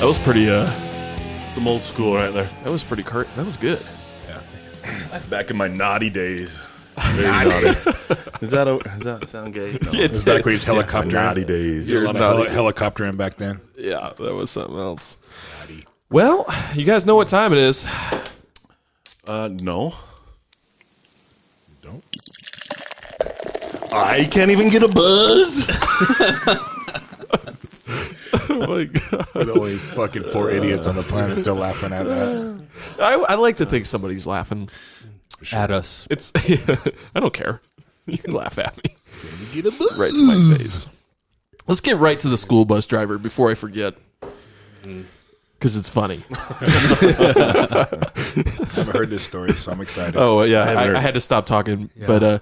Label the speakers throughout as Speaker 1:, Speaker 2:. Speaker 1: That was pretty. uh Some old school right there. That was pretty curt. That was good.
Speaker 2: That's back in my naughty days. Very naughty. Is that a, does that sound gay? No.
Speaker 1: It's
Speaker 2: It's
Speaker 1: back
Speaker 2: back
Speaker 1: when
Speaker 2: when he's helicoptering. naughty days.
Speaker 1: You're
Speaker 3: A lot of
Speaker 1: naughty.
Speaker 3: heli- helicoptering back then.
Speaker 1: Yeah, that was something else. Well, you guys know what time it is.
Speaker 2: Uh, no.
Speaker 3: Don't.
Speaker 2: I can't even get a buzz.
Speaker 1: Oh my God.
Speaker 3: We're the only fucking four idiots on the planet still laughing at that.
Speaker 1: I, I like to think somebody's laughing.
Speaker 4: At us.
Speaker 1: It's I don't care. You can laugh at me
Speaker 3: You get a buzz.
Speaker 1: right to my face. Let's get right to the school bus driver before I forget, Mm-hmm. because it's funny.
Speaker 3: I haven't heard this story, so I'm excited.
Speaker 1: Oh yeah,
Speaker 2: haven't
Speaker 1: I,
Speaker 2: heard
Speaker 1: I
Speaker 2: it.
Speaker 1: had to stop talking. But uh,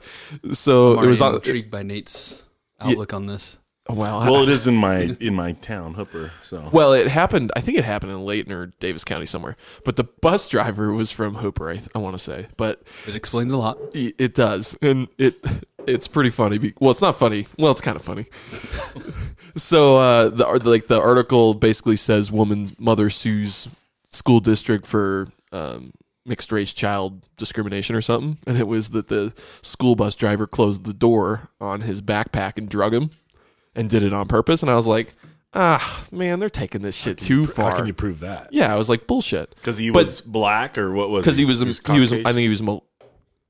Speaker 1: so it was on.
Speaker 4: intrigued by Nate's outlook on this.
Speaker 1: oh, wow.
Speaker 2: Well, it is in my in my town, Hooper. So
Speaker 1: Well, it happened. I think it happened in Layton or Davis County somewhere. But the bus driver was from Hooper. I, th- I want to say, but
Speaker 4: It explains a lot.
Speaker 1: i- it does, and it it's pretty funny. Be- well, it's not funny. Well, it's kind of funny. so uh, the ar- like the article basically says woman mother sues school district for um, mixed race child discrimination or something, and it was that the school bus driver closed the door on his backpack and drug him, and did it on purpose. And I was like. Ah, man, they're taking this shit too far.
Speaker 3: How can you prove that?
Speaker 1: Yeah, I was like bullshit
Speaker 2: because he
Speaker 1: But-
Speaker 2: was black or what was?
Speaker 1: because he was he was, I
Speaker 2: Caucasian?
Speaker 1: think he was mul-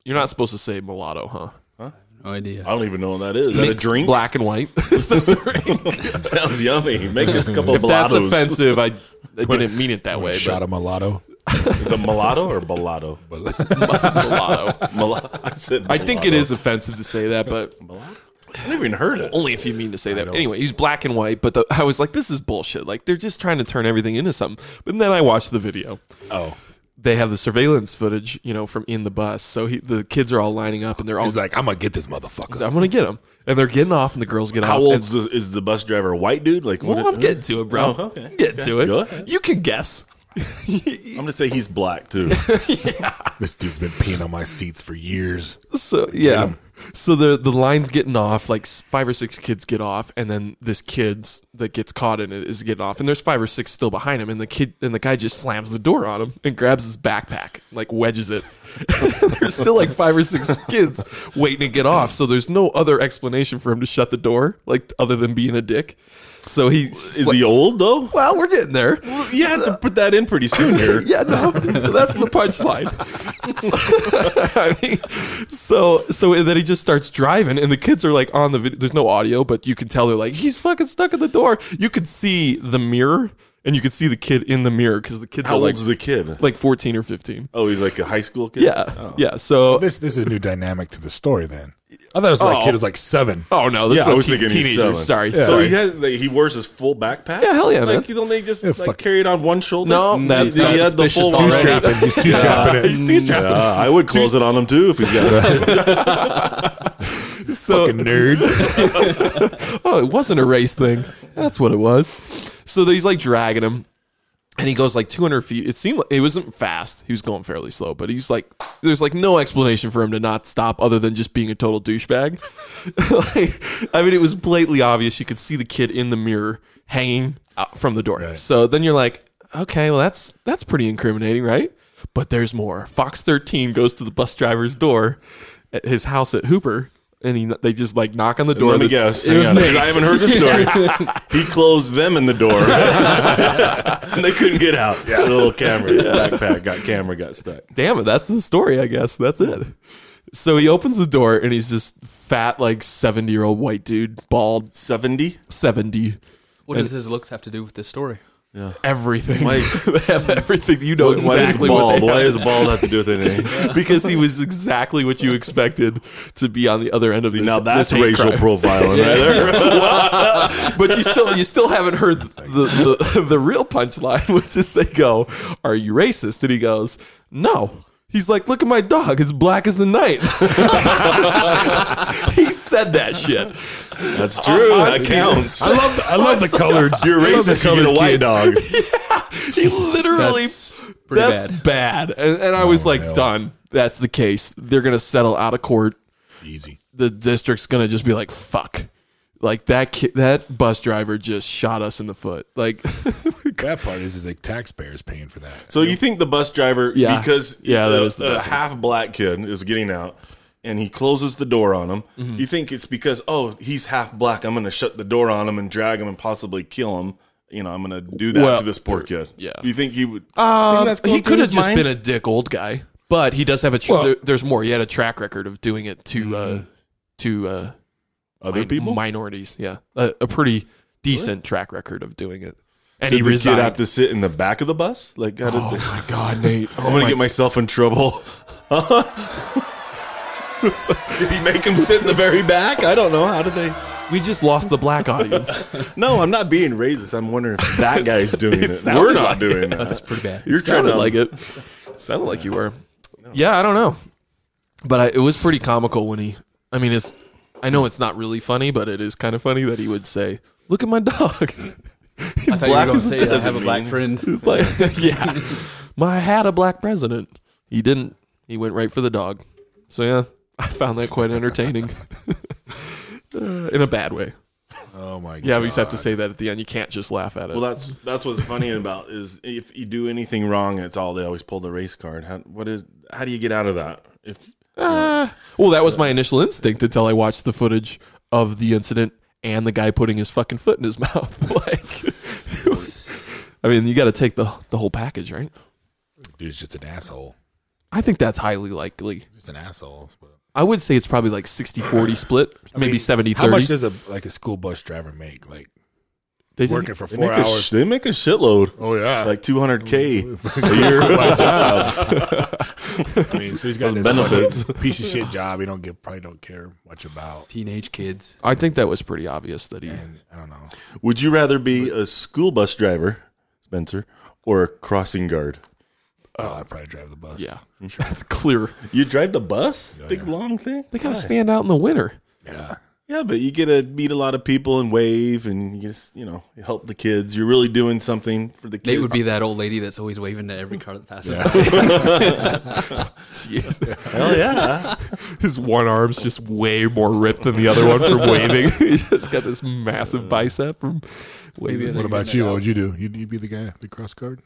Speaker 1: you're not supposed to say mulatto, huh?
Speaker 4: No idea.
Speaker 2: I don't even know what that is. Is that a
Speaker 1: Mixed
Speaker 2: drink?
Speaker 1: black and white. It's a drink.
Speaker 2: Sounds yummy. Make us a couple of
Speaker 1: That's
Speaker 2: mulattos.
Speaker 1: offensive. I, I didn't mean it that way.
Speaker 3: Shot
Speaker 1: But
Speaker 3: a mulatto.
Speaker 2: Is it mulatto or bolado?
Speaker 3: But let's,
Speaker 1: mulatto.
Speaker 2: Mulatto. I said.
Speaker 1: I think it is offensive to say that, but
Speaker 2: Mulatto? I never even heard it.
Speaker 1: only if you mean to say that. Anyway, he's black and white, but the, I was like, this is bullshit. Like they're just trying to turn everything into something. But then I watched the video.
Speaker 3: oh,
Speaker 1: They have the surveillance footage, you know, from in the bus. So he, the kids are all lining up, and they're all.
Speaker 3: he's like, I'm gonna get this motherfucker.
Speaker 1: I'm gonna get him, and they're getting off, and the girls get off.
Speaker 2: How
Speaker 1: and-
Speaker 2: old is the, is the bus driver? A white dude? Like, what
Speaker 1: Well,
Speaker 2: it-
Speaker 1: I'm getting to it, bro.
Speaker 2: Oh, okay.
Speaker 1: I'm getting to it.
Speaker 2: Go ahead.
Speaker 1: You can guess.
Speaker 2: I'm gonna say he's black too.
Speaker 3: This dude's been peeing on my seats for years.
Speaker 1: So yeah. So the the line's getting off. Like s- five or six kids get off, and then this kid's that gets caught in it is getting off, and there's five or six still behind him, and the kid and the guy just slams the door on him and grabs his backpack, like wedges it. there's still like five or six kids waiting to get off, so there's no other explanation for him to shut the door, like other than being a dick. So he
Speaker 2: Is he old though?
Speaker 1: Well, we're getting there.
Speaker 2: You have to put that in pretty soon here.
Speaker 1: Yeah, no, that's the punchline. So, I mean, so, so then he just starts driving, and the kids are like on the video. There's no audio, but you can tell they're like, he's fucking stuck in the door. You could see the mirror, and you could see the kid in the mirror because the kids
Speaker 2: How
Speaker 1: are
Speaker 2: old
Speaker 1: like,
Speaker 2: is the kid?
Speaker 1: like 14 or 15.
Speaker 2: Oh, he's like a high school kid.
Speaker 1: Yeah,
Speaker 2: Oh.
Speaker 1: yeah. So,
Speaker 3: This this is a new dynamic to the story. Then I thought it was like kid was like seven.
Speaker 1: oh no, this
Speaker 2: Yeah,
Speaker 1: is
Speaker 2: I
Speaker 1: a
Speaker 2: was
Speaker 1: teen-
Speaker 2: thinking he's
Speaker 1: teenager.
Speaker 2: seven.
Speaker 1: Sorry,
Speaker 2: So
Speaker 1: sorry.
Speaker 2: he has like, he wears his full backpack.
Speaker 1: Yeah, hell yeah, man.
Speaker 2: Like you don't they just like
Speaker 3: fuck.
Speaker 2: carry it on one shoulder?
Speaker 1: No,
Speaker 2: He-
Speaker 1: that's
Speaker 2: he
Speaker 1: not
Speaker 2: had the
Speaker 1: suspicious
Speaker 2: full
Speaker 1: already.
Speaker 3: Two
Speaker 2: already.
Speaker 3: strapping. He's two strapping it.
Speaker 1: He's strapped.
Speaker 2: Yeah, I would close it on him too if he's got it.
Speaker 1: So,
Speaker 3: Fucking nerd.
Speaker 1: oh, it wasn't a race thing. That's what it was. So he's like dragging him, and he goes like 200 feet. It seemed like it wasn't fast. He was going fairly slow, but he's like, there's like no explanation for him to not stop other than just being a total douchebag. like, I mean, it was blatantly obvious. You could see the kid in the mirror hanging out from the door. So then you're like, okay, well that's that's pretty incriminating, right? But there's more. Fox 13 goes to the bus driver's door at his house at Hooper. And he, they just like knock on the door.
Speaker 2: Let me
Speaker 1: The-
Speaker 2: guess.
Speaker 1: It was
Speaker 2: Hang on, 'cause
Speaker 1: Nate.
Speaker 2: I haven't heard this story. he closed them in the door, and they couldn't get out. The little camera, backpack got camera got stuck.
Speaker 1: damn it, that's the story, I guess. That's it. So he opens the door and he's just fat, like 70 year old white dude, bald,
Speaker 2: Seventy.
Speaker 1: 70.
Speaker 4: What does his looks have to do with this story?
Speaker 1: Everything.
Speaker 2: Why-
Speaker 1: They have everything. You know
Speaker 2: Why is
Speaker 1: exactly what
Speaker 2: bald?
Speaker 1: they
Speaker 2: Why
Speaker 1: have.
Speaker 2: does bald have to do with anything?
Speaker 1: Because he was exactly what you expected to be on the other end of this.
Speaker 2: now that's
Speaker 1: this hate
Speaker 2: racial
Speaker 1: crime.
Speaker 2: profiling right there.
Speaker 1: But you still, you still haven't heard the, the, the real punchline, which is they go, "Are you racist?" And he goes, "No." He's like, "Look at my dog; it's black as the night." he said that shit.
Speaker 2: That's true. That counts.
Speaker 3: I love the, I love the colored.
Speaker 2: You're
Speaker 3: I love the
Speaker 2: racist. You get a
Speaker 3: colored
Speaker 2: white
Speaker 3: kid.
Speaker 2: dog.
Speaker 1: He literally that's,
Speaker 4: That's pretty
Speaker 1: bad. And, and I was like,
Speaker 3: hell.
Speaker 1: done. That's the case. They're gonna settle out of court.
Speaker 3: Easy.
Speaker 1: The district's gonna just be like, fuck. Like that kid, that bus driver just shot us in the foot. Like,
Speaker 3: bad part is, is the taxpayers paying for that.
Speaker 2: So you think the bus driver,
Speaker 1: Yeah.
Speaker 2: because
Speaker 1: Yeah,
Speaker 2: a,
Speaker 1: that is the
Speaker 2: a
Speaker 1: bad thing.
Speaker 2: half black kid is getting out and he closes the door on him.
Speaker 1: Mm-hmm.
Speaker 2: You think it's because, oh, he's half black. I'm going to shut the door on him and drag him and possibly kill him. You know, I'm going to do that
Speaker 1: Well,
Speaker 2: to this poor kid.
Speaker 1: yeah.
Speaker 2: You think he would?
Speaker 1: Um,
Speaker 2: think that's going
Speaker 1: he
Speaker 2: through
Speaker 1: could have
Speaker 2: his
Speaker 1: just
Speaker 2: mind?
Speaker 1: been a dick old guy, but he does have a. Tr-
Speaker 3: Well-
Speaker 1: there, there's more. He had a track record of doing it to uh, to uh,
Speaker 2: other
Speaker 1: min-
Speaker 2: people.
Speaker 1: minorities. Yeah, a, a pretty decent track record of doing it. And
Speaker 2: Did
Speaker 1: he
Speaker 2: the
Speaker 1: resigned.
Speaker 2: kid have to sit in the back of the bus? Like, how did
Speaker 1: oh
Speaker 2: the-
Speaker 1: my god, Nate! Oh
Speaker 2: I'm going
Speaker 1: my
Speaker 2: to get myself in trouble. did he make him sit in the very back? I don't know. How did they?
Speaker 1: We just lost the black audience.
Speaker 2: No, I'm not being racist. I'm wondering if that guy's doing
Speaker 1: it
Speaker 2: it.
Speaker 1: sounded
Speaker 2: We're not
Speaker 1: like
Speaker 2: doing that.
Speaker 4: That's pretty bad.
Speaker 2: You're trying
Speaker 1: sounded
Speaker 2: to
Speaker 1: like it. Sounded like you were. Yeah, I don't know, but I, it was pretty comical when he. I mean, it's. I know it's not really funny, but it is kind of funny that he would say, "Look at my dog."
Speaker 4: I thought you were
Speaker 2: black
Speaker 4: going to
Speaker 2: as-
Speaker 4: say
Speaker 2: that
Speaker 4: I have a
Speaker 2: doesn't
Speaker 4: black
Speaker 2: mean-
Speaker 4: friend.
Speaker 1: like, yeah, my had a black president. He didn't. He went right for the dog. So yeah, I found that quite entertaining, Uh, in a bad way.
Speaker 3: Oh my god.
Speaker 1: Yeah, we just have to say that at the end. You can't just laugh at it.
Speaker 2: Well, that's that's what's funny about is if you do anything wrong, it's all they always pull the race card. How what is how do you get out of that? If
Speaker 1: Ah. well, that was my initial instinct until I watched the footage of the incident and the guy putting his fucking foot in his mouth. like, it was- I mean, you got to take the the whole package, right?
Speaker 3: Dude's just an asshole.
Speaker 1: I think that's highly likely.
Speaker 3: Just an asshole. But
Speaker 1: I would say it's probably like 60-40 split, maybe
Speaker 3: mean,
Speaker 1: 70-30.
Speaker 3: How much does a like a school bus driver make? Like
Speaker 1: They didn't-
Speaker 3: working for four hours.
Speaker 2: they make a shitload,
Speaker 3: oh yeah.
Speaker 2: like 200k.
Speaker 3: my job. I mean, so he's got this
Speaker 2: Benefits.
Speaker 3: fucking piece of shit job. He don't give probably don't care much about.
Speaker 4: Teenage kids.
Speaker 1: I think that was pretty obvious that he.
Speaker 3: And I don't know.
Speaker 2: Would you rather be a school bus driver, Spencer, or a crossing guard? Uh,
Speaker 3: Oh, I probably drive the bus.
Speaker 1: Yeah, that's clear.
Speaker 2: You drive the bus, big
Speaker 3: yeah.
Speaker 2: long thing.
Speaker 1: They gotta stand out in the winter.
Speaker 3: yeah.
Speaker 2: Yeah, but you get to meet a lot of people and wave, and you just you know you help the kids. You're really doing something for the kids.
Speaker 4: Nate would be that old lady that's always waving to every car that passes.
Speaker 3: Yeah.
Speaker 2: hell yeah.
Speaker 1: His one arm's just way more ripped than the other one from waving. He's just got this massive bicep from waving.
Speaker 3: What about you? What would you do? You'd, you'd be the guy, the cross guard.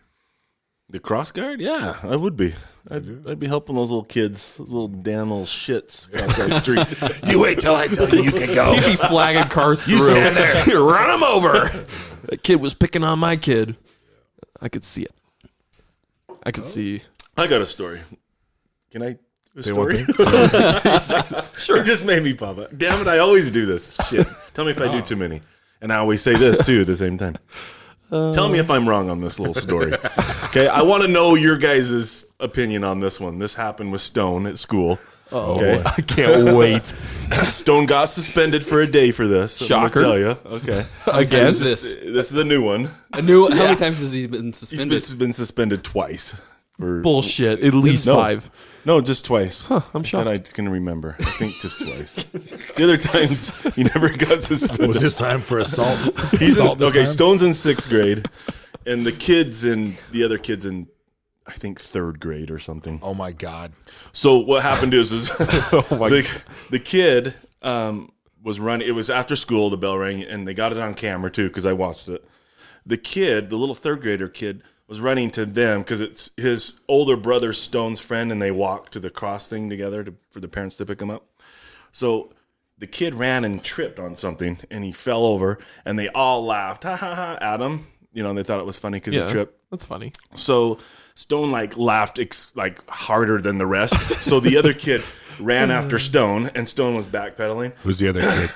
Speaker 2: The cross guard? Yeah, I would be. I'd, I'd be helping those little kids, those little damn little shits across our street.
Speaker 3: You wait till I tell you you can go.
Speaker 2: Oh.
Speaker 1: He'd be flagging cars through.
Speaker 3: stand there.
Speaker 1: Run him over. That kid was picking on my kid. I could see it. I could see.
Speaker 2: I got a story. Can I? A
Speaker 3: Say one
Speaker 2: story?
Speaker 3: thing. So,
Speaker 2: sure. It just made me pop up. Damn it! I always do this shit. Tell me if I do too many, and I always say this too at the same time. Tell me if I'm wrong on this little story. okay, I want to know your guys' opinion on this one. This happened with Stone at school. Oh, okay.
Speaker 1: I can't wait.
Speaker 2: Stone got suspended for a day for this.
Speaker 1: Shocker.
Speaker 2: I'm gonna tell you. Okay.
Speaker 1: Again,
Speaker 4: Is this?
Speaker 2: This, this is a new one.
Speaker 4: I knew. How many times has he been
Speaker 2: He's
Speaker 4: suspended?
Speaker 2: been, been suspended twice. For,
Speaker 1: bullshit. At least
Speaker 2: No.
Speaker 1: five.
Speaker 2: No, just twice.
Speaker 1: I'm
Speaker 2: That
Speaker 1: shocked.
Speaker 2: I can remember. I think just twice. the other times he never got suspended.
Speaker 3: was this time for assault?
Speaker 2: He's in,
Speaker 3: assault this
Speaker 2: okay.
Speaker 3: time?
Speaker 2: Stone's in sixth grade, and the kids in the other kids in I think third grade or something.
Speaker 3: Oh my god.
Speaker 2: So what happened is, is
Speaker 1: Oh my
Speaker 2: the, the kid um, was running. It was after school. The bell rang, and they got it on camera too because I watched it. The kid, the little third grader kid, was running to them because it's his older brother Stone's friend, and they walked to the cross thing together to, for the parents to pick him up. So the kid ran and tripped on something, and he fell over, and they all laughed ha ha ha at him. You know, and they thought it was funny because
Speaker 1: Yeah,
Speaker 2: he tripped.
Speaker 1: that's funny.
Speaker 2: So Stone like laughed ex- like harder than the rest. So the other kid ran after Stone, and Stone was backpedaling.
Speaker 3: Who's the other kid?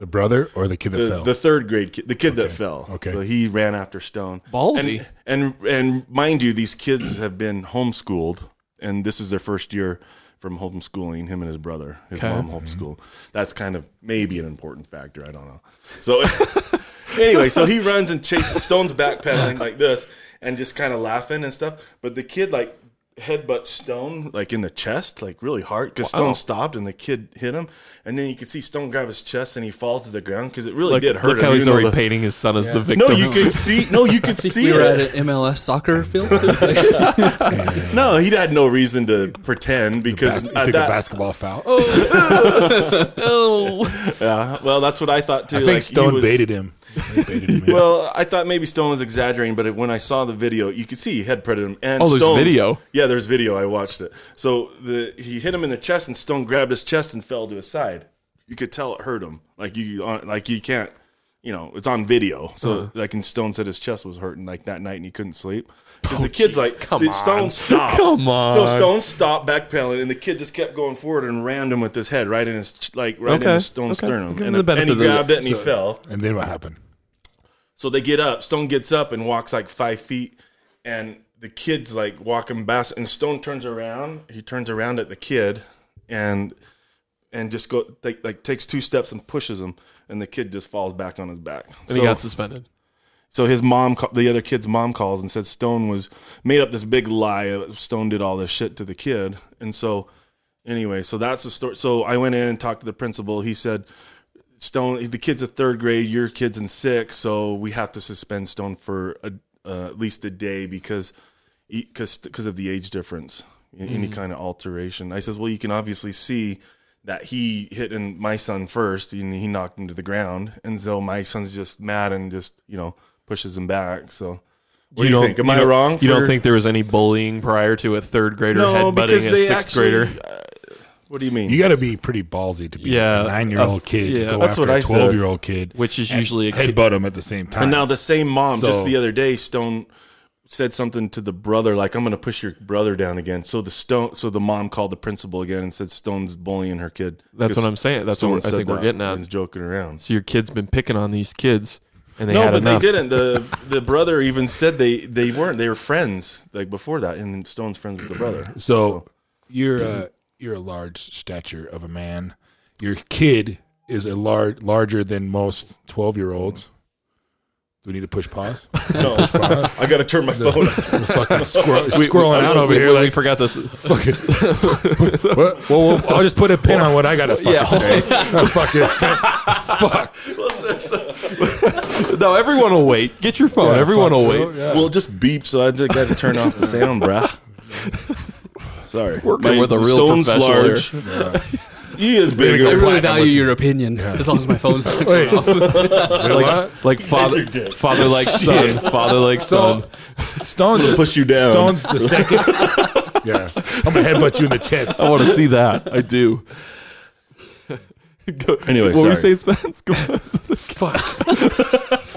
Speaker 3: The brother or the kid that
Speaker 2: The,
Speaker 3: fell?
Speaker 2: the third grade kid, the kid that fell.
Speaker 3: Okay.
Speaker 2: So he ran after Stone.
Speaker 1: Ballsy.
Speaker 2: And, and and mind you, these kids have been homeschooled, and this is their first year from homeschooling. Him and his brother, his
Speaker 1: Okay.
Speaker 2: mom homeschooled. That's kind of maybe an important factor. I don't know. So anyway, so he runs and chases Stone's backpedaling like this, and just kind of laughing and stuff. But the kid like headbutt Stone like in the chest, like really hard, because Stone stopped and the kid hit him, and then you could see Stone grab his chest and he falls to the ground because it really did hurt
Speaker 1: Look
Speaker 2: him.
Speaker 1: how he's
Speaker 2: even though
Speaker 1: already
Speaker 2: the-
Speaker 1: painting his son as the victim.
Speaker 2: no, you could see. No, you could
Speaker 4: think
Speaker 2: see
Speaker 4: we were
Speaker 2: it.
Speaker 4: at an MLS soccer field. Tuesday.
Speaker 2: No, he had no reason to pretend because
Speaker 3: Bas- you
Speaker 2: at
Speaker 3: took
Speaker 2: that-
Speaker 3: a basketball foul. Oh,
Speaker 2: yeah, well, that's what I thought too.
Speaker 3: I think Stone baited him. They baited me.
Speaker 2: Well, I thought maybe Stone was exaggerating, but when I saw the video, you could see he head pretted him. And
Speaker 1: Oh, there's
Speaker 2: Stone,
Speaker 1: video?
Speaker 2: Yeah, there's video. I watched it. So the he hit him in the chest, and Stone grabbed his chest and fell to his side. You could tell it hurt him. Like you, uh, like you can't. You know, it's on video. So
Speaker 1: Uh-huh.
Speaker 2: like, and Stone said his chest was hurting like that night, and he couldn't sleep. 'Cause the kid's like,
Speaker 1: Oh, come
Speaker 2: "Dude,
Speaker 1: on.
Speaker 2: Stone, stop!
Speaker 1: Come
Speaker 2: No,
Speaker 1: on.
Speaker 2: Stone stopped backpedaling, and the kid just kept going forward and rammed him with his head right in his ch- like right
Speaker 1: Okay,
Speaker 2: in his Stone's
Speaker 1: okay.
Speaker 2: sternum,
Speaker 1: Give him
Speaker 2: and,
Speaker 1: the
Speaker 2: the and he
Speaker 1: benefit of the-
Speaker 2: grabbed it and he fell.
Speaker 3: and then what happened?
Speaker 2: So they get up. Stone gets up and walks like five feet, and the kid's like walking past. And Stone turns around. He turns around at the kid, and and just go like like takes two steps and pushes him, and the kid just falls back on his back.
Speaker 1: And
Speaker 2: so,
Speaker 1: he got suspended.
Speaker 2: so his mom, ca- the other kid's mom, calls and said Stone was made up this big lie. of Stone did all this shit to the kid, and so anyway, so that's the story. So I went in and talked to the principal. He said Stone, the kid's a third grade, your kid's in sixth, so we have to suspend Stone for a, uh, at least a day because because because of the age difference, a-
Speaker 1: Mm-hmm.
Speaker 2: any kind of alteration. I says, well, you can obviously see that he hit in my son first, and he knocked him to the ground, and so my son's just mad and just you know pushes him back. So. What do you think? Am I
Speaker 1: don't-
Speaker 2: wrong?
Speaker 1: You don't
Speaker 2: for-
Speaker 1: think there was any bullying prior to a third grader
Speaker 2: because
Speaker 1: headbutting a
Speaker 2: they
Speaker 1: sixth
Speaker 2: actually-
Speaker 1: grader?
Speaker 2: uh, what do you mean?
Speaker 3: You got to be pretty ballsy to be
Speaker 1: Yeah,
Speaker 3: a
Speaker 1: a
Speaker 3: nine-year-old
Speaker 1: f-
Speaker 3: kid
Speaker 1: yeah.
Speaker 3: to go
Speaker 2: That's
Speaker 3: after
Speaker 2: what I
Speaker 3: a
Speaker 2: said.
Speaker 3: twelve-year-old kid,
Speaker 1: Which is
Speaker 3: and
Speaker 1: usually a kid-
Speaker 3: headbutt him at the same time.
Speaker 2: And now the same mom, just
Speaker 3: So-
Speaker 2: the other day, Stone said something to the brother, like, I'm gonna push your brother down again. So the Stone so the mom called the principal again and said Stone's bullying her kid.
Speaker 1: That's what
Speaker 2: Because
Speaker 1: I'm saying. That's
Speaker 2: Stone
Speaker 1: what I
Speaker 2: said
Speaker 1: think we're
Speaker 2: that
Speaker 1: getting at.
Speaker 2: and was joking around.
Speaker 1: So your kid's been picking on these kids, and they
Speaker 2: no,
Speaker 1: had
Speaker 2: but
Speaker 1: enough.
Speaker 2: they didn't. The the brother even said they, they weren't. They were friends like before that, and Stone's friends with the brother.
Speaker 3: So you're a you're a large stature of a man. Your kid is a large larger than most twelve year olds. Do we need to push pause?
Speaker 2: No, I gotta turn my phone. off.
Speaker 3: We're fucking squirrel,
Speaker 1: We- we-
Speaker 3: squirreling out
Speaker 1: we-
Speaker 3: over
Speaker 1: we-
Speaker 3: here.
Speaker 1: we
Speaker 3: Like,
Speaker 1: forgot this.
Speaker 3: fucking, well, well, I'll just put a pin on what I gotta fucking
Speaker 1: Yeah.
Speaker 3: say. fucking,
Speaker 1: no, everyone will wait. Get your phone.
Speaker 3: Yeah,
Speaker 1: everyone
Speaker 3: fuck
Speaker 1: will
Speaker 3: you,
Speaker 1: wait.
Speaker 3: yeah.
Speaker 2: Well, it just beep, so I just gotta turn off the sound, bruh. Sorry,
Speaker 1: Working with a real professional
Speaker 2: He is bigger.
Speaker 4: I really value your opinion as long as my phone's not
Speaker 3: Wait.
Speaker 4: going off.
Speaker 3: What?
Speaker 1: Like father,
Speaker 2: Guys are dicks.
Speaker 1: father like son, father like son.
Speaker 3: So Stone's
Speaker 2: push you down.
Speaker 3: Stone's the second. yeah, I'm gonna headbutt you in the chest.
Speaker 1: I want to see that. I do. Go,
Speaker 2: Anyway,
Speaker 1: what were you
Speaker 2: sorry.
Speaker 1: saying, Spence? Go on.
Speaker 3: Fuck.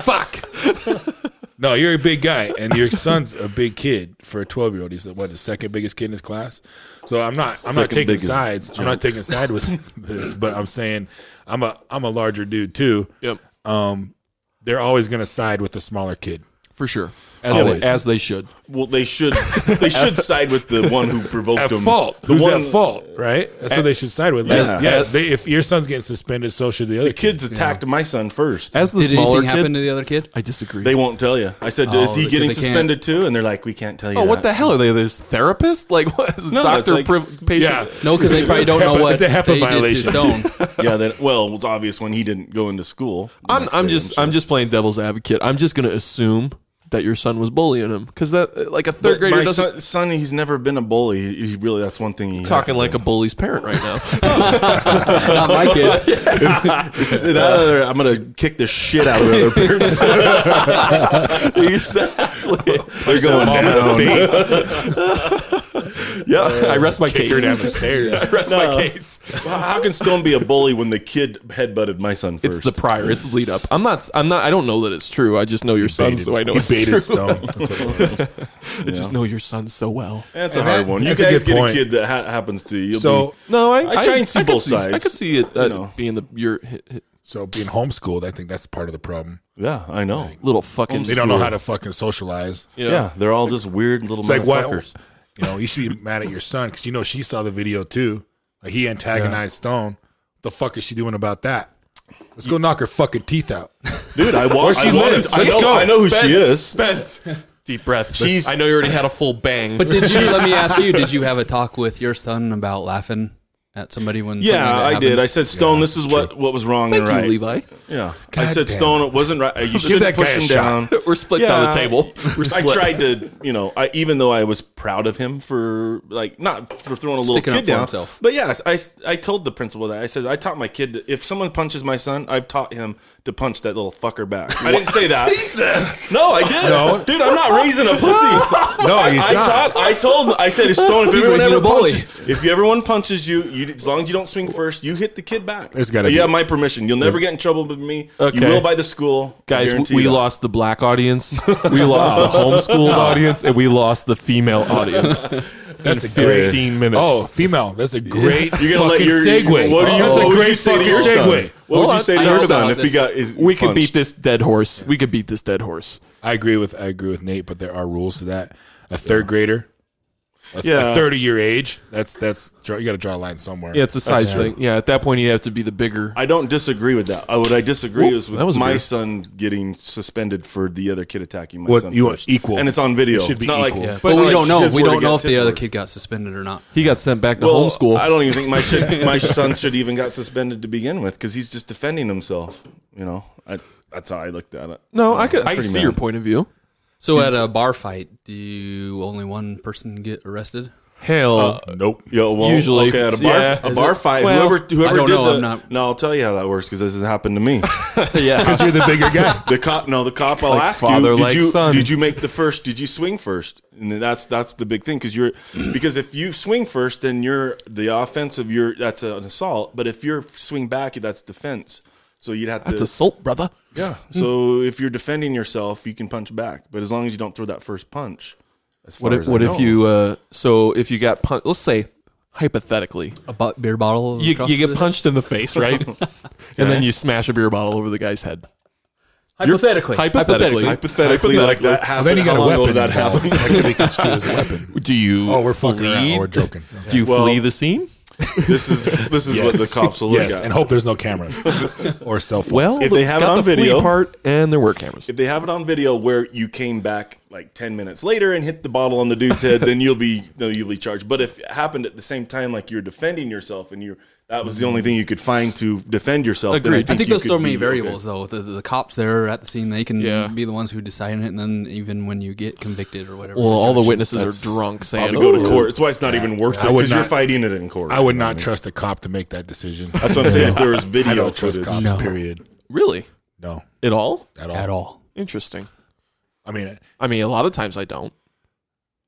Speaker 3: Fuck. No, you're a big guy, and your son's a big kid for a 12 year old. He's the, what the second biggest kid in his class. So I'm not, I'm not
Speaker 2: Second
Speaker 3: taking
Speaker 2: biggest
Speaker 3: sides. I'm not taking side with this, but I'm saying I'm a, I'm a larger dude too.
Speaker 1: yep,
Speaker 3: They're always going to side with the smaller kid.
Speaker 1: for sure. As
Speaker 3: Always.
Speaker 1: they, as they should.
Speaker 2: Well, they should they should side with the one who provoked
Speaker 3: At
Speaker 2: them.
Speaker 3: fault,
Speaker 2: the
Speaker 3: who's
Speaker 2: one
Speaker 3: at fault, right? That's what they should side with.
Speaker 2: Yeah.
Speaker 3: Yeah, they, if your son's getting suspended, so should the other.
Speaker 2: The kids attacked my son first.
Speaker 1: As the
Speaker 4: Did
Speaker 1: smaller
Speaker 4: anything
Speaker 1: kid,
Speaker 4: happen to the other kid?
Speaker 1: I disagree.
Speaker 2: They won't tell you. I said, "Is he
Speaker 4: because
Speaker 2: getting
Speaker 4: they can't.
Speaker 2: suspended too?" And they're like, "We can't tell you."
Speaker 1: oh, what the
Speaker 2: that."
Speaker 1: hell are they? This therapist? Like what is
Speaker 2: No, that's
Speaker 1: doctor
Speaker 2: like-
Speaker 1: priv- patient?
Speaker 3: Yeah.
Speaker 4: No, because they probably don't know
Speaker 3: HEPA-
Speaker 4: what
Speaker 3: it's a HEPA
Speaker 4: they
Speaker 3: violation.
Speaker 4: did to Stone.
Speaker 2: yeah, then well, it was obvious when he didn't go into school. The
Speaker 1: I'm
Speaker 2: next
Speaker 1: I'm
Speaker 2: day,
Speaker 1: just I'm just playing devil's advocate. I'm just gonna assume that your son was bullying him because that like a
Speaker 2: sure.
Speaker 1: third grader
Speaker 2: My
Speaker 1: doesn't
Speaker 2: son, son, he's never been a bully. He, he really, that's one thing. He
Speaker 1: talking like a bully's parent right now.
Speaker 4: Not my kid.
Speaker 2: hasn't. That other- I'm gonna kick the shit out of the other person.
Speaker 1: exactly.
Speaker 2: They're going
Speaker 3: Mom in the
Speaker 2: down.
Speaker 3: face,
Speaker 1: Yeah, I rest my
Speaker 3: kick
Speaker 1: case.
Speaker 3: her down the stairs.
Speaker 1: I rest
Speaker 2: No.
Speaker 1: my case.
Speaker 2: How can Stone be a bully when the kid headbutted my son first?
Speaker 1: It's the prior. It's the lead up. I'm not. I'm not. I don't know that it's true. I just know your son, so I know
Speaker 3: you
Speaker 1: it's
Speaker 3: baited
Speaker 1: true.
Speaker 3: Stone. That's what it was.
Speaker 1: I just know your son so well.
Speaker 2: That's a hard one. You
Speaker 3: That's a
Speaker 2: guys
Speaker 3: good
Speaker 2: get
Speaker 3: point.
Speaker 2: a kid that ha- happens to you. You'll
Speaker 3: So,
Speaker 2: be,
Speaker 1: No, I.
Speaker 2: I try and see
Speaker 1: could
Speaker 2: both sides,
Speaker 1: I could see it uh,
Speaker 2: you know.
Speaker 1: being the your hi- hi-
Speaker 3: so being homeschooled, I think that's part of the problem.
Speaker 2: yeah, I know.
Speaker 1: little fucking.
Speaker 3: They don't know how to fucking socialize.
Speaker 1: You
Speaker 2: Yeah.
Speaker 1: know?
Speaker 2: they're all just weird little
Speaker 3: It's like why,
Speaker 2: motherfuckers.
Speaker 3: you know, you should be mad at your son because you know she saw the video too. Like he antagonized Stone. The fuck is she doing about that? Let's go knock her fucking teeth out.
Speaker 2: Dude, I want.
Speaker 3: she
Speaker 2: I, wanted-
Speaker 3: lives.
Speaker 2: I
Speaker 3: Let's
Speaker 2: know.
Speaker 3: go.
Speaker 2: I know who
Speaker 1: Spence,
Speaker 2: she is.
Speaker 1: Spence. Deep breath.
Speaker 2: She's-
Speaker 1: I know you already had a full bang.
Speaker 4: But did you? Let me ask you. Did you have a talk with your son about laughing at somebody when something
Speaker 2: Yeah,
Speaker 4: like that
Speaker 2: I did. I
Speaker 4: happens?
Speaker 2: said, Stone, this is what, what was wrong
Speaker 1: Thank
Speaker 2: and right.
Speaker 1: you, Levi.
Speaker 2: Yeah. I
Speaker 3: God
Speaker 2: said,
Speaker 3: damn.
Speaker 2: Stone, it wasn't right. You
Speaker 3: Give that
Speaker 2: shouldn't
Speaker 3: guy
Speaker 2: push
Speaker 3: a
Speaker 2: him
Speaker 3: shot.
Speaker 2: down.
Speaker 1: We're split down the table. We're
Speaker 2: I
Speaker 1: split.
Speaker 2: tried to, you know, I even though I was proud of him for like not for throwing a little
Speaker 4: Sticking up
Speaker 2: kid
Speaker 4: for
Speaker 2: down,
Speaker 4: himself.
Speaker 2: but yes, I I told the principal that I said I taught my kid to, if someone punches my son, I've taught him to punch that little fucker back. I didn't say that. Jesus, no, I did.
Speaker 3: No.
Speaker 2: dude, I'm not raising a pussy.
Speaker 3: No, he's
Speaker 2: I
Speaker 3: not.
Speaker 2: taught. I told. I said, if Stone, if
Speaker 4: He's
Speaker 2: everyone
Speaker 4: raising
Speaker 2: ever
Speaker 4: a bully.
Speaker 2: punches, if everyone punches you, you, as long as you don't swing first, you hit the kid back.
Speaker 3: It's gotta
Speaker 2: But You
Speaker 3: be-
Speaker 2: have my permission. You'll never get in trouble with me.
Speaker 1: Okay.
Speaker 2: You will by the school, I
Speaker 1: Guys,
Speaker 2: guarantee
Speaker 1: we, we
Speaker 2: that.
Speaker 1: lost the black audience, we lost the homeschooled audience, and we lost the female audience.
Speaker 3: That's a great.
Speaker 1: 15 minutes.
Speaker 3: Oh, female. That's a great
Speaker 2: You're gonna let
Speaker 3: fucking
Speaker 2: your
Speaker 3: segue.
Speaker 2: What do you,
Speaker 3: That's
Speaker 2: what
Speaker 3: a
Speaker 2: would you
Speaker 3: great
Speaker 2: say to
Speaker 3: fucking
Speaker 2: your son?
Speaker 3: segue.
Speaker 2: What
Speaker 1: Hold
Speaker 2: would
Speaker 1: on,
Speaker 2: you say
Speaker 1: I
Speaker 2: to your
Speaker 1: heard
Speaker 2: son
Speaker 4: about
Speaker 2: if he
Speaker 4: this.
Speaker 2: got? Is,
Speaker 1: we could
Speaker 2: punched?
Speaker 1: beat this dead horse. We could beat this dead horse.
Speaker 3: I agree with I agree with Nate, but there are rules to that. A third grader, a,
Speaker 2: Yeah.
Speaker 3: a third of your age. That's that's draw- you got to draw a line somewhere.
Speaker 1: Yeah, it's a size
Speaker 3: true.
Speaker 1: thing. Yeah, at that point you have to be the bigger.
Speaker 2: I don't disagree with that. Uh, What I disagree
Speaker 1: Whoop,
Speaker 2: is with
Speaker 1: that was
Speaker 2: my
Speaker 1: weird.
Speaker 2: son getting suspended for the other kid attacking my
Speaker 3: What,
Speaker 2: son.
Speaker 3: you want
Speaker 2: first.
Speaker 3: equal.
Speaker 2: and it's on video.
Speaker 3: It should be
Speaker 2: It's not
Speaker 3: equal.
Speaker 2: Like,
Speaker 3: Yeah.
Speaker 2: it's
Speaker 4: But
Speaker 2: not
Speaker 4: we
Speaker 2: like
Speaker 4: don't know.
Speaker 2: his
Speaker 4: We
Speaker 2: word
Speaker 4: don't know if
Speaker 2: against
Speaker 4: the
Speaker 2: his
Speaker 4: other
Speaker 2: word.
Speaker 4: kid got suspended or not.
Speaker 1: He got sent back to
Speaker 2: Well,
Speaker 1: homeschool.
Speaker 2: I don't even think my shit, my son should even got suspended to begin with because he's just defending himself. You know, I, that's how I looked at it.
Speaker 1: no, I could. I
Speaker 2: Pretty
Speaker 1: see
Speaker 2: mad.
Speaker 1: your point of view.
Speaker 4: So at a bar fight, do you only one person get arrested?
Speaker 1: Hell,
Speaker 3: Nope.
Speaker 2: Yo, well,
Speaker 1: Usually.
Speaker 2: okay, at a bar,
Speaker 1: Yeah.
Speaker 2: a
Speaker 1: Is
Speaker 2: bar
Speaker 1: it-
Speaker 2: fight,
Speaker 1: Well,
Speaker 2: whoever whoever
Speaker 4: I don't
Speaker 2: did
Speaker 4: know,
Speaker 2: the,
Speaker 4: I'm not-
Speaker 2: no, I'll tell you how that works because this has happened to me.
Speaker 1: yeah.
Speaker 3: Because you're the bigger guy.
Speaker 2: The cop, no, the cop. I'll
Speaker 1: Like
Speaker 2: ask
Speaker 1: father,
Speaker 2: you, did
Speaker 1: like
Speaker 2: you
Speaker 1: son.
Speaker 2: did you make the first? Did you swing first? And then that's that's the big thing because you're because if you swing first, then you're the offensive. You're that's an assault. But if you're swing back, that's defense. So you'd have to.
Speaker 1: That's assault, brother.
Speaker 2: yeah. So if you're defending yourself, you can punch back. But as long as you don't throw that first punch, as far
Speaker 1: What if,
Speaker 2: as I
Speaker 1: what
Speaker 2: know.
Speaker 1: if you? Uh, so if you got punched, let's say hypothetically,
Speaker 4: A bu- beer bottle?
Speaker 1: you,
Speaker 4: across
Speaker 1: you
Speaker 4: the-
Speaker 1: get punched in the face, right? and then you smash a beer bottle over the guy's head.
Speaker 4: hypothetically.
Speaker 1: Hypothetically,
Speaker 2: hypothetically like that
Speaker 3: Well,
Speaker 2: happened?
Speaker 3: then you
Speaker 2: how
Speaker 3: got a
Speaker 2: long ago did
Speaker 3: weapon.
Speaker 2: that
Speaker 3: involved.
Speaker 2: happen?
Speaker 3: That could be construed as a weapon.
Speaker 1: do you?
Speaker 3: Oh, we're fucking around.
Speaker 1: flee-
Speaker 3: We're joking.
Speaker 1: Do you
Speaker 2: Well-
Speaker 1: flee the scene?
Speaker 2: this is this is what the cops will look
Speaker 3: yes,
Speaker 2: at.
Speaker 3: and hope there's no cameras or cell phones.
Speaker 1: Well,
Speaker 2: If they have it
Speaker 1: got
Speaker 2: on
Speaker 1: the flee
Speaker 2: video-
Speaker 1: part, and there were cameras.
Speaker 2: if they have it on video where you came back like 10 minutes later and hit the bottle on the dude's head then you'll be no you'll be charged but if it happened at the same time like you're defending yourself and you're that was the only thing you could find to defend yourself then
Speaker 1: Agreed.
Speaker 4: I think
Speaker 2: you
Speaker 4: there's
Speaker 2: could
Speaker 4: so many
Speaker 2: be
Speaker 4: variables, though. The, the cops there at the scene, they can
Speaker 1: Yeah.
Speaker 4: be the ones who decide it, and then even when you get convicted or whatever.
Speaker 1: Well, all the
Speaker 4: judge-
Speaker 1: witnesses
Speaker 2: That's
Speaker 1: are drunk,
Speaker 2: okay.
Speaker 1: saying,
Speaker 2: to go to
Speaker 1: "Oh,
Speaker 2: court it's why it's not even worth
Speaker 3: I
Speaker 2: it
Speaker 3: would
Speaker 2: because you're
Speaker 3: not-
Speaker 2: fighting it in court
Speaker 3: I would not trust a cop to make that decision.
Speaker 2: that's what i'm saying if there was
Speaker 3: I
Speaker 2: video
Speaker 3: don't trust
Speaker 2: footage
Speaker 3: cops.
Speaker 4: No.
Speaker 3: Period.
Speaker 1: Really?
Speaker 3: No,
Speaker 1: At all?
Speaker 3: at all.
Speaker 4: at all.
Speaker 1: Interesting.
Speaker 3: I mean,
Speaker 1: I mean, a lot of times I don't,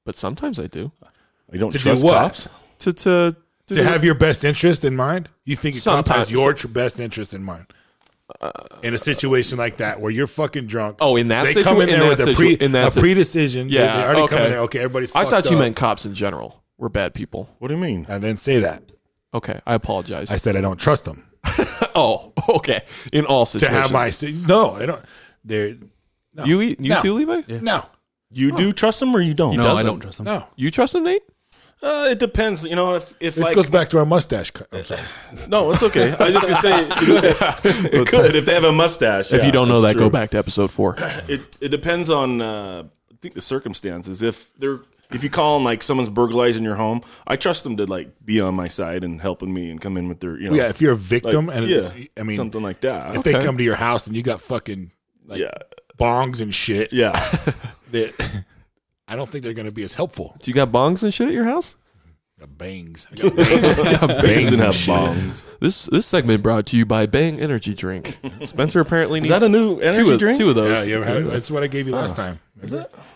Speaker 1: but sometimes I do.
Speaker 2: i don't
Speaker 3: To do
Speaker 2: trust
Speaker 3: what?
Speaker 2: cops
Speaker 1: To to to,
Speaker 3: to have your best interest in mind, you think a cop
Speaker 1: Sometimes-
Speaker 3: has your tr- best interest in mind. In a situation like that, where you're fucking drunk.
Speaker 1: Oh, in that
Speaker 3: they
Speaker 1: situa-
Speaker 3: come in
Speaker 1: in that
Speaker 3: there with a,
Speaker 1: situa-
Speaker 3: pre,
Speaker 1: in that
Speaker 3: a
Speaker 1: sit-
Speaker 3: pre-decision. They-
Speaker 1: Yeah,
Speaker 3: they, already come
Speaker 1: okay.
Speaker 3: in there. Okay, everybody's.
Speaker 1: I thought
Speaker 3: fucked
Speaker 1: you
Speaker 3: up.
Speaker 1: meant cops in general were bad people.
Speaker 2: what do you mean
Speaker 3: I didn't say that.
Speaker 1: Okay, I apologize.
Speaker 3: I said I don't trust them
Speaker 1: oh, okay. In all
Speaker 3: to
Speaker 1: situations,
Speaker 3: have my. si- No, I don't. They're
Speaker 1: you eat you
Speaker 3: No.
Speaker 1: too, Levi.
Speaker 3: no,
Speaker 2: you do trust them or you don't
Speaker 4: No, I
Speaker 1: doesn't.
Speaker 4: don't trust them.
Speaker 3: no.
Speaker 1: You trust him, Nate?
Speaker 2: uh, it depends you know if, if
Speaker 3: This
Speaker 2: like
Speaker 3: goes back to our mustache. Cut. I'm sorry.
Speaker 2: no it's okay i was just gonna say it could if they have a mustache
Speaker 1: if you don't know that, go back to episode four.
Speaker 2: it it depends on uh, I think the circumstances. If they're if you call them like someone's burglarizing your home, I trust them to like be on my side and helping me and come in with their you know
Speaker 3: Yeah, if you're a victim
Speaker 2: like,
Speaker 3: and
Speaker 2: yeah,
Speaker 3: it's, I mean,
Speaker 2: something like that.
Speaker 3: if they come to your house and you got fucking like
Speaker 2: yeah,
Speaker 3: bongs and shit,
Speaker 2: yeah.
Speaker 3: that I don't think they're going to be as helpful.
Speaker 1: Do you got bongs and shit at your house?
Speaker 3: The bangs. I got bangs.
Speaker 2: Bangs and have
Speaker 3: shit.
Speaker 2: bombs.
Speaker 1: This this segment brought to you by Bang Energy Drink. Spencer apparently needs
Speaker 2: that a new energy
Speaker 1: two of,
Speaker 2: drink?
Speaker 1: Two of
Speaker 3: Yeah,
Speaker 1: those.
Speaker 3: you ever had- that's what I gave you last time.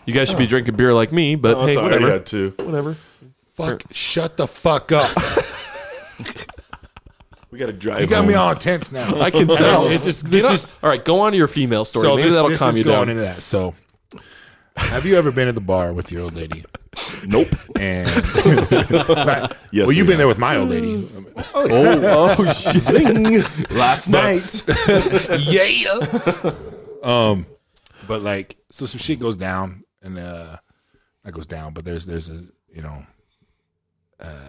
Speaker 1: You guys should be drinking beer like me, but
Speaker 2: Oh,
Speaker 1: hey,
Speaker 2: it's all right, I
Speaker 1: whatever.
Speaker 2: had two.
Speaker 1: Whatever.
Speaker 3: Fuck, shut the fuck up.
Speaker 2: We got to drive.
Speaker 3: You got me
Speaker 2: home.
Speaker 3: all tense now.
Speaker 1: I can tell.
Speaker 3: It's just- this
Speaker 1: Get
Speaker 3: is-
Speaker 1: up. all right, go on to your female story.
Speaker 3: so
Speaker 1: Maybe
Speaker 3: this,
Speaker 1: that'll
Speaker 3: this
Speaker 1: calm
Speaker 3: is
Speaker 1: you down.
Speaker 3: going into that. So, have you ever been at the bar with your old lady?
Speaker 2: Nope.
Speaker 3: And
Speaker 2: Yes,
Speaker 3: well, you've
Speaker 2: we
Speaker 3: been there with my old lady.
Speaker 1: oh, oh shit.
Speaker 2: Last night.
Speaker 3: yeah. um, but like, so some shit goes down, and uh, not goes down, but there's there's a you know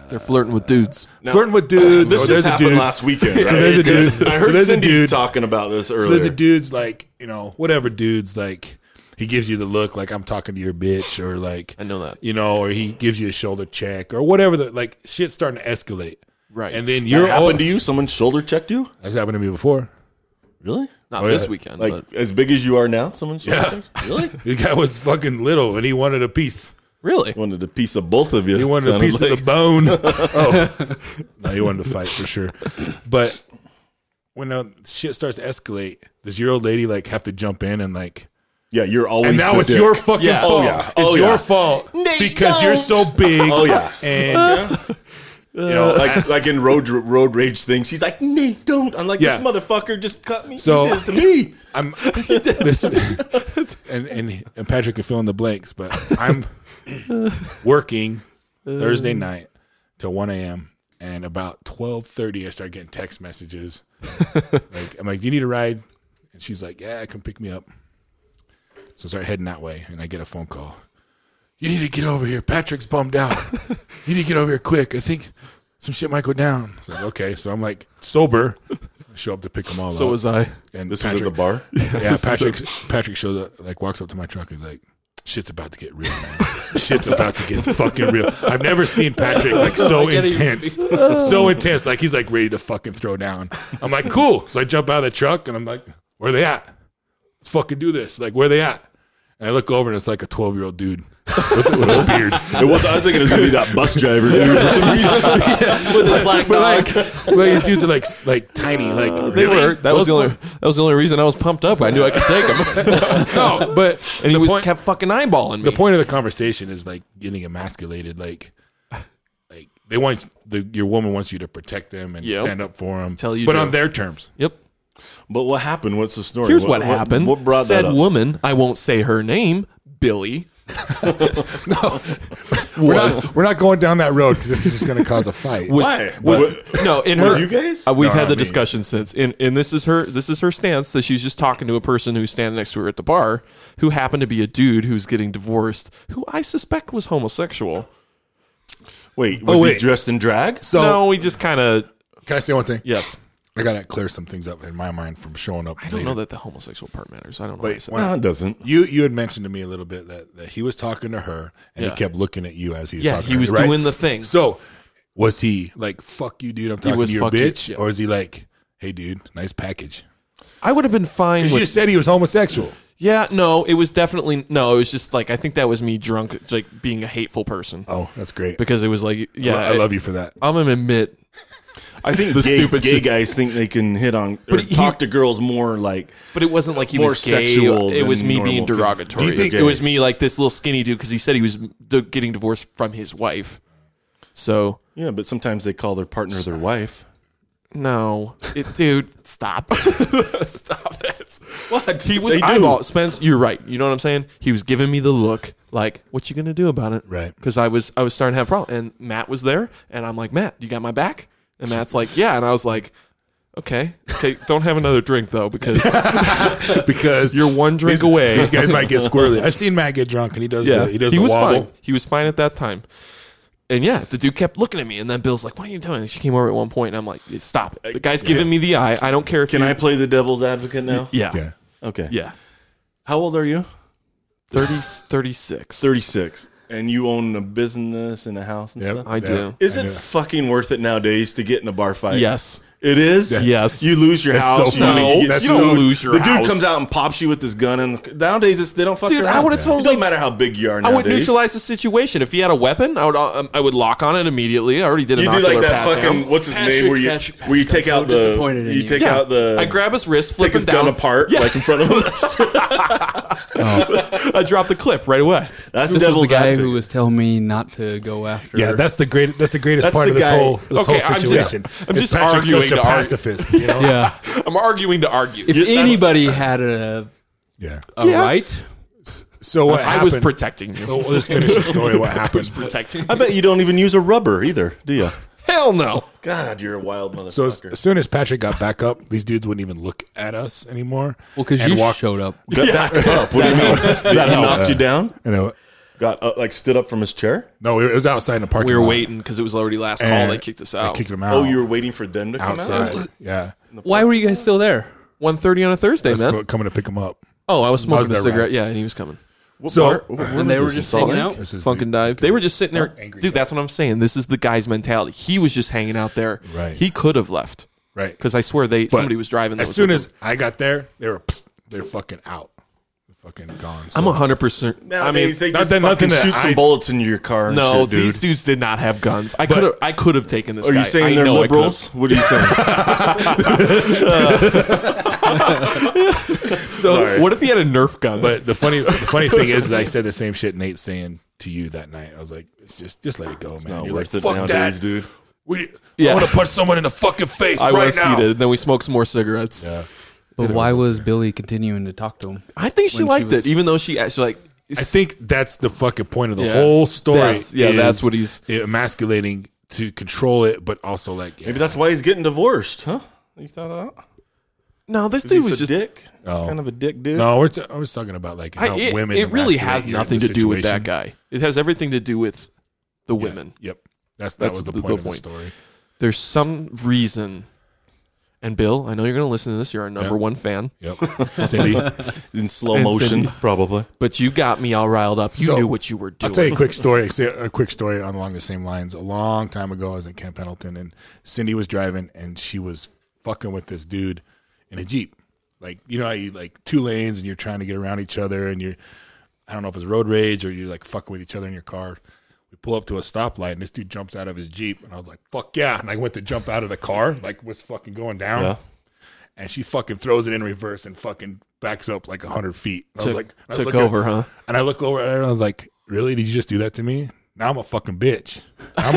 Speaker 1: They're flirting with dudes.
Speaker 3: flirting with dudes.
Speaker 2: This
Speaker 3: or
Speaker 2: just
Speaker 3: there's a
Speaker 2: happened
Speaker 3: dude.
Speaker 2: last weekend. Right?
Speaker 3: there's a dude.
Speaker 2: 'Cause I
Speaker 3: So
Speaker 2: heard
Speaker 3: there's a
Speaker 2: Cindy
Speaker 3: dude.
Speaker 2: talking about this
Speaker 3: So there's
Speaker 2: earlier.
Speaker 3: a dude's like, you know, whatever dude's like, he gives you the look like I'm talking to your bitch or like,
Speaker 1: I know that.
Speaker 3: you know, or he gives you a shoulder check or whatever the like shit's starting to escalate.
Speaker 1: Right.
Speaker 3: And
Speaker 1: And
Speaker 3: then
Speaker 2: That
Speaker 3: you're
Speaker 2: happened
Speaker 3: old.
Speaker 2: to you? Someone shoulder checked you?
Speaker 3: That's happened to me before.
Speaker 2: Really?
Speaker 1: not
Speaker 3: Oh,
Speaker 1: this
Speaker 3: yeah.
Speaker 1: weekend,
Speaker 2: Like
Speaker 1: but
Speaker 2: as big as you are now? Someone shoulder
Speaker 3: Yeah.
Speaker 2: checked? Really?
Speaker 3: The guy was fucking little and he wanted a piece.
Speaker 1: really.
Speaker 2: wanted a piece of both of you.
Speaker 3: He wanted a
Speaker 2: sounded
Speaker 3: piece
Speaker 2: like.
Speaker 3: of the bone. oh, no, he wanted to fight for sure. But when uh, shit starts to escalate, does your old lady like have to jump in and like?
Speaker 2: Yeah, you're always.
Speaker 3: And now
Speaker 2: the
Speaker 3: it's
Speaker 2: dick.
Speaker 3: your fucking
Speaker 1: Yeah.
Speaker 3: fault.
Speaker 1: Oh,
Speaker 2: yeah.
Speaker 3: It's
Speaker 2: Oh,
Speaker 3: your
Speaker 2: yeah.
Speaker 3: fault
Speaker 1: Nate,
Speaker 3: because you're so big.
Speaker 2: Oh, yeah.
Speaker 3: and you know,
Speaker 2: like like in road road rage thing. She's like, Nate, don't. I'm like,
Speaker 3: Yeah.
Speaker 2: this motherfucker just cut me.
Speaker 3: So-
Speaker 2: So this to me.
Speaker 3: I'm this, and, and and Patrick can fill in the blanks, but I'm working Thursday night till one a.m. and about twelve thirty, I start getting text messages. like I'm like, "Do you need a ride?" And she's like, "Yeah, come pick me up." So I start heading that way, and I get a phone call. You need to get over here. Patrick's bummed out. you need to get over here quick. I think some shit might go down. It's like, okay. So I'm like sober. I show up to pick them all
Speaker 1: So
Speaker 3: up.
Speaker 1: was I.
Speaker 3: and
Speaker 2: This was
Speaker 3: Patrick,
Speaker 2: at the bar.
Speaker 3: yeah, Patrick. Patrick shows up, like walks up to my truck. He's like, "Shit's about to get real, man. Shit's about to get fucking real." I've never seen Patrick like so intense, so intense. Like he's like ready to fucking throw down. I'm like, cool. So I jump out of the truck and I'm like, "Where they at? Let's fucking do this. Like, where they at?" And I look over and it's like a 12 year old dude with, with a beard.
Speaker 2: It was. I was thinking it was gonna be that bus driver dude for some reason.
Speaker 1: With his black
Speaker 3: But like, but these dudes are like s- like tiny. Like
Speaker 1: They
Speaker 3: really?
Speaker 1: were. That was the only. That was the only reason I was pumped up. I knew I could take him,
Speaker 3: no, but
Speaker 1: and he
Speaker 3: the
Speaker 1: was
Speaker 3: point-
Speaker 1: kept fucking eyeballing me.
Speaker 3: the point of the conversation is like getting emasculated like like they want the your woman wants you to protect them and
Speaker 1: Yep.
Speaker 3: stand up for them
Speaker 1: Tell you
Speaker 3: but
Speaker 1: to.
Speaker 3: on their terms
Speaker 1: Yep.
Speaker 2: But what happened? What's the story?
Speaker 1: Here's what, happened.
Speaker 2: What brought
Speaker 1: Said
Speaker 2: that up?
Speaker 1: woman, I won't say her name, Billy.
Speaker 3: we're not, we're not going down that road because this is just going to cause a fight
Speaker 1: Was,
Speaker 2: Why?
Speaker 1: was-
Speaker 2: What-
Speaker 1: no, in
Speaker 2: Was
Speaker 1: her
Speaker 2: you guys?
Speaker 1: uh, we've
Speaker 3: No,
Speaker 1: had
Speaker 3: not
Speaker 1: the
Speaker 3: me.
Speaker 1: discussion since, and and this is her this is her stance that she's just talking to a person who's standing next to her at the bar, who happened to be a dude who's getting divorced, who I suspect was homosexual.
Speaker 2: Wait, was
Speaker 3: Oh, wait.
Speaker 2: he dressed in drag?
Speaker 3: so
Speaker 1: no, we just kind of
Speaker 3: can i say one thing
Speaker 1: yes.
Speaker 3: i gotta clear some things up in my mind from showing up
Speaker 1: I don't know that the homosexual part matters. I don't know. Why I
Speaker 3: Wait,
Speaker 1: said
Speaker 3: when
Speaker 2: No, it doesn't.
Speaker 3: you you had mentioned to me a little bit that, that he was talking to her and
Speaker 1: Yeah.
Speaker 3: he kept looking at you as he was
Speaker 1: Yeah,
Speaker 3: talking
Speaker 1: he
Speaker 3: to
Speaker 1: was
Speaker 3: her, right?
Speaker 1: doing the thing.
Speaker 3: so was he like fuck you dude i'm talking
Speaker 1: was
Speaker 3: to your
Speaker 1: fuck you,
Speaker 3: bitch
Speaker 1: yeah.
Speaker 3: or is he like hey dude nice package
Speaker 1: I would have been fine.
Speaker 3: because
Speaker 1: with-
Speaker 3: you just said he was homosexual
Speaker 1: yeah, no, it was definitely no. It was just like I think that was me drunk, like being a hateful person
Speaker 3: oh that's great
Speaker 1: because it was like yeah,
Speaker 3: I love you for that.
Speaker 1: I'm gonna admit
Speaker 2: I think
Speaker 1: The
Speaker 2: gay,
Speaker 1: stupid
Speaker 2: gay
Speaker 1: shit.
Speaker 2: guys think they can hit on or
Speaker 1: But he-
Speaker 2: talk to girls more like
Speaker 1: But it wasn't like he
Speaker 2: More
Speaker 1: was gay.
Speaker 2: sexual
Speaker 1: It
Speaker 2: than
Speaker 1: was me being
Speaker 2: normal, 'cause
Speaker 1: derogatory.
Speaker 3: do you think-
Speaker 1: it was me like this little skinny dude because he said he was d- getting divorced from his wife. So
Speaker 2: yeah, but sometimes they call their partner their wife.
Speaker 1: no, it, dude, stop, stop it. What he was
Speaker 2: They do.
Speaker 1: eyeball Spence. You're right. You know what I'm saying. He was giving me the look like, "What you gonna do about it?"
Speaker 3: Right.
Speaker 1: Because I was I was starting to have a problem, and Matt was there, and I'm like, Matt, you got my back? And Matt's like, Yeah, and I was like. Okay. Okay. Don't have another drink though, because
Speaker 3: because
Speaker 1: you're one drink away.
Speaker 3: These guys might get squirrely. I've seen Matt get drunk and he does.
Speaker 1: Yeah,
Speaker 3: the, he does.
Speaker 1: he
Speaker 3: the
Speaker 1: was
Speaker 3: wobble.
Speaker 1: fine. He was fine at that time. And yeah, the dude kept looking at me, and then Bill's like, "What are you doing?" And she came over at one point, and I'm like, "Stop it!" The guy's giving me the eye. I don't care if
Speaker 2: Can
Speaker 1: you.
Speaker 2: I play the devil's advocate now?
Speaker 1: Yeah,
Speaker 3: Yeah.
Speaker 1: yeah.
Speaker 2: Okay. How old are you?
Speaker 1: 30, 36.
Speaker 2: 36. And you own a business and a house and
Speaker 3: Yep.
Speaker 2: stuff?
Speaker 1: I do.
Speaker 2: Is
Speaker 3: I
Speaker 2: it
Speaker 3: knew it.
Speaker 2: fucking worth it nowadays to get in a bar fight?
Speaker 1: Yes.
Speaker 2: It is?
Speaker 1: Yes.
Speaker 2: You lose your
Speaker 3: That's
Speaker 2: house.
Speaker 3: so
Speaker 2: you,
Speaker 3: funny.
Speaker 2: you get
Speaker 3: That's
Speaker 2: sued.
Speaker 3: so-
Speaker 1: lose your
Speaker 2: the
Speaker 1: house.
Speaker 2: dude comes out and pops you with this gun. And nowadays, it's, they don't fuck
Speaker 1: Dude, I
Speaker 2: around.
Speaker 1: would've totally-
Speaker 2: It doesn't matter how big you are
Speaker 1: I
Speaker 2: nowadays.
Speaker 1: would neutralize the situation. If he had a weapon, I would. Um, I would lock on it immediately. I already did an
Speaker 2: You do
Speaker 1: ocular
Speaker 2: like that
Speaker 1: pat
Speaker 2: fucking
Speaker 1: down.
Speaker 2: what's his
Speaker 4: Patrick,
Speaker 2: name where you
Speaker 4: Patrick,
Speaker 2: where you
Speaker 4: Patrick,
Speaker 2: take
Speaker 4: I'm so
Speaker 2: out the
Speaker 4: disappointed in
Speaker 2: you
Speaker 4: you.
Speaker 2: take
Speaker 1: Yeah.
Speaker 2: out the
Speaker 1: I grab his wrist, flip
Speaker 2: take
Speaker 1: his
Speaker 2: his
Speaker 1: down
Speaker 2: gun apart
Speaker 1: Yeah.
Speaker 2: like in front of him.
Speaker 1: I drop the clip right away.
Speaker 2: That's the
Speaker 4: This was
Speaker 2: devil's
Speaker 4: the guy
Speaker 2: advocate.
Speaker 4: who was telling me not to go after.
Speaker 3: Yeah, that's the great. That's the greatest
Speaker 2: That's
Speaker 3: part
Speaker 2: the
Speaker 3: of this
Speaker 2: guy-
Speaker 3: whole this
Speaker 1: Okay,
Speaker 3: whole
Speaker 1: I'm just-
Speaker 3: situation.
Speaker 1: I'm
Speaker 3: is
Speaker 1: just
Speaker 3: Patrick's
Speaker 1: arguing
Speaker 3: such a
Speaker 1: to argue.
Speaker 3: pacifist. You know?
Speaker 4: yeah.
Speaker 1: I'm arguing to argue.
Speaker 4: If
Speaker 2: You- that's-
Speaker 4: anybody had a,
Speaker 3: yeah.
Speaker 4: a
Speaker 1: Yeah.
Speaker 4: right,
Speaker 3: So what
Speaker 1: I
Speaker 3: happened?
Speaker 1: was protecting you.
Speaker 3: Oh, we'll just finish the story. What happened?
Speaker 1: Protecting.
Speaker 2: I bet you don't even use a rubber either, do you?
Speaker 1: Hell no.
Speaker 2: God, you're a wild motherfucker.
Speaker 3: So as, as soon as Patrick got back up, these dudes wouldn't even look at us anymore.
Speaker 4: well, because
Speaker 3: And
Speaker 4: you
Speaker 3: walk-
Speaker 4: showed up.
Speaker 2: Got back up. What do you mean? That he knocked you down?
Speaker 3: You know,
Speaker 2: Got uh, like stood up from his chair?
Speaker 3: no, it was outside in the parking.
Speaker 1: We were
Speaker 3: lot,
Speaker 1: waiting because it was already last call.
Speaker 3: and
Speaker 1: uh, eh, They kicked us
Speaker 3: they
Speaker 1: out.
Speaker 3: kicked him out.
Speaker 2: Oh, you were waiting for them to come out?
Speaker 3: outside. Yeah,
Speaker 4: Why were you guys still there?
Speaker 1: One thirty on a Thursday, man.
Speaker 3: coming to pick him up.
Speaker 1: Oh, I was
Speaker 3: Was
Speaker 1: smoking a
Speaker 3: there,
Speaker 1: cigarette.
Speaker 3: right?
Speaker 1: Yeah, and he was coming.
Speaker 2: What
Speaker 3: So-
Speaker 2: bar- what- what
Speaker 4: And they
Speaker 2: was
Speaker 4: were
Speaker 2: this in
Speaker 4: just
Speaker 2: Salt
Speaker 4: hanging
Speaker 2: Lake?
Speaker 4: out.
Speaker 3: This is
Speaker 1: Funk and dive. They were just sitting there,
Speaker 3: Angry
Speaker 1: dude. That's what I'm saying. This is the guy's mentality. He was just hanging out there.
Speaker 3: Right.
Speaker 1: He could have left
Speaker 3: right.
Speaker 1: because I swear they somebody was driving. that
Speaker 3: As
Speaker 1: was
Speaker 3: soon
Speaker 1: with
Speaker 3: as I got there, they were psst, they're fucking out, they're fucking gone. So
Speaker 1: him. I'm hundred percent. I mean,
Speaker 2: Nowadays, they
Speaker 3: not
Speaker 2: just
Speaker 3: that-
Speaker 2: fucking
Speaker 3: nothing that
Speaker 2: shoot some
Speaker 3: I-
Speaker 2: bullets into your car. And
Speaker 1: no,
Speaker 2: shit, dude.
Speaker 1: these dudes did not have guns. I could have. I could have taken this.
Speaker 2: Are
Speaker 1: guy.
Speaker 2: you saying
Speaker 1: I
Speaker 2: they're
Speaker 1: know I could've.
Speaker 2: liberals? What are you saying?
Speaker 1: So
Speaker 2: Sorry.
Speaker 1: what if he had a Nerf gun?
Speaker 3: But the funny, the funny thing is, is I said the same shit Nate's saying to you that night. I was like, it's just, just let it go, man.
Speaker 2: Oh,
Speaker 3: You're like,
Speaker 2: worth it
Speaker 3: fuck
Speaker 2: nowadays,
Speaker 3: that,
Speaker 2: dude."
Speaker 3: We,
Speaker 1: Yeah.
Speaker 3: I want to punch someone in the fucking face
Speaker 1: I
Speaker 3: right
Speaker 1: was
Speaker 3: now.
Speaker 1: heated. Then we smoked some more cigarettes.
Speaker 3: Yeah.
Speaker 4: But why was Billy continuing to talk to him?
Speaker 1: I think she
Speaker 4: When she
Speaker 1: liked
Speaker 4: was-
Speaker 1: it, even though she actually like.
Speaker 3: I think that's the fucking point of the
Speaker 1: Yeah.
Speaker 3: whole story.
Speaker 1: That's- yeah,
Speaker 3: is
Speaker 1: that's what he's-
Speaker 3: emasculating to control it, but also like yeah.
Speaker 2: Maybe that's why he's getting divorced, huh? You thought of that?
Speaker 1: no, this
Speaker 2: 'Cause
Speaker 1: dude
Speaker 2: he's
Speaker 1: was
Speaker 2: a
Speaker 1: just.
Speaker 2: dick,
Speaker 3: Oh.
Speaker 2: kind of a dick dude.
Speaker 3: no. We're t- I was talking about like
Speaker 1: I,
Speaker 3: how
Speaker 1: it,
Speaker 3: women.
Speaker 1: it really has
Speaker 3: emasculate you in
Speaker 1: nothing to
Speaker 3: this
Speaker 1: do with that
Speaker 3: situation.
Speaker 1: guy. It has everything to do with the
Speaker 3: Yeah.
Speaker 1: women.
Speaker 3: Yep. That's that
Speaker 1: That's
Speaker 3: was the,
Speaker 1: the-
Speaker 3: point
Speaker 1: the
Speaker 3: of the
Speaker 1: point.
Speaker 3: story.
Speaker 1: There's some reason. And Bill, I know you're going to listen to this. You're our number
Speaker 3: Yeah.
Speaker 1: one fan,
Speaker 3: Yep. Cindy,
Speaker 2: In slow
Speaker 1: And
Speaker 2: motion,
Speaker 1: Cindy.
Speaker 2: probably.
Speaker 1: but you got me all riled up. You
Speaker 3: So,
Speaker 1: knew what you were doing.
Speaker 3: I'll tell you a quick story. say A quick story on along the same lines. A long time ago, I was in Camp Pendleton, and Cindy was driving, and she was fucking with this dude in a jeep. Like you know, how you like two lanes, and you're trying to get around each other, and you're I don't know if it's road rage or you're like fucking with each other in your car. We pull up to a stoplight, and this dude jumps out of his jeep, and I was like, "Fuck yeah!" And I went to jump out of the car, like what's fucking going down.
Speaker 2: Yeah.
Speaker 3: And she fucking throws it in reverse and fucking backs up like hundred feet. I was
Speaker 1: Took-
Speaker 3: like, I
Speaker 1: took
Speaker 3: look at-
Speaker 1: over, huh?
Speaker 3: and I look over at her and I was like, "Really? Did you just do that to me? Now I'm a fucking bitch. I'm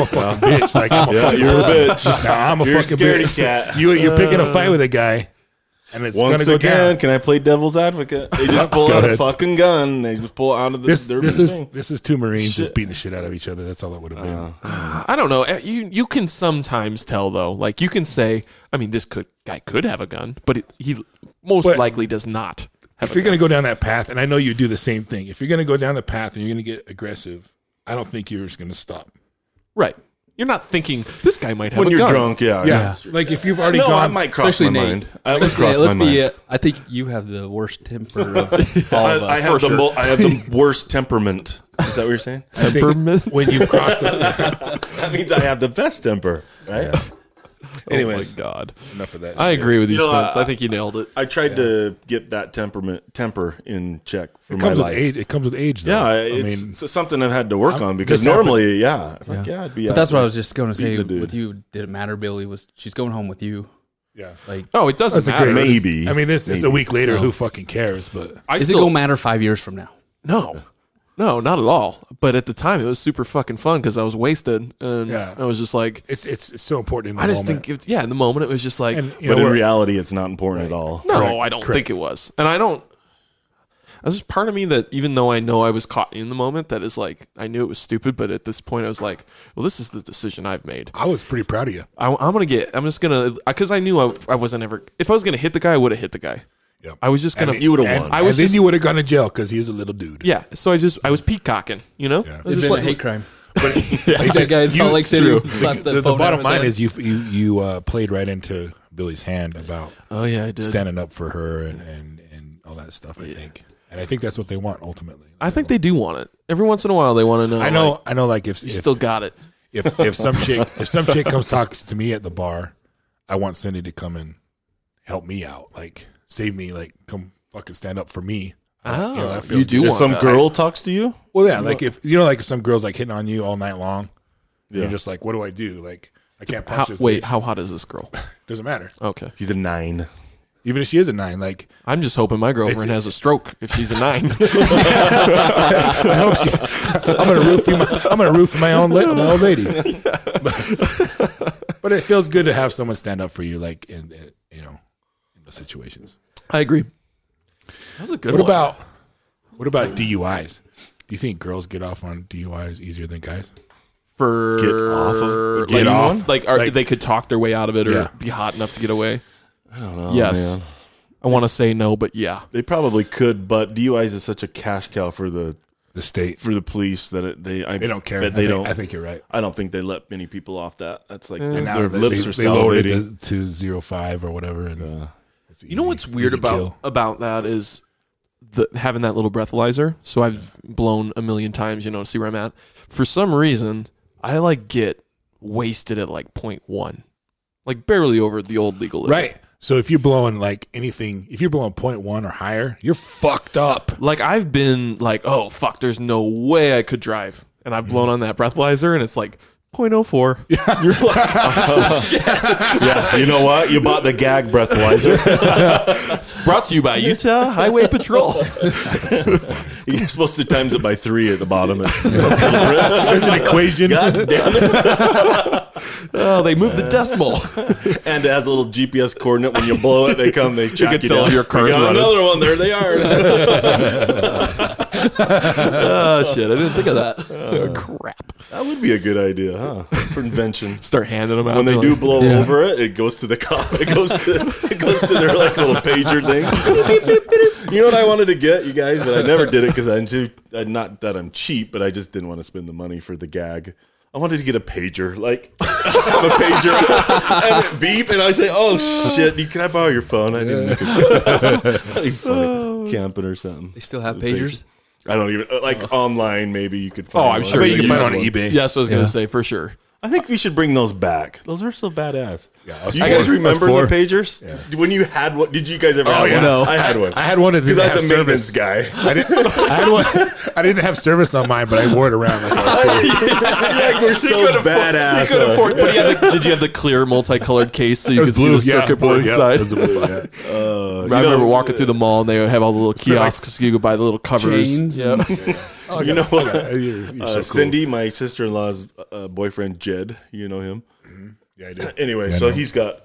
Speaker 3: a fucking bitch. Like I'm a fucking
Speaker 2: you're a
Speaker 3: person.
Speaker 2: bitch.
Speaker 3: Now I'm a
Speaker 2: You're a
Speaker 3: fucking
Speaker 2: scaredy
Speaker 3: bitch.
Speaker 2: cat. Uh,
Speaker 3: You you're picking a fight with a guy, and it's
Speaker 2: Once
Speaker 3: gonna go
Speaker 2: again,
Speaker 3: down.
Speaker 2: can I play devil's advocate? They just pull
Speaker 3: Go
Speaker 2: out a
Speaker 3: ahead.
Speaker 2: fucking gun. They just pull out of the,
Speaker 3: This
Speaker 2: their
Speaker 3: this
Speaker 2: thing.
Speaker 3: is this is two Marines just beating the shit out of each other. That's all it would have been.
Speaker 2: Uh,
Speaker 1: I don't know. Eh, You you can sometimes tell though. Like you can say, I mean, this could guy could have a gun, but it, he most
Speaker 3: But-
Speaker 1: likely does not have.
Speaker 3: if
Speaker 1: a
Speaker 3: you're
Speaker 1: gun.
Speaker 3: gonna go down that path, and I know you do the same thing. If you're gonna go down the path and you're gonna get aggressive, I don't think you're just gonna stop.
Speaker 1: right, you're not thinking this guy might have
Speaker 2: when
Speaker 1: a
Speaker 2: you're
Speaker 1: gun.
Speaker 2: drunk, yeah,
Speaker 3: Yeah, like if you've already
Speaker 2: no, I
Speaker 3: gone,
Speaker 2: might cross my
Speaker 4: Especially Nate.
Speaker 2: mind. I would cross my
Speaker 4: let's
Speaker 2: mind.
Speaker 4: be. Uh, I think you have the worst temper of all
Speaker 2: I,
Speaker 4: of
Speaker 2: I
Speaker 4: us.
Speaker 2: have the mo- I have the worst temperament. Is that what you're saying?
Speaker 3: I think
Speaker 1: Temperament.
Speaker 3: when you cross the.
Speaker 2: That means I have the best temper, right? Anyways.
Speaker 1: oh my god,
Speaker 3: Enough of that.
Speaker 1: I
Speaker 3: shit.
Speaker 1: agree with you,
Speaker 2: No,
Speaker 1: Spence.
Speaker 2: I-
Speaker 1: I think you nailed it.
Speaker 2: I tried to get that temperament temper in check for
Speaker 3: It
Speaker 2: my
Speaker 3: comes with
Speaker 2: life.
Speaker 3: age. It comes with age. Though.
Speaker 2: Yeah,
Speaker 3: I
Speaker 2: it's,
Speaker 3: mean,
Speaker 2: it's something I've had to work
Speaker 3: I'm-
Speaker 2: on because
Speaker 3: this happened-
Speaker 2: normally, yeah, fuck yeah, I'd be.
Speaker 4: But
Speaker 2: out
Speaker 4: that's what I
Speaker 2: there.
Speaker 4: was just going to say
Speaker 2: Beating the dude.
Speaker 4: with you. Did it matter, Billy? Was she's going home with you?
Speaker 3: yeah.
Speaker 4: Like,
Speaker 1: Oh, it doesn't
Speaker 3: That's a
Speaker 1: matter.
Speaker 3: great
Speaker 2: Maybe.
Speaker 3: I mean, this it's a
Speaker 2: Maybe.
Speaker 3: week later. Who fucking cares? But
Speaker 1: I
Speaker 4: is
Speaker 1: still,
Speaker 4: it going to matter five years from now?
Speaker 1: No, no, not at all. But at the time, it was super fucking fun because I was wasted and
Speaker 3: Yeah.
Speaker 1: I was just like,
Speaker 3: it's it's, it's so important. In the
Speaker 1: I just
Speaker 3: moment.
Speaker 1: think, it, yeah, in the moment, it was just like,
Speaker 3: and you know,
Speaker 2: But in
Speaker 3: we're-
Speaker 2: reality, it's not important at all.
Speaker 1: no,
Speaker 3: correct,
Speaker 1: I don't
Speaker 3: correct.
Speaker 1: think it was, and I don't. There's just part of me that, even though I know I was caught in the moment, that is like I knew it was stupid, but at this point, I was like, well, this is the decision I've made.
Speaker 3: I was pretty proud of you.
Speaker 1: I, I'm gonna get. I'm just gonna because I knew I, I wasn't ever. If I was gonna hit the guy, I would have hit the guy.
Speaker 3: Yep.
Speaker 1: I was just gonna.
Speaker 3: And-
Speaker 2: you would've
Speaker 3: and-
Speaker 2: won.
Speaker 1: I
Speaker 3: and
Speaker 1: was
Speaker 3: then
Speaker 1: just-
Speaker 3: you would have gone to jail because he's a little dude.
Speaker 1: Yeah, so I just I was peacocking, you know. I was
Speaker 4: It's
Speaker 1: just
Speaker 4: been
Speaker 1: like-
Speaker 4: a hate crime.
Speaker 3: They
Speaker 4: That
Speaker 3: just-
Speaker 4: guy in Salt Lake City
Speaker 3: threw-
Speaker 4: who slapped
Speaker 3: The,
Speaker 4: the
Speaker 3: the
Speaker 4: phone out
Speaker 3: bottom
Speaker 4: of his
Speaker 3: line
Speaker 4: hand.
Speaker 3: is you you you uh, played right into Billy's hand about
Speaker 1: oh yeah, I did.
Speaker 3: standing up for her and and, and all that stuff. I think, and I think that's what they want ultimately.
Speaker 1: I think they do want it. Every once in a while, they want to know.
Speaker 3: I know.
Speaker 1: like,
Speaker 3: I know. Like if
Speaker 1: you
Speaker 3: if,
Speaker 1: still got it.
Speaker 3: if if some chick if some chick comes talks to me at the bar, I want Cindy to come and help me out, like save me, like come fucking stand up for me.
Speaker 1: Oh,
Speaker 3: You know, that
Speaker 1: you
Speaker 3: feels
Speaker 1: do
Speaker 3: good.
Speaker 2: If
Speaker 1: want
Speaker 2: some
Speaker 1: that.
Speaker 2: girl talks to you,
Speaker 3: Well, yeah, like if you know, like if some girl's like hitting on you all night long,
Speaker 2: Yeah.
Speaker 3: you're just like, what do I do? Like I can't punch
Speaker 1: How,
Speaker 3: this.
Speaker 1: wait,
Speaker 3: bitch.
Speaker 1: how hot is this girl?
Speaker 3: doesn't matter.
Speaker 1: Okay,
Speaker 2: he's a nine.
Speaker 3: Even if she is a nine, like
Speaker 1: I'm just hoping my girlfriend
Speaker 3: It's-
Speaker 1: has a stroke if she's a nine.
Speaker 3: I hope she, I'm gonna roof you. My, I'm gonna roof my own la- my old lady. But, but it feels good to have someone stand up for you, like in, in you know, in those situations.
Speaker 1: I agree. That was a good
Speaker 3: What
Speaker 1: one.
Speaker 3: about what about DUIs? Do you think girls get off on DUIs easier than guys?
Speaker 1: for
Speaker 2: Get off of-
Speaker 1: like,
Speaker 2: get off?
Speaker 1: Like, are,
Speaker 3: Like-
Speaker 1: they could talk their way out of it or
Speaker 3: Yeah.
Speaker 1: be hot enough to get away.
Speaker 2: I don't know.
Speaker 1: yes,
Speaker 2: man.
Speaker 1: I want to say no, but yeah,
Speaker 2: they probably could, but DUIs is such a cash cow for the
Speaker 3: The state
Speaker 2: for the police that it, they I
Speaker 3: they don't care.
Speaker 2: bet
Speaker 3: I
Speaker 2: they
Speaker 3: think,
Speaker 2: don't.
Speaker 3: I think you're right.
Speaker 2: I don't think they let many people off that. That's like their,
Speaker 3: And now
Speaker 2: their
Speaker 3: they,
Speaker 2: lips
Speaker 3: they,
Speaker 2: are
Speaker 3: they lowered
Speaker 2: salivating.
Speaker 3: it to, to zero five or whatever. And it's
Speaker 1: You know
Speaker 3: easy-
Speaker 1: what's weird
Speaker 3: easy
Speaker 1: about
Speaker 3: kill.
Speaker 1: about that is the, having that little breathalyzer. So I've blown a million times, you know, to see where I'm at. For some reason, I like get wasted at like 0.1, like barely over the old legal limit.
Speaker 3: Right. So if you're blowing like anything, if you're blowing 0.1 or higher, you're fucked up.
Speaker 1: Like I've been like, oh fuck, there's no way I could drive, and I've blown on
Speaker 2: Mm-hmm.
Speaker 1: that breathalyzer, and it's like 0.04.
Speaker 2: yeah, you know what? You bought the gag breathalyzer.
Speaker 1: Brought to you by Utah Highway Patrol.
Speaker 2: You're supposed to times it by three at the bottom. It's-
Speaker 3: There's an equation.
Speaker 2: God damn it.
Speaker 1: oh, they moved the decimal.
Speaker 2: And it has a little GPS coordinate. When you blow it, they come, they check you,
Speaker 1: can tell
Speaker 2: down.
Speaker 1: your car's
Speaker 2: We got
Speaker 1: running.
Speaker 2: another one. There they are.
Speaker 1: oh shit, I didn't think of that. Oh, crap.
Speaker 2: that would be a good idea, huh? For invention.
Speaker 1: Start handing them out.
Speaker 2: When they
Speaker 1: They're
Speaker 2: do
Speaker 1: like,
Speaker 2: blow over it, it goes to the cop. It goes to it goes to their like little pager thing. you know what I wanted to get you guys, but I never did it because I'm too. I'm not that I'm cheap, but I just didn't want to spend the money for the gag. I wanted to get a pager, like have a pager and it beep, and I say, "Oh shit, you- can I borrow your phone?" I didn't. Make a- That'd be funny. Camping or something.
Speaker 4: They still have pagers?
Speaker 2: I don't even uh, like online. Maybe you could. Find
Speaker 1: Oh, I'm
Speaker 2: one.
Speaker 1: sure
Speaker 2: bet
Speaker 1: you can
Speaker 2: could
Speaker 1: find
Speaker 2: use one.
Speaker 3: eBay.
Speaker 1: yeah, that's what I was
Speaker 4: Yeah.
Speaker 1: gonna say for sure.
Speaker 2: I think we should bring those back. Those are so badass.
Speaker 3: us
Speaker 2: Do you
Speaker 3: four.
Speaker 2: guys
Speaker 3: Us
Speaker 2: remember
Speaker 3: four.
Speaker 2: the pagers? When you had one, did you guys ever? have
Speaker 3: yeah.
Speaker 2: one?
Speaker 1: No.
Speaker 2: I had one.
Speaker 3: I had one that
Speaker 2: because
Speaker 3: didn't
Speaker 2: I
Speaker 3: have
Speaker 2: was a maintenance
Speaker 3: service.
Speaker 2: guy.
Speaker 3: I didn't, I, had one, I didn't have service on mine, but I wore it around. Like, I was cool.
Speaker 2: yeah, we're so
Speaker 1: couldn't afford-
Speaker 2: badass. Uh,
Speaker 1: Couldn't
Speaker 2: huh?
Speaker 1: afford- but you had the- did you have the clear multicolored case so you
Speaker 3: It
Speaker 1: could
Speaker 3: was blue,
Speaker 1: see the
Speaker 3: yeah,
Speaker 1: circuit
Speaker 3: blue,
Speaker 1: board
Speaker 3: yeah,
Speaker 1: inside?
Speaker 3: it was a blue, yeah.
Speaker 1: I
Speaker 2: You know,
Speaker 1: remember walking through the mall and they would have all the little kiosks. you could buy the little covers.
Speaker 4: Chains
Speaker 1: Yeah.
Speaker 2: You know what?
Speaker 3: Uh, you're- you're
Speaker 2: Uh,
Speaker 3: so cool.
Speaker 2: Cindy, my sister-in-law's uh, boyfriend, Jed. You know him.
Speaker 3: Yeah, I do.
Speaker 2: Anyway,
Speaker 3: Yeah, I
Speaker 2: so
Speaker 3: know.
Speaker 2: he's got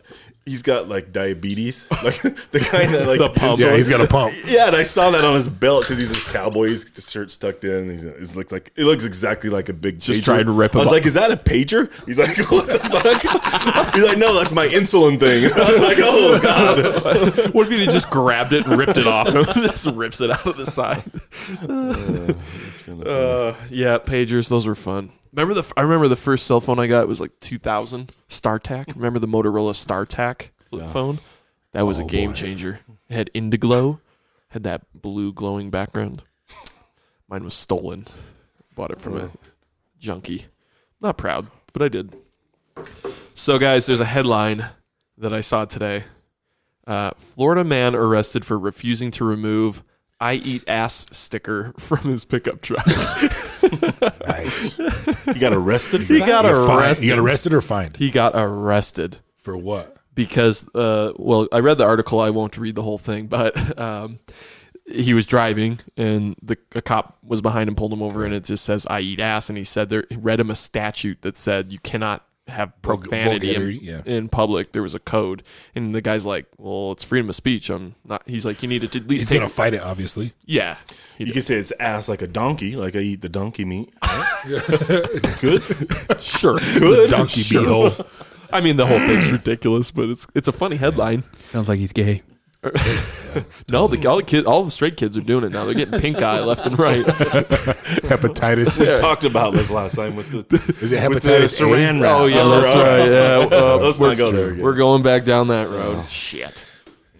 Speaker 2: he's got like diabetes, like the kind that like
Speaker 1: The pump.
Speaker 3: Yeah, he's got a pump.
Speaker 2: Yeah, and I saw that on his belt because he's this cowboy. He's the shirt's tucked in. And he's, he's looked like it looks exactly like a big.
Speaker 1: Just
Speaker 2: pager.
Speaker 1: trying to rip
Speaker 2: I
Speaker 1: him
Speaker 2: was
Speaker 1: up.
Speaker 2: like, "Is that a pager?" He's like, "What the fuck?" he's like, "No, that's my insulin thing." I was like, "Oh god."
Speaker 1: what if you just grabbed it and ripped it off and just rips it out of the side? Uh, yeah, pagers. Those were fun. Remember the? I remember the first cell phone I got was like 2000 StarTAC. Remember the Motorola StarTAC flip phone? That was a game changer. It had Indiglow, had that blue glowing background. Mine was stolen. Bought it from a junkie. Not proud, but I did. So, guys, there's a headline that I saw today. Uh, Florida man arrested for refusing to remove "I eat ass" sticker from his pickup truck.
Speaker 3: Nice.
Speaker 2: You got arrested for that?
Speaker 1: got
Speaker 3: You're fined. You got arrested or fined?
Speaker 1: He got arrested
Speaker 3: For what?
Speaker 1: because, uh, well, I read the article. I won't read the whole thing, but um, he was driving and the a cop was behind him, pulled him over, and it just says "I eat ass," and he said there he read him a statute that said you cannot have
Speaker 3: Vulg-
Speaker 1: profanity in,
Speaker 3: vulgarity, yeah.
Speaker 1: in public. There was a code, and the guy's like, "Well, it's freedom of speech." I'm not. He's like, "You need to at least
Speaker 3: He's
Speaker 1: take."
Speaker 3: going to fight it, obviously.
Speaker 1: yeah. He
Speaker 2: You can say it's ass like a donkey, like I eat the donkey meat. Good.
Speaker 1: Sure.
Speaker 3: Donkey beehole.
Speaker 1: I mean, the whole thing's ridiculous, but it's it's a funny headline.
Speaker 4: Sounds like he's gay.
Speaker 1: No, the, all the kid, all the straight kids are doing it now. They're getting pink eye left and right.
Speaker 3: Hepatitis.
Speaker 2: Talked about this last time with the
Speaker 3: Is it
Speaker 2: with the
Speaker 3: hepatitis A?
Speaker 2: saran wrap.
Speaker 1: Oh yeah, that's
Speaker 2: all
Speaker 1: right. Yeah, uh,
Speaker 2: Let's
Speaker 1: we're,
Speaker 2: not go there again.
Speaker 1: we're going back down that road. Shit.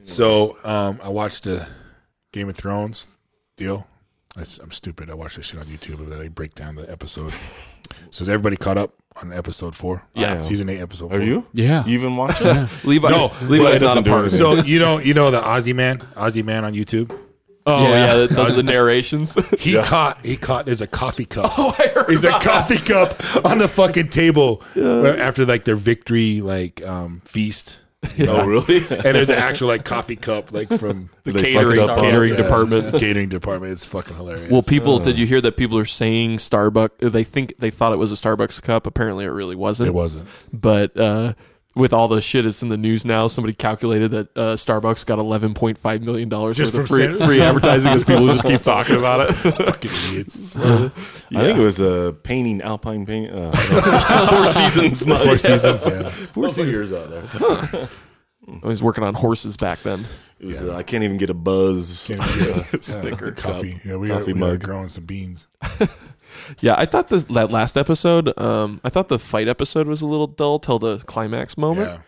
Speaker 3: So um, I watched the Game of Thrones deal. I, am stupid. I watched this shit on YouTube, but they break down the episode. So is everybody caught up on episode four?
Speaker 1: Yeah.
Speaker 2: I am.
Speaker 3: season eight, episode.
Speaker 2: Are
Speaker 3: four.
Speaker 2: you?
Speaker 4: Yeah.
Speaker 2: You even watch it?
Speaker 1: Levi,
Speaker 3: No,
Speaker 1: Levi's
Speaker 2: Levi
Speaker 1: not a
Speaker 2: doesn't do
Speaker 1: part of it.
Speaker 2: anything.
Speaker 3: So you know, you know the Aussie man, Aussie man on YouTube.
Speaker 1: Oh yeah,
Speaker 4: Yeah.
Speaker 1: that does the narrations.
Speaker 3: He caught. He caught. There's a coffee cup.
Speaker 1: oh, I heard
Speaker 3: He's a
Speaker 1: about
Speaker 3: coffee cup on the fucking table where- after like their victory like um, feast,
Speaker 2: Oh really?
Speaker 3: and there's an actual like coffee cup like from
Speaker 1: the
Speaker 2: They fucked
Speaker 1: catering
Speaker 2: up on-
Speaker 1: catering
Speaker 3: Yeah,
Speaker 1: department.
Speaker 3: Catering department. It's fucking hilarious.
Speaker 1: Well, people, did you hear that people are saying Starbucks? They think they thought it was a Starbucks cup. Apparently, it really wasn't.
Speaker 3: it wasn't.
Speaker 1: but uh, with all the shit that's in the news now, somebody calculated that uh, Starbucks got eleven point five million dollars
Speaker 3: Just
Speaker 1: worth of
Speaker 3: from
Speaker 1: free,
Speaker 3: sales?
Speaker 1: free advertising because people just keep talking about it.
Speaker 3: Fucking idiots.
Speaker 2: I think it was a painting, Alpine painting. Uh, no. Four seasons. Not,
Speaker 3: Four seasons. Yeah.
Speaker 2: Four years out there.
Speaker 1: I was working on horses back then.
Speaker 2: It was, uh, I can't even get a buzz.
Speaker 3: sticker coffee. Yeah, we
Speaker 2: coffee
Speaker 3: are, we are
Speaker 2: mug.
Speaker 3: growing some beans.
Speaker 1: Yeah, I thought this, that last episode, um, I thought the fight episode was a little dull till the climax moment.
Speaker 3: Yeah,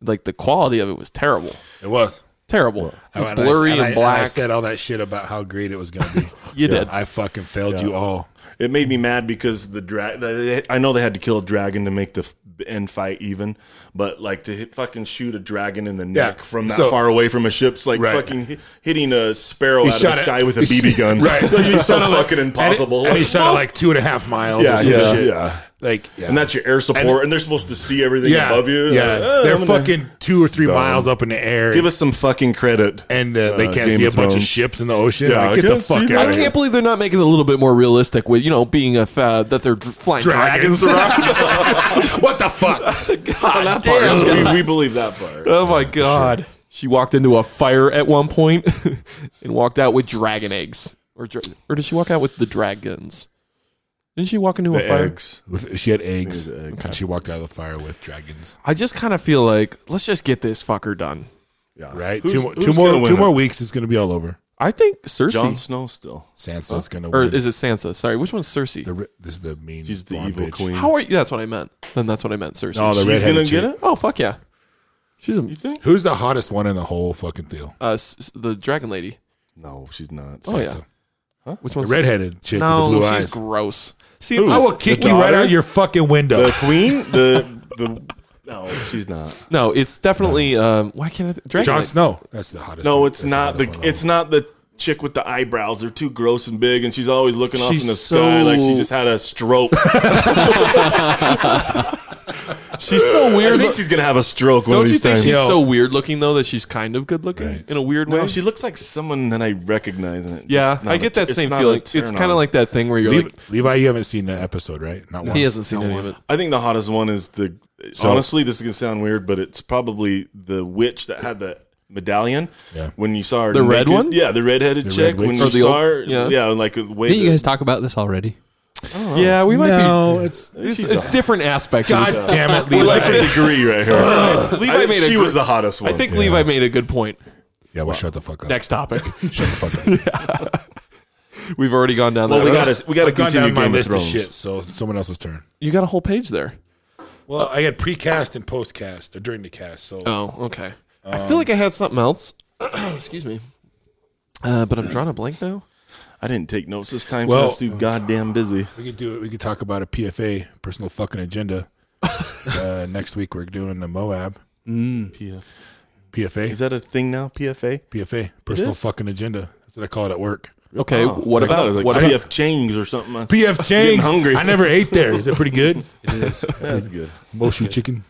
Speaker 1: Like the quality of it was terrible.
Speaker 3: it was.
Speaker 1: Terrible.
Speaker 3: I-
Speaker 1: Blurry
Speaker 3: I,
Speaker 1: and,
Speaker 3: I- I
Speaker 1: black.
Speaker 3: said all that shit about how great it was going to be.
Speaker 1: you did.
Speaker 3: I fucking failed you all.
Speaker 2: It made me mad because the drag. I know they had to kill a dragon to make the f- end fight even, but like to hit, fucking shoot a dragon in the neck
Speaker 3: Yeah.
Speaker 2: from that
Speaker 3: So-
Speaker 2: far away from a ship's like
Speaker 3: Right.
Speaker 2: fucking hi- hitting a sparrow out of
Speaker 3: shot
Speaker 2: the
Speaker 3: it-
Speaker 2: sky with a
Speaker 3: he sh-
Speaker 2: BB gun.
Speaker 3: Right.
Speaker 2: like, it's so
Speaker 3: shot it like-
Speaker 2: fucking impossible.
Speaker 3: And, he shot it like two and a half miles.
Speaker 2: Yeah,
Speaker 3: or some
Speaker 2: yeah,
Speaker 3: shit.
Speaker 2: yeah.
Speaker 3: Like, yeah.
Speaker 2: and that's your air support, and,
Speaker 3: And-
Speaker 2: they're supposed to see everything
Speaker 3: yeah,
Speaker 2: above you.
Speaker 3: Yeah,
Speaker 2: Like, "Eh,
Speaker 3: they're
Speaker 2: I'm gonna-
Speaker 3: fucking two or three miles up in the air.
Speaker 2: Give us some fucking credit.
Speaker 3: and uh, they
Speaker 2: uh,
Speaker 3: can't
Speaker 2: Game
Speaker 3: see a
Speaker 2: of
Speaker 3: bunch of
Speaker 2: Thrones.
Speaker 3: ships in the ocean.
Speaker 2: Yeah, I
Speaker 3: like, get the
Speaker 2: can't see
Speaker 3: fuck
Speaker 2: that.
Speaker 3: out
Speaker 1: I
Speaker 3: of here.
Speaker 1: can't believe they're not making it a little bit more realistic with you know being a fa- that they're dr- flying dragons.
Speaker 3: Dragons around. what the fuck?
Speaker 1: God, damn.
Speaker 2: we, we believe that part.
Speaker 1: Oh my god. She walked into a fire at one point and walked out with dragon eggs. Or dra- or did she walk out with the dragons? Didn't she walk into a
Speaker 2: The
Speaker 1: fire?
Speaker 2: eggs.
Speaker 3: With, she had eggs.
Speaker 2: It was eggs.
Speaker 3: And she walked out of the fire with dragons.
Speaker 1: I just kind of feel like let's just get this fucker done.
Speaker 2: Yeah.
Speaker 3: Right?
Speaker 2: Who's-
Speaker 3: two more,
Speaker 2: who's
Speaker 3: two
Speaker 2: gonna
Speaker 3: more,
Speaker 2: win
Speaker 3: two
Speaker 2: it?
Speaker 3: more weeks. It's gonna be all over.
Speaker 1: I think Cersei
Speaker 2: Jon Snow still.
Speaker 3: Sansa's gonna
Speaker 1: or
Speaker 3: win.
Speaker 1: is it Sansa? Sorry, which one's Cersei?
Speaker 3: the, ri- this is the mean.
Speaker 2: She's the
Speaker 3: blonde
Speaker 2: evil
Speaker 3: bitch.
Speaker 2: queen.
Speaker 1: How are you? That's what I meant. Then that's what I meant, Cersei.
Speaker 3: No, the
Speaker 2: She's
Speaker 3: redheaded
Speaker 2: gonna
Speaker 3: chick.
Speaker 2: get it.
Speaker 1: oh fuck yeah, she's a,
Speaker 2: You think?
Speaker 3: Who's the hottest one in the whole fucking deal?
Speaker 1: uh, s- s- the dragon lady.
Speaker 2: No, she's not.
Speaker 1: Oh yeah,
Speaker 3: Sansa.
Speaker 1: which
Speaker 3: The
Speaker 1: one's
Speaker 3: redheaded chick
Speaker 1: No,
Speaker 3: with the blue
Speaker 1: she's
Speaker 3: eyes.
Speaker 1: gross. See,
Speaker 2: Who?
Speaker 1: I
Speaker 3: I
Speaker 1: will-
Speaker 3: will kick
Speaker 2: The
Speaker 3: you right
Speaker 2: daughter?
Speaker 3: out your fucking window.
Speaker 2: The queen. The the. No, she's not.
Speaker 1: no, it's definitely. Um, why can't I? Th- dragon
Speaker 3: Jon
Speaker 1: lady.
Speaker 3: Snow. That's the hottest.
Speaker 2: No,
Speaker 3: one.
Speaker 2: it's
Speaker 3: That's
Speaker 2: not the.
Speaker 3: hottest one
Speaker 2: It's not the chick with the eyebrows. They're too gross and big, and she's always looking off
Speaker 1: She's
Speaker 2: in the sky
Speaker 1: so-
Speaker 2: like she just had a stroke.
Speaker 1: She's so
Speaker 2: I
Speaker 1: weird.
Speaker 2: think she's gonna have a stroke one
Speaker 1: Don't
Speaker 2: of
Speaker 1: you
Speaker 2: these
Speaker 1: think
Speaker 2: times.
Speaker 1: she's
Speaker 3: Yo.
Speaker 1: so weird looking though that she's kind of good looking
Speaker 3: Right.
Speaker 1: in a weird
Speaker 2: no,
Speaker 1: way?
Speaker 2: she looks like someone that I recognize. And it just
Speaker 1: yeah,
Speaker 2: not
Speaker 1: I
Speaker 2: a-
Speaker 1: get that
Speaker 2: it's
Speaker 1: same
Speaker 2: not a
Speaker 1: feeling. It's
Speaker 2: turn
Speaker 1: kind of
Speaker 2: on.
Speaker 1: like that thing where you're
Speaker 3: Levi,
Speaker 1: like,
Speaker 3: Levi, you haven't seen the episode, right? Not one.
Speaker 1: he hasn't seen
Speaker 3: Not
Speaker 1: any
Speaker 3: one.
Speaker 1: of it.
Speaker 2: I think the hottest one is the. honestly, this is gonna sound weird, but it's probably the witch that had the medallion.
Speaker 3: Yeah.
Speaker 2: When you saw her,
Speaker 1: The red
Speaker 2: naked-
Speaker 1: one?
Speaker 2: Yeah, the redheaded
Speaker 3: red
Speaker 2: chick.
Speaker 3: witch.
Speaker 2: when
Speaker 1: Or
Speaker 2: you
Speaker 1: the
Speaker 2: saw
Speaker 1: old-
Speaker 2: her,
Speaker 1: yeah.
Speaker 2: yeah, like the way.
Speaker 4: Didn't you
Speaker 2: the-
Speaker 4: guys talk about this already?
Speaker 1: Yeah, we might
Speaker 3: No, it's uh,
Speaker 1: be. It's, it's different aspects. of
Speaker 3: God
Speaker 1: it.
Speaker 3: damn it,
Speaker 2: we
Speaker 3: Levi.
Speaker 2: like the degree right here.
Speaker 1: Levi
Speaker 2: I think
Speaker 1: made a
Speaker 2: she
Speaker 1: gr-
Speaker 2: was the hottest one.
Speaker 1: I think Levi made a good point.
Speaker 3: yeah, well, shut the fuck up.
Speaker 1: Next topic.
Speaker 3: Shut the fuck up.
Speaker 1: We've already gone down
Speaker 2: Well,
Speaker 1: that.
Speaker 2: we
Speaker 1: road.
Speaker 2: got to we got to
Speaker 3: I've gone
Speaker 2: continue
Speaker 3: down my
Speaker 2: Game of
Speaker 3: list of
Speaker 2: Thrones.
Speaker 3: shit, so someone else's turn.
Speaker 1: you got a whole page there.
Speaker 3: Well, I had precast and postcast or during the cast, so
Speaker 1: Oh, okay. I feel like I had something else. Excuse me. Uh, but I'm drawing a blank now.
Speaker 2: I didn't take notes this time.
Speaker 3: Well-
Speaker 2: Well, too goddamn busy.
Speaker 3: we could do it. We could talk about a PFA, personal fucking agenda. uh, next week we're doing the Moab
Speaker 2: PF. Is
Speaker 3: PFA,
Speaker 2: that a thing now? PFA.
Speaker 3: PFA, personal
Speaker 2: is?
Speaker 3: fucking agenda. That's what I call it at work.
Speaker 1: Okay,
Speaker 2: Oh,
Speaker 1: what
Speaker 2: I thought it
Speaker 1: about
Speaker 2: was like
Speaker 1: what
Speaker 2: PF
Speaker 1: about
Speaker 2: Chang's or something?
Speaker 3: PF
Speaker 2: Getting
Speaker 3: Chang's.
Speaker 2: hungry.
Speaker 3: I never ate there. Is it pretty good?
Speaker 4: It is.
Speaker 2: That's good.
Speaker 3: Moshu chicken,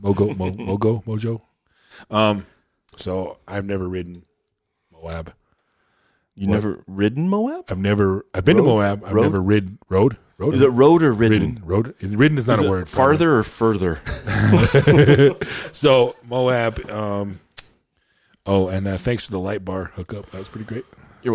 Speaker 3: Mogo, Mo, Mogo, Mojo. Um, so I've never ridden Moab.
Speaker 2: You
Speaker 3: What?
Speaker 2: never ridden Moab?
Speaker 3: I've never. I've been
Speaker 2: Road?
Speaker 3: to Moab. I've
Speaker 2: Road?
Speaker 3: never rid road. Road
Speaker 2: Is it road or ridden?
Speaker 3: ridden? Road ridden is not
Speaker 2: Is
Speaker 3: a
Speaker 2: it
Speaker 3: word. probably.
Speaker 2: farther or further?
Speaker 3: So Moab. Um, oh, and uh, thanks for the light bar hookup. That was pretty great.
Speaker 1: You're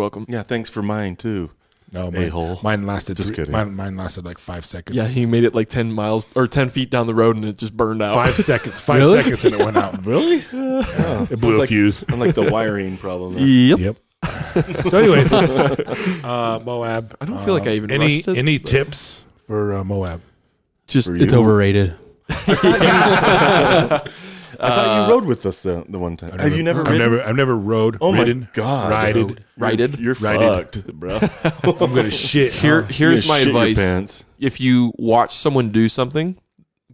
Speaker 1: welcome.
Speaker 2: yeah, thanks for mine too.
Speaker 3: No, mine,
Speaker 2: A-hole.
Speaker 3: mine lasted.
Speaker 2: Just
Speaker 3: three-
Speaker 2: kidding.
Speaker 3: Mine, mine lasted like five seconds.
Speaker 1: Yeah, he made it like 10 miles or 10 feet down the road and it just burned out.
Speaker 3: Five seconds, five
Speaker 1: Really?
Speaker 3: seconds, and it went out. Really? It blew a
Speaker 2: Like-
Speaker 3: fuse.
Speaker 2: Unlike the wiring problem. there.
Speaker 1: Yep.
Speaker 3: Yep. so, anyways, uh, Moab. I
Speaker 1: don't feel like I even
Speaker 3: Um, any
Speaker 1: rushed it,
Speaker 3: any tips for uh, Moab.
Speaker 1: Just
Speaker 2: For
Speaker 4: It's
Speaker 2: you.
Speaker 4: overrated.
Speaker 2: I thought you rode with us the, the one time.
Speaker 3: I've
Speaker 2: Have you never
Speaker 3: I've
Speaker 2: ridden?
Speaker 3: never. I've never rode.
Speaker 2: Oh my
Speaker 3: ridden,
Speaker 2: God.
Speaker 3: Rided.
Speaker 1: righted.
Speaker 2: You're
Speaker 3: Righted.
Speaker 2: fucked, bro.
Speaker 3: I'm gonna shit.
Speaker 1: Here,
Speaker 3: huh?
Speaker 1: here's
Speaker 2: You
Speaker 1: my
Speaker 2: shit your
Speaker 1: advice.
Speaker 2: pants.
Speaker 1: if you watch someone do something,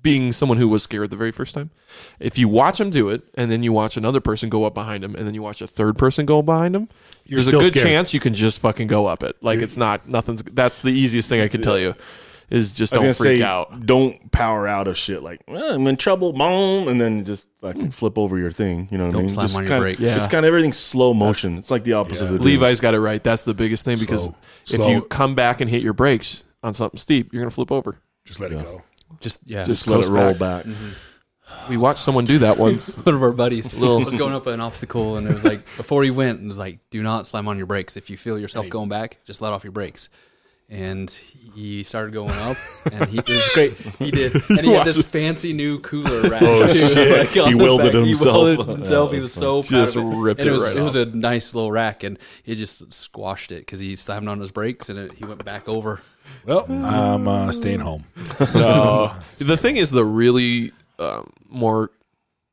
Speaker 1: being someone who was scared the very first time, if you watch them do it, and then you watch another person go up behind them, and then you watch a third person go behind them, there's a
Speaker 3: still
Speaker 1: good
Speaker 3: scared.
Speaker 1: chance you can just fucking go up it. Like it's not nothing's. That's the easiest thing I could tell you, is just
Speaker 2: I was
Speaker 1: don't
Speaker 2: gonna
Speaker 1: freak
Speaker 2: say,
Speaker 1: out.
Speaker 2: don't power out of shit like "Well, I'm in trouble, boom, and then just
Speaker 3: Hmm.
Speaker 2: fucking flip over your thing. You know what I
Speaker 4: Don't
Speaker 2: mean?
Speaker 4: slam
Speaker 2: Just
Speaker 4: on your
Speaker 2: kinda-
Speaker 4: brakes.
Speaker 1: Yeah.
Speaker 2: It's kind of everything slow motion. it's like the opposite of the
Speaker 1: Levi's got it right. That's the biggest thing because
Speaker 3: Slow.
Speaker 1: if
Speaker 3: Slow.
Speaker 1: you come back and hit your brakes on something steep, you're gonna flip over.
Speaker 3: Just let it go.
Speaker 4: Just yeah.
Speaker 1: Just
Speaker 2: Just let
Speaker 1: close
Speaker 2: it roll back.
Speaker 1: We watched someone do that once.
Speaker 4: one of our buddies. I was going up an obstacle, and it was like before he went, it was like, "Do not slam on your brakes. If you feel yourself going back, just let off your brakes." And he started going up, and he it was great. He did, and he had this fancy new cooler rack. Oh shit!
Speaker 2: He welded himself.
Speaker 4: He welded himself.
Speaker 2: Yeah,
Speaker 4: he was so proud
Speaker 1: Just
Speaker 4: of it.
Speaker 1: ripped
Speaker 4: And
Speaker 1: it
Speaker 4: was,
Speaker 1: right
Speaker 4: It was a nice little rack, and he just squashed it because he slammed on his brakes, and it, he went back over.
Speaker 3: Well, I'm uh, staying home.
Speaker 1: the thing is, the really um, more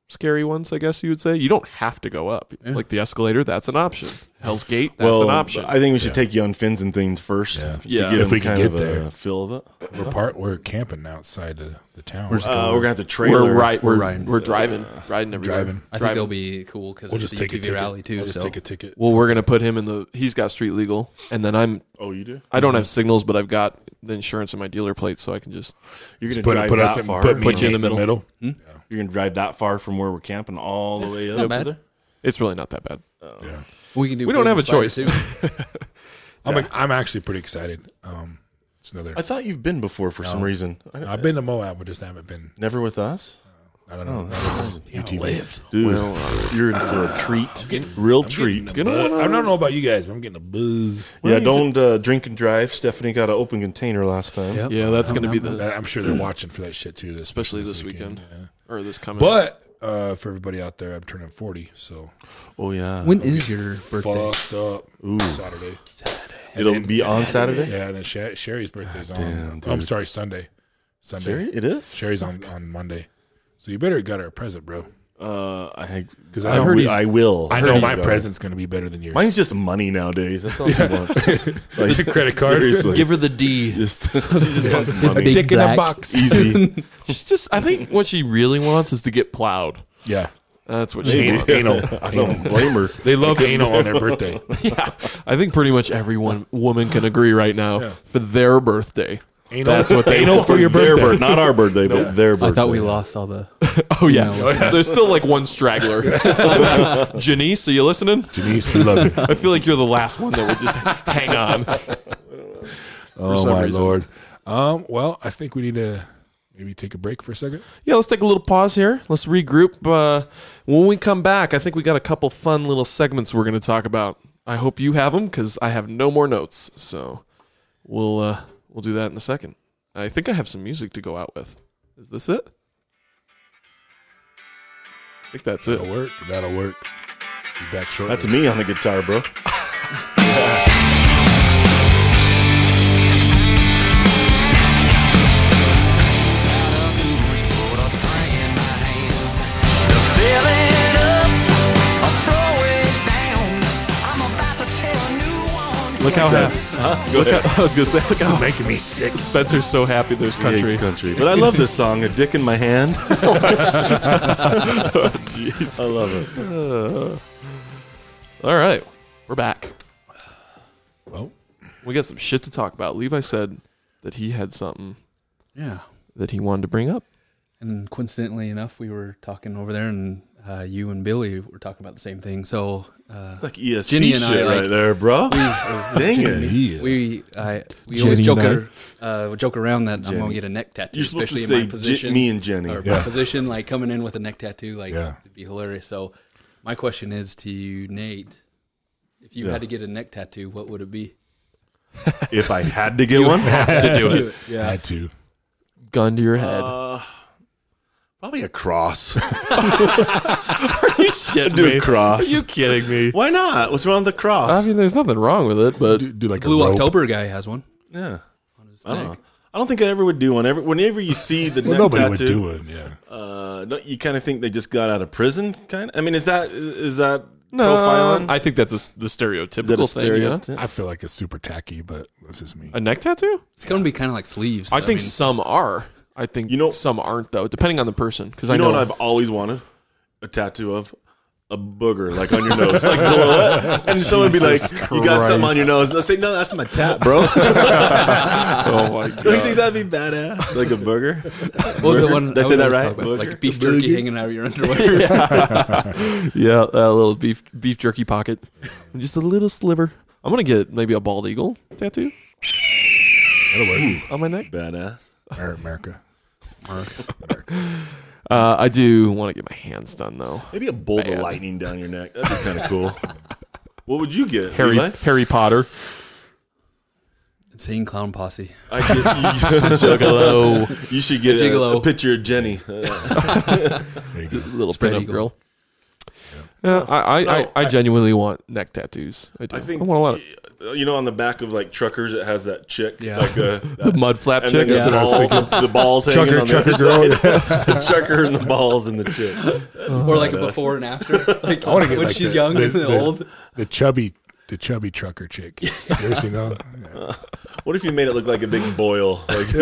Speaker 1: scary ones, I guess you would say. You don't have to go up. Like the escalator, that's an option. Hell's Gate, that's an option.
Speaker 2: I think we should take you on fins and things first.
Speaker 3: Yeah.
Speaker 2: to
Speaker 1: Yeah.
Speaker 2: get
Speaker 1: If
Speaker 2: them
Speaker 3: we can
Speaker 2: kind
Speaker 3: get
Speaker 2: of
Speaker 3: there.
Speaker 2: a feel of it.
Speaker 3: We're part. We're camping outside the the town.
Speaker 4: We're just
Speaker 2: Uh, we're gonna have to trailer.
Speaker 1: we're right. We're
Speaker 4: We're
Speaker 1: riding.
Speaker 4: riding.
Speaker 1: We're driving. Riding everywhere.
Speaker 3: Driving.
Speaker 4: I think
Speaker 1: Driving.
Speaker 4: they'll be cool because
Speaker 3: we'll
Speaker 4: it's
Speaker 3: just
Speaker 4: the
Speaker 3: take a
Speaker 4: UTV
Speaker 3: ticket.
Speaker 4: rally too.
Speaker 3: We'll just
Speaker 4: so
Speaker 3: take a ticket.
Speaker 1: Well, we're gonna put him in the. He's got street legal, and then I'm.
Speaker 2: Oh, you do.
Speaker 1: I don't have signals, but I've got the insurance in my dealer plate, so I can just.
Speaker 2: You're
Speaker 3: Just
Speaker 2: gonna
Speaker 3: put
Speaker 2: drive
Speaker 3: put
Speaker 2: that
Speaker 3: us in,
Speaker 2: far.
Speaker 3: put me
Speaker 1: Put you in the
Speaker 3: in the
Speaker 1: middle.
Speaker 3: middle.
Speaker 2: You're gonna drive that far from where we're camping all the way up
Speaker 4: bad.
Speaker 2: to there.
Speaker 1: It's really not that bad.
Speaker 3: Yeah.
Speaker 4: we can do.
Speaker 1: We don't have a
Speaker 4: Blazing Spider too.
Speaker 3: I'm ac- I'm actually pretty excited. Um, it's another.
Speaker 2: I thought you've been before for some reason. I,
Speaker 3: I've been to Moab, but just haven't been.
Speaker 2: never with us,
Speaker 3: I don't know. UTV.
Speaker 2: dude. you're in for a treat, real treat.
Speaker 1: You know
Speaker 3: But
Speaker 1: what?
Speaker 3: I don't know about you guys, but I'm getting a buzz.
Speaker 2: yeah, don't uh, drink and drive. Stephanie got an open container last time.
Speaker 4: Yep.
Speaker 1: Yeah, that's gonna be
Speaker 3: I-
Speaker 1: the
Speaker 3: I'm sure they're watching for that shit too, this,
Speaker 1: especially this weekend
Speaker 3: yeah.
Speaker 1: or this coming.
Speaker 3: But uh, for everybody out there, I'm turning 40, so
Speaker 2: Oh yeah,
Speaker 4: When is your birthday?
Speaker 3: fucked up Saturday.
Speaker 2: it'll
Speaker 3: And
Speaker 2: be on Saturday.
Speaker 3: Yeah, and then Sher- Sherry's birthday's on.
Speaker 2: damn,
Speaker 3: oh, I'm
Speaker 2: dude.
Speaker 3: sorry, Sunday. Sunday.
Speaker 2: Sherry, it is.
Speaker 3: Sherry's on, on Monday, so you better get her a present, bro.
Speaker 2: Uh, I because
Speaker 3: I know
Speaker 2: heard
Speaker 3: we-
Speaker 2: I will.
Speaker 3: I know
Speaker 2: Heard
Speaker 3: my
Speaker 2: he's got it.
Speaker 3: present's gonna be better than yours.
Speaker 2: Mine's just money nowadays. That's all she wants. Like,
Speaker 3: Your credit card.
Speaker 2: Seriously.
Speaker 4: Give her the D.
Speaker 2: just, she just wants
Speaker 3: a
Speaker 2: money.
Speaker 4: big
Speaker 3: dick in a
Speaker 4: black-
Speaker 3: box.
Speaker 2: Easy.
Speaker 1: She's just. I think what she really wants is to get plowed.
Speaker 3: Yeah,
Speaker 1: That's what she
Speaker 3: anal.
Speaker 1: wants.
Speaker 3: anal.
Speaker 2: I
Speaker 3: anal.
Speaker 2: don't blame her.
Speaker 3: They love anal on their birthday.
Speaker 1: yeah, I think pretty much every one woman can agree right now for their birthday.
Speaker 3: Anal.
Speaker 1: That's what they
Speaker 3: anal for your
Speaker 2: Their
Speaker 3: birthday.
Speaker 2: birth- not our birthday, but their birthday.
Speaker 4: I thought we lost all the.
Speaker 1: Oh yeah,
Speaker 4: No, it's
Speaker 1: there's still like one straggler. Janice, are you listening?
Speaker 3: Denise, we love you.
Speaker 1: I feel like you're the last one that would just hang on.
Speaker 3: Oh
Speaker 1: some
Speaker 3: my
Speaker 1: reason.
Speaker 3: lord. Um. Well, I think we need to maybe take a break for a second.
Speaker 1: Yeah, let's take a little pause here. Let's regroup. Uh, when we come back, I think we got a couple fun little segments we're going to talk about. I hope you have them because I have no more notes. So we'll uh, we'll do that in a second. I think I have some music to go out with. Is this it? I think that's it.
Speaker 3: That'll work. That'll work. Be back shortly.
Speaker 2: That's me on the guitar, bro.
Speaker 1: Look how happy. Look how, I was going to say, look how
Speaker 3: making me sick.
Speaker 1: Spencer's so happy there's
Speaker 2: He
Speaker 1: country.
Speaker 2: hates country. But I love this song, A Dick in My Hand. Jeez. I love it.
Speaker 1: Uh, All right, we're back.
Speaker 3: Well,
Speaker 1: We got some shit to talk about. Levi said that he had something
Speaker 4: Yeah.
Speaker 1: that he wanted to bring up.
Speaker 4: And coincidentally enough, we were talking over there, and uh, you and Billy were talking about the same thing. So uh,
Speaker 2: Like ESP
Speaker 4: Ginny and I,
Speaker 2: shit
Speaker 4: like-
Speaker 2: right there, bro. Dang it.
Speaker 3: yeah.
Speaker 4: we I, we
Speaker 1: Jenny
Speaker 4: always joke,
Speaker 1: and
Speaker 4: uh, joke around that I'm
Speaker 2: Jenny.
Speaker 4: gonna get a neck tattoo,
Speaker 2: You're supposed to
Speaker 4: especially
Speaker 2: say
Speaker 4: in my
Speaker 2: J-
Speaker 4: position.
Speaker 2: me and Jenny.
Speaker 4: or
Speaker 3: Yeah.
Speaker 4: my position, like coming in with a neck tattoo, like
Speaker 3: Yeah.
Speaker 4: it'd be hilarious. So, my question is to you, Nate: If you
Speaker 2: Yeah.
Speaker 4: had to get a neck tattoo, what would it be?
Speaker 2: If I had to get one, have to do it.
Speaker 4: uh,
Speaker 3: I had to.
Speaker 1: Gun to your head.
Speaker 2: Probably a cross.
Speaker 1: you shit
Speaker 2: Do a cross.
Speaker 1: kidding me?
Speaker 2: Why not? What's wrong with the cross?
Speaker 1: I mean, there's nothing wrong with it, but
Speaker 3: Do, do like
Speaker 4: Blue
Speaker 3: a rope.
Speaker 4: October guy has one.
Speaker 2: yeah.
Speaker 4: His
Speaker 2: I don't know.
Speaker 4: neck.
Speaker 2: I don't think I ever would do one. Ever, whenever you see the
Speaker 3: Well,
Speaker 2: neck
Speaker 3: nobody
Speaker 2: tattoo,
Speaker 3: would do it. Yeah.
Speaker 2: Uh, don't you kind of think they just got out of prison? Kind of. I mean, is that is that
Speaker 1: no,
Speaker 2: profiling?
Speaker 1: I think that's a s the stereotypical
Speaker 2: Is that a
Speaker 1: thing.
Speaker 2: stereotype?
Speaker 1: yeah.
Speaker 3: I feel like it's super tacky, but this is me.
Speaker 1: A neck tattoo?
Speaker 4: It's gonna be kind of like sleeves.
Speaker 1: I think
Speaker 4: mean,
Speaker 1: some are. I think
Speaker 2: You know-
Speaker 1: some aren't though, depending on the person. Because I
Speaker 2: You know
Speaker 1: know,
Speaker 2: what I've always wanted? A tattoo of a booger, like on your nose, like below it. And someone would be like, "You got something on your nose?" And they'll say, "No, that's my tat, bro."
Speaker 1: oh my
Speaker 2: Don't you think that'd be badass? Like a booger?
Speaker 4: what was the
Speaker 2: Burger?
Speaker 4: one
Speaker 2: Did I
Speaker 4: I
Speaker 2: say
Speaker 4: would
Speaker 2: that
Speaker 4: always
Speaker 2: right?
Speaker 4: talk about,
Speaker 2: Burger?
Speaker 4: Like beef jerky hanging out of your underwear.
Speaker 1: yeah, a little beef beef jerky pocket, just a little sliver. I'm gonna get maybe a bald eagle tattoo
Speaker 3: That'll work.
Speaker 1: on my neck.
Speaker 2: Badass.
Speaker 3: Or America.
Speaker 1: Uh, I do want to get my hands done though.
Speaker 2: Maybe a bolt of lightning down your neck. That'd be kind of cool. What would you get?
Speaker 1: Harry
Speaker 2: Levi?
Speaker 1: Harry Potter.
Speaker 4: Insane clown posse.
Speaker 2: I get, you,
Speaker 1: Juggalo.
Speaker 2: you should get
Speaker 4: A
Speaker 2: a,
Speaker 4: gigolo.
Speaker 2: a picture of Jenny. Uh,
Speaker 3: There you go.
Speaker 1: little
Speaker 4: Spread
Speaker 1: pinup
Speaker 4: eagle.
Speaker 1: girl. Yeah, I, I, I,
Speaker 2: No,
Speaker 1: I genuinely want neck tattoos. I do.
Speaker 2: I think
Speaker 1: I want a lot of.
Speaker 2: uh, you know, on the back of like truckers, it has that chick,
Speaker 4: Yeah.
Speaker 2: like uh,
Speaker 1: The mud flap
Speaker 2: and
Speaker 1: chick.
Speaker 2: then
Speaker 4: Yeah.
Speaker 2: the, ball, the balls hanging
Speaker 3: Trucker,
Speaker 2: on
Speaker 3: trucker
Speaker 2: the
Speaker 3: girl. yeah.
Speaker 2: other side. trucker and the balls and the chick.
Speaker 4: or like a before and after. Like
Speaker 3: I want to get
Speaker 4: when
Speaker 3: like
Speaker 4: she's
Speaker 3: the,
Speaker 4: young
Speaker 3: the,
Speaker 4: and
Speaker 3: the-
Speaker 4: old.
Speaker 3: the chubby, the chubby trucker chick. You ever seen those? Yeah.
Speaker 2: What if you made it look like a big boil, like,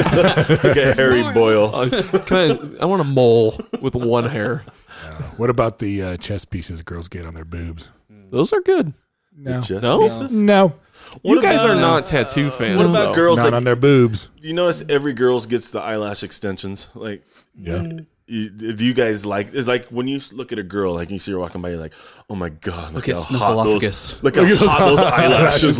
Speaker 2: like a hairy boil?
Speaker 1: Uh, can I, I want a mole with one hair.
Speaker 3: What about the uh, chess pieces girls get on their boobs?
Speaker 1: Those are good.
Speaker 3: No,
Speaker 2: Just
Speaker 1: No?
Speaker 2: pieces?
Speaker 3: no,
Speaker 1: you guys
Speaker 2: about, uh,
Speaker 1: are not tattoo fans.
Speaker 2: What about
Speaker 1: though.
Speaker 2: girls?
Speaker 3: not
Speaker 2: Like,
Speaker 3: on their boobs.
Speaker 2: you notice every girl's gets the eyelash extensions, like.
Speaker 3: Yeah,
Speaker 2: You, do you guys like? It's like when you look at a girl, like you see her walking by, you're like, "Oh my god, look,
Speaker 4: Look at
Speaker 2: how hot
Speaker 4: Snuffleupagus.
Speaker 2: those, look how hot those eyelashes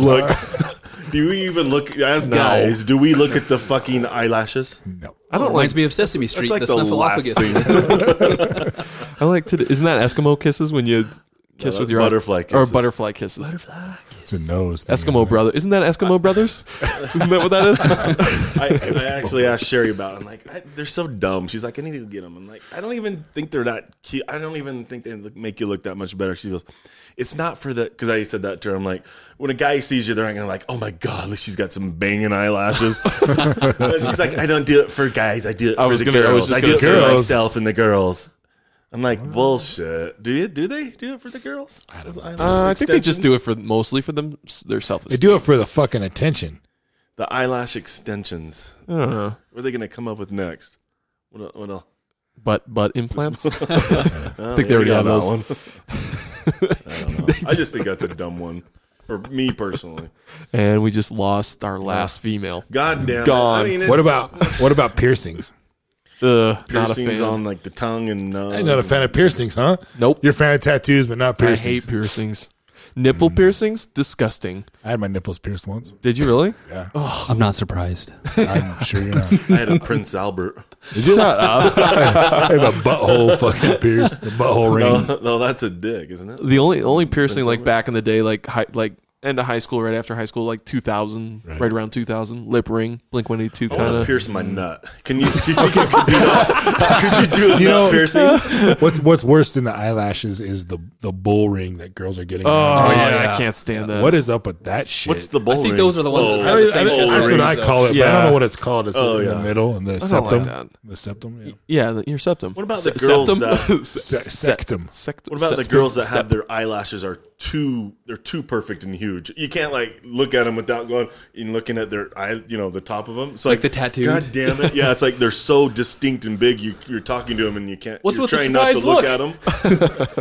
Speaker 3: eyelashes
Speaker 2: look." do we even look as guys? Do we look at the fucking eyelashes?
Speaker 3: no.
Speaker 1: I don't like.
Speaker 4: Reminds me of Sesame
Speaker 2: It's
Speaker 4: Street,
Speaker 2: like
Speaker 4: the,
Speaker 2: the, last
Speaker 4: snuffleupagus.
Speaker 2: thing.
Speaker 1: I like to. Isn't that Eskimo kisses when you kiss
Speaker 2: that's
Speaker 1: with your
Speaker 2: butterfly
Speaker 1: or
Speaker 2: kisses.
Speaker 1: butterfly kisses?
Speaker 3: It's a nose. Thing, isn't
Speaker 1: Eskimo
Speaker 3: it?
Speaker 1: brother. Isn't that Eskimo brothers? Isn't that what that is?
Speaker 2: I, I actually asked Sherry about. It. I'm like, I, they're so dumb. She's like, I need to get them. I'm like, I don't even think they're that cute. I don't even think they look, make you look that much better. She goes, it's not for the because I said that to her. I'm like, when a guy sees you, they're not gonna like, oh my god, look, she's got some banging eyelashes. And she's like, I don't do it for guys. I do it
Speaker 1: I
Speaker 2: for
Speaker 1: was
Speaker 2: the
Speaker 1: gonna- I
Speaker 2: girls.
Speaker 1: was just
Speaker 2: I, do
Speaker 1: gonna
Speaker 2: it
Speaker 1: say that.
Speaker 2: for myself and the girls. I'm like, bullshit. Do you? Do they do it for the girls?
Speaker 3: I don't know.
Speaker 1: Uh, I think they just do it for mostly for them their self
Speaker 3: They
Speaker 1: esteem.
Speaker 3: do it for the fucking attention.
Speaker 2: The eyelash extensions.
Speaker 1: I don't know.
Speaker 2: What are they gonna come up with next? What? el- What else?
Speaker 1: Butt butt implants. I
Speaker 2: I
Speaker 1: think they already have those.
Speaker 2: one. I don't know. I just think that's a dumb one for me personally.
Speaker 1: And we just lost our last female.
Speaker 2: God damn. it.
Speaker 1: Gone.
Speaker 2: I mean, it's
Speaker 3: What about what about piercings?
Speaker 1: Uh, not a
Speaker 2: piercings
Speaker 1: fan.
Speaker 2: on like the tongue and uh,
Speaker 3: I'm not a fan of piercings, huh?
Speaker 1: nope.
Speaker 3: You're a fan of tattoos, but not
Speaker 1: I
Speaker 3: piercings.
Speaker 1: hate piercings. Nipple piercings, disgusting.
Speaker 3: I had my nipples pierced once.
Speaker 1: Did you really?
Speaker 3: Yeah,
Speaker 4: I'm not surprised.
Speaker 3: I'm sure you're not.
Speaker 2: I had a Prince Albert.
Speaker 1: Shut up.
Speaker 3: I have a butthole fucking pierced, the butthole
Speaker 2: No,
Speaker 3: ring.
Speaker 2: no, that's a dick, isn't it?
Speaker 1: The only only piercing like back in the day, like high, like end of high school, right after high school, like two thousand, right. around two thousand, lip ring, Blink One Eighty Two,
Speaker 2: I want
Speaker 1: kind
Speaker 2: to
Speaker 1: of.
Speaker 2: pierce my nut. Can you? Can you, could you do that? Could you do a
Speaker 3: You
Speaker 2: nut
Speaker 3: know-
Speaker 2: piercing?
Speaker 3: What's what's worse than the eyelashes is the the bull ring that girls are getting.
Speaker 1: Oh,
Speaker 3: now.
Speaker 1: yeah,
Speaker 4: yeah.
Speaker 1: I can't stand that.
Speaker 3: what is up with that shit?
Speaker 2: What's the bull
Speaker 4: think
Speaker 2: ring?
Speaker 4: those are the ones
Speaker 2: Oh,
Speaker 4: that have the
Speaker 2: that's
Speaker 4: same
Speaker 2: a
Speaker 4: shape.
Speaker 2: bull
Speaker 3: That's
Speaker 2: ring.
Speaker 3: what I call it. But I
Speaker 1: Yeah.
Speaker 3: don't know what it's called. It's
Speaker 2: Oh,
Speaker 3: in
Speaker 2: yeah.
Speaker 3: the middle and the
Speaker 1: don't like
Speaker 3: septum.
Speaker 1: that.
Speaker 3: the septum. Yeah.
Speaker 1: Yeah, the, your septum. What
Speaker 2: about the girls that-
Speaker 3: Se- sectum.
Speaker 1: Sectum.
Speaker 2: What about
Speaker 1: Sep-
Speaker 2: the girls that
Speaker 1: sep-
Speaker 2: have their eyelashes are too they're too perfect and huge? You can't like look at them without going and looking at their eye, you know, the top of them. It's like,
Speaker 4: the tattooed?
Speaker 2: God damn it! Yeah, it's like they're so distinct and big. You, you're talking to them and you can't.
Speaker 4: What's
Speaker 2: you're
Speaker 4: with the
Speaker 2: trying not to
Speaker 4: surprised
Speaker 2: look, at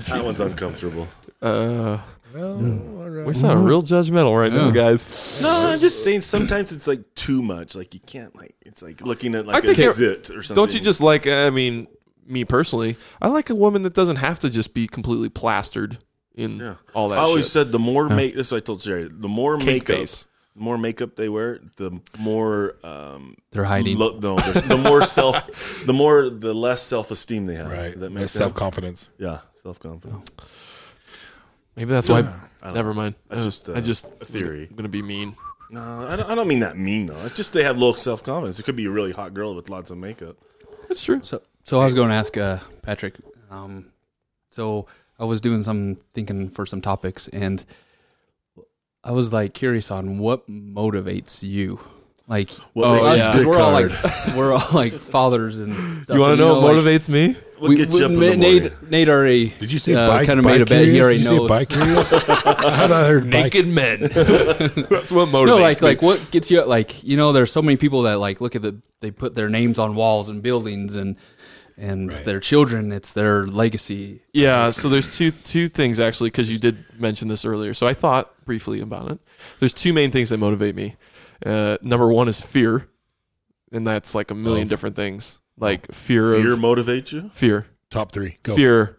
Speaker 2: them. that one's uncomfortable.
Speaker 1: Uh,
Speaker 3: Oh, all
Speaker 1: we
Speaker 3: right.
Speaker 2: Mm-hmm.
Speaker 1: sound real judgmental right now,
Speaker 4: Yeah.
Speaker 1: guys.
Speaker 2: No, I'm just saying. Sometimes it's like too much. Like you can't like it's like looking at like
Speaker 1: I think
Speaker 2: a
Speaker 1: it-
Speaker 2: zit or something.
Speaker 1: Don't you just like? uh, I mean, me personally, I like a woman that doesn't have to just be completely plastered in
Speaker 2: Yeah.
Speaker 1: all that.
Speaker 2: I always
Speaker 1: shit.
Speaker 2: said the more make. This is what I told Jerry. The more
Speaker 1: Cake
Speaker 2: makeup,
Speaker 1: face.
Speaker 2: the more makeup they wear, the more um,
Speaker 4: They're hiding.
Speaker 2: Lo- no, the, the more self, the more the less self esteem they have.
Speaker 3: Right.
Speaker 2: Does that
Speaker 3: That's
Speaker 2: makes
Speaker 3: self
Speaker 2: sense.
Speaker 3: confidence.
Speaker 2: Yeah, self confidence.
Speaker 1: maybe that's why. never mind.
Speaker 2: That's
Speaker 1: I,
Speaker 2: just, uh,
Speaker 1: I just
Speaker 2: a theory.
Speaker 1: I'm gonna be mean.
Speaker 2: No, I don't, I don't mean that mean though. It's just they have low self confidence. It could be a really hot girl with lots of makeup.
Speaker 1: That's true.
Speaker 4: So, so I was going to ask uh, Patrick. Um, so I was doing some thinking for some topics, and I was like curious on what motivates you. Like,
Speaker 2: What
Speaker 1: Oh,
Speaker 2: makes
Speaker 4: us,
Speaker 2: you
Speaker 1: yeah.
Speaker 4: 'cause
Speaker 2: good
Speaker 4: we're all like,
Speaker 2: colored?
Speaker 4: we're all like fathers and. Stuff,
Speaker 1: You want to
Speaker 4: and,
Speaker 1: know what
Speaker 4: like,
Speaker 1: motivates me?
Speaker 2: What gets you up in
Speaker 4: Ma-
Speaker 2: the morning?
Speaker 4: Nate, Nate already.
Speaker 3: Did you say
Speaker 4: uh,
Speaker 3: bi-
Speaker 4: kinda made a bet. He
Speaker 3: bicurious?
Speaker 4: already
Speaker 3: Did you
Speaker 4: knows.
Speaker 3: say bicurious? I had I heard
Speaker 1: Naked men. that's what motivates
Speaker 4: No, like
Speaker 1: me.
Speaker 4: like what gets you like you know there's so many people that like look at the they put their names on walls and buildings and and their children it's their legacy
Speaker 1: Yeah, so there's two two things actually because you did mention this earlier. So I thought briefly about it. There's two main things that motivate me. Uh, number one is fear, and that's like a million
Speaker 3: Of-
Speaker 1: different things, like fear,
Speaker 2: Fear
Speaker 1: of
Speaker 2: motivates you.
Speaker 1: fear,
Speaker 3: top three. Go.
Speaker 1: fear.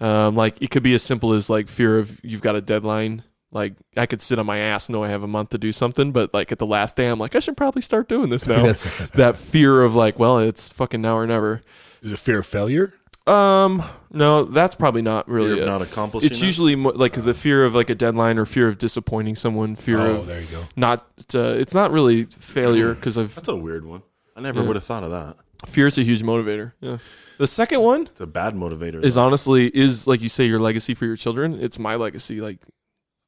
Speaker 1: Um, like it could be as simple as like fear of you've got a deadline. Like I could sit on my ass, know I have a month to do something, but like at the last day, I'm like, I should probably start doing this now. that fear of like, well, it's fucking now or never.
Speaker 3: Is it fear of failure?
Speaker 1: Um, no, that's probably not really
Speaker 2: Fear of
Speaker 1: a-
Speaker 2: not accomplishing
Speaker 1: It's
Speaker 2: it?
Speaker 1: usually mo- like the fear of like a deadline or fear of disappointing someone, fear
Speaker 3: Oh,
Speaker 1: of
Speaker 3: there you go.
Speaker 1: not. Uh, it's not really failure because I've
Speaker 2: That's a weird one. I never
Speaker 1: Yeah.
Speaker 2: would have thought of that.
Speaker 1: fear is a huge motivator. Yeah. The second one
Speaker 2: It's a bad motivator.
Speaker 1: is honestly is like you say your legacy for your children. It's my legacy. Like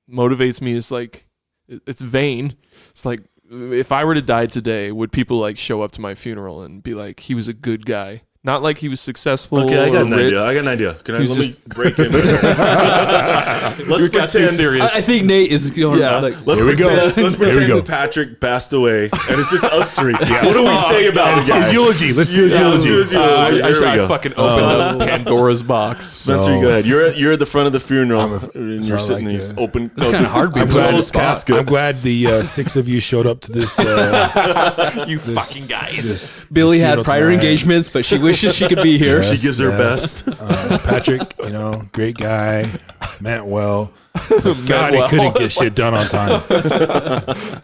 Speaker 1: motivates me is like It- It's vain. It's like if I were to die today, would people like show up to my funeral and be like, "He was a good guy," not like he was successful.
Speaker 2: Okay, I
Speaker 1: or
Speaker 2: got an
Speaker 1: rich.
Speaker 2: idea. I got an idea. Can I
Speaker 1: He's
Speaker 2: let
Speaker 1: just-
Speaker 2: me break in? Let's
Speaker 1: It got too
Speaker 2: pretend.
Speaker 1: serious.
Speaker 4: I, I think Nate is going
Speaker 1: Yeah.
Speaker 4: like,
Speaker 2: Let's
Speaker 3: Here we go.
Speaker 2: pretend, let's
Speaker 3: Here we
Speaker 2: pretend
Speaker 3: go.
Speaker 2: that Patrick passed away, and it's just us three. What do we say about the guy?
Speaker 3: eulogy. Let's do
Speaker 2: Yeah, let's do his
Speaker 1: Oh, Uh, I,
Speaker 2: eulogy.
Speaker 1: I,
Speaker 2: Here we
Speaker 1: I
Speaker 2: go. Um,
Speaker 1: fucking opened up Pandora's box.
Speaker 2: Spencer, you go ahead. You're you're at the front of the funeral, and
Speaker 3: so
Speaker 2: you're
Speaker 3: I
Speaker 2: sitting
Speaker 3: like
Speaker 2: in these
Speaker 3: to-
Speaker 2: open, no,
Speaker 4: kinda
Speaker 2: just
Speaker 4: hard
Speaker 2: I'm
Speaker 4: because-
Speaker 2: glad,
Speaker 3: I'm
Speaker 2: closed
Speaker 3: glad,
Speaker 2: casket.
Speaker 3: I'm glad the uh, six of you showed up to this. Uh,
Speaker 1: You
Speaker 3: this
Speaker 1: fucking guys.
Speaker 3: this-
Speaker 4: Billy
Speaker 3: this
Speaker 4: had
Speaker 3: funeral
Speaker 4: prior
Speaker 3: tonight.
Speaker 4: engagements, but she wishes she could be here.
Speaker 2: She gives her best.
Speaker 3: Uh, Patrick, you know, great guy, meant well. God, he
Speaker 1: well.
Speaker 3: couldn't get shit done on time.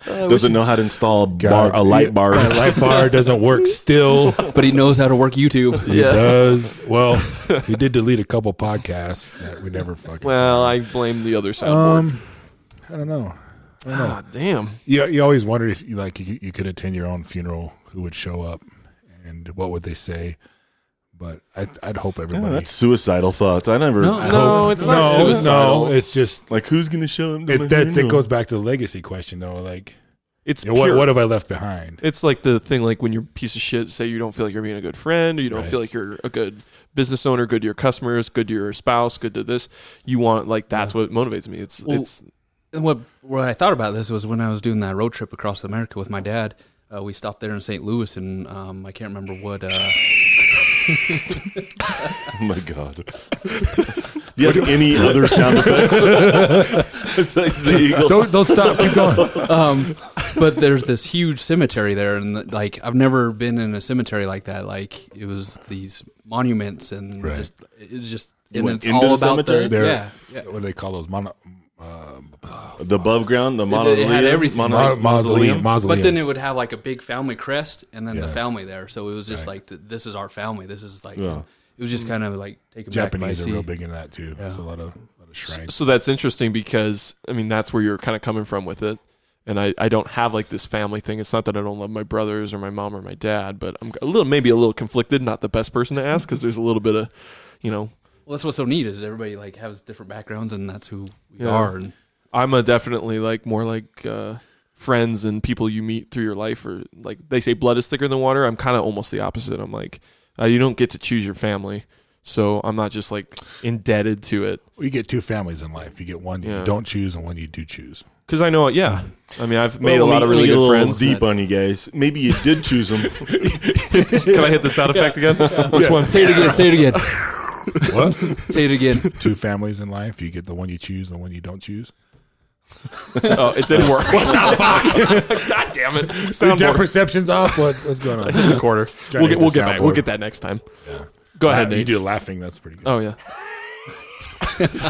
Speaker 2: Doesn't know how to install
Speaker 3: God,
Speaker 2: bar, a light bar.
Speaker 3: Yeah, a light bar doesn't work still.
Speaker 4: But he knows how to work YouTube.
Speaker 3: He does. Well, he did delete a couple podcasts that we never fucking.
Speaker 1: Well, I blame the other soundboard.
Speaker 2: Oh,
Speaker 3: um, I don't know.
Speaker 1: ah, damn.
Speaker 3: You, you always wonder if you like you, you could attend your own funeral, who would show up, and what would they say. But I, I'd hope
Speaker 2: Yeah,
Speaker 3: everybody.
Speaker 2: that's suicidal thoughts. I never
Speaker 4: No.
Speaker 3: I
Speaker 1: No,
Speaker 3: hope-
Speaker 1: it's not suicidal.
Speaker 3: No, it's just
Speaker 2: like who's gonna show him. To my
Speaker 3: it, that, it
Speaker 2: funeral?
Speaker 3: goes back to the legacy question though. Like,
Speaker 1: It's
Speaker 3: you know, what
Speaker 1: pure.
Speaker 3: what have I left behind?
Speaker 1: it's like the thing like when you're a piece of shit, say you don't feel like you're being a good friend, or you don't
Speaker 3: Right.
Speaker 1: feel like you're a good business owner, good to your customers, good to your spouse, good to this. You want like that's what motivates me. It's
Speaker 4: Well,
Speaker 1: it's
Speaker 4: And what what I thought about this was when I was doing that road trip across America with my dad. Uh, we stopped there in St. Louis, and um, I can't remember what. Uh,
Speaker 2: Oh my god. do you have any other sound effects besides the eagle?
Speaker 3: Don't don't stop. Keep going.
Speaker 4: um, but there's this huge cemetery there, and like I've never been in a cemetery like that. Like it was these monuments, and
Speaker 3: Right.
Speaker 4: just it's just
Speaker 2: You
Speaker 4: and
Speaker 2: went
Speaker 4: it's
Speaker 2: into
Speaker 4: all
Speaker 2: the
Speaker 4: about
Speaker 2: cemetery?
Speaker 4: the
Speaker 3: There-
Speaker 4: yeah, yeah.
Speaker 3: What do they call those? Mono,
Speaker 2: The above ground, the
Speaker 4: It-
Speaker 2: mausoleum,
Speaker 4: It had everything.
Speaker 2: mono-
Speaker 3: Mo- mausoleum. Mausoleum.
Speaker 4: But then it would have like a big family crest, and then the
Speaker 3: Yeah.
Speaker 4: family there. So it was just like the, this is our family. This is like
Speaker 2: Yeah.
Speaker 4: it was just kind of like taken back by
Speaker 3: Japanese are
Speaker 4: sea.
Speaker 3: real big into that too. There's a lot of, lot of shrines.
Speaker 1: so that's interesting because I mean that's where you're kind of coming from with it. And I, I don't have like this family thing. It's not that I don't love my brothers or my mom or my dad, but I'm a little maybe a little conflicted. Not the best person to ask because there's a little bit of, you know,
Speaker 4: Well, that's what's so neat is everybody like has different backgrounds, and that's who we
Speaker 1: Yeah.
Speaker 4: are. And
Speaker 1: I'm a definitely like more like uh, friends and people you meet through your life, or like they say blood is thicker than water. I'm kind of almost the opposite. I'm like uh, you don't get to choose your family, so I'm not just like indebted to it
Speaker 3: You get two families in life. You get one
Speaker 1: Yeah.
Speaker 3: you don't choose and one you do choose.
Speaker 1: because I know. Yeah, I mean I've
Speaker 2: Well, let
Speaker 1: made a lot
Speaker 2: me-
Speaker 1: of
Speaker 2: let me
Speaker 1: really
Speaker 2: get a
Speaker 1: good
Speaker 2: little
Speaker 1: friends.
Speaker 2: Deep on you guys. Maybe you did choose them.
Speaker 1: Can I hit the sound effect again? Which one?
Speaker 4: say it again. Say it again.
Speaker 3: What?
Speaker 4: say it again.
Speaker 3: two families in life. You get the one you choose and the one you don't choose.
Speaker 1: Oh, it didn't work. what the fuck? God damn it!
Speaker 3: Your debt
Speaker 1: Soundboard
Speaker 3: perception's off. What, what's going on?
Speaker 1: recorder. We'll
Speaker 3: Trying to
Speaker 1: get
Speaker 3: hit
Speaker 1: we'll
Speaker 3: the
Speaker 1: get back. We'll
Speaker 3: soundboard.
Speaker 1: get that next time. Go ahead,
Speaker 3: you
Speaker 1: Nate.
Speaker 3: do laughing. That's pretty good.
Speaker 1: Oh yeah. Look
Speaker 2: Sounds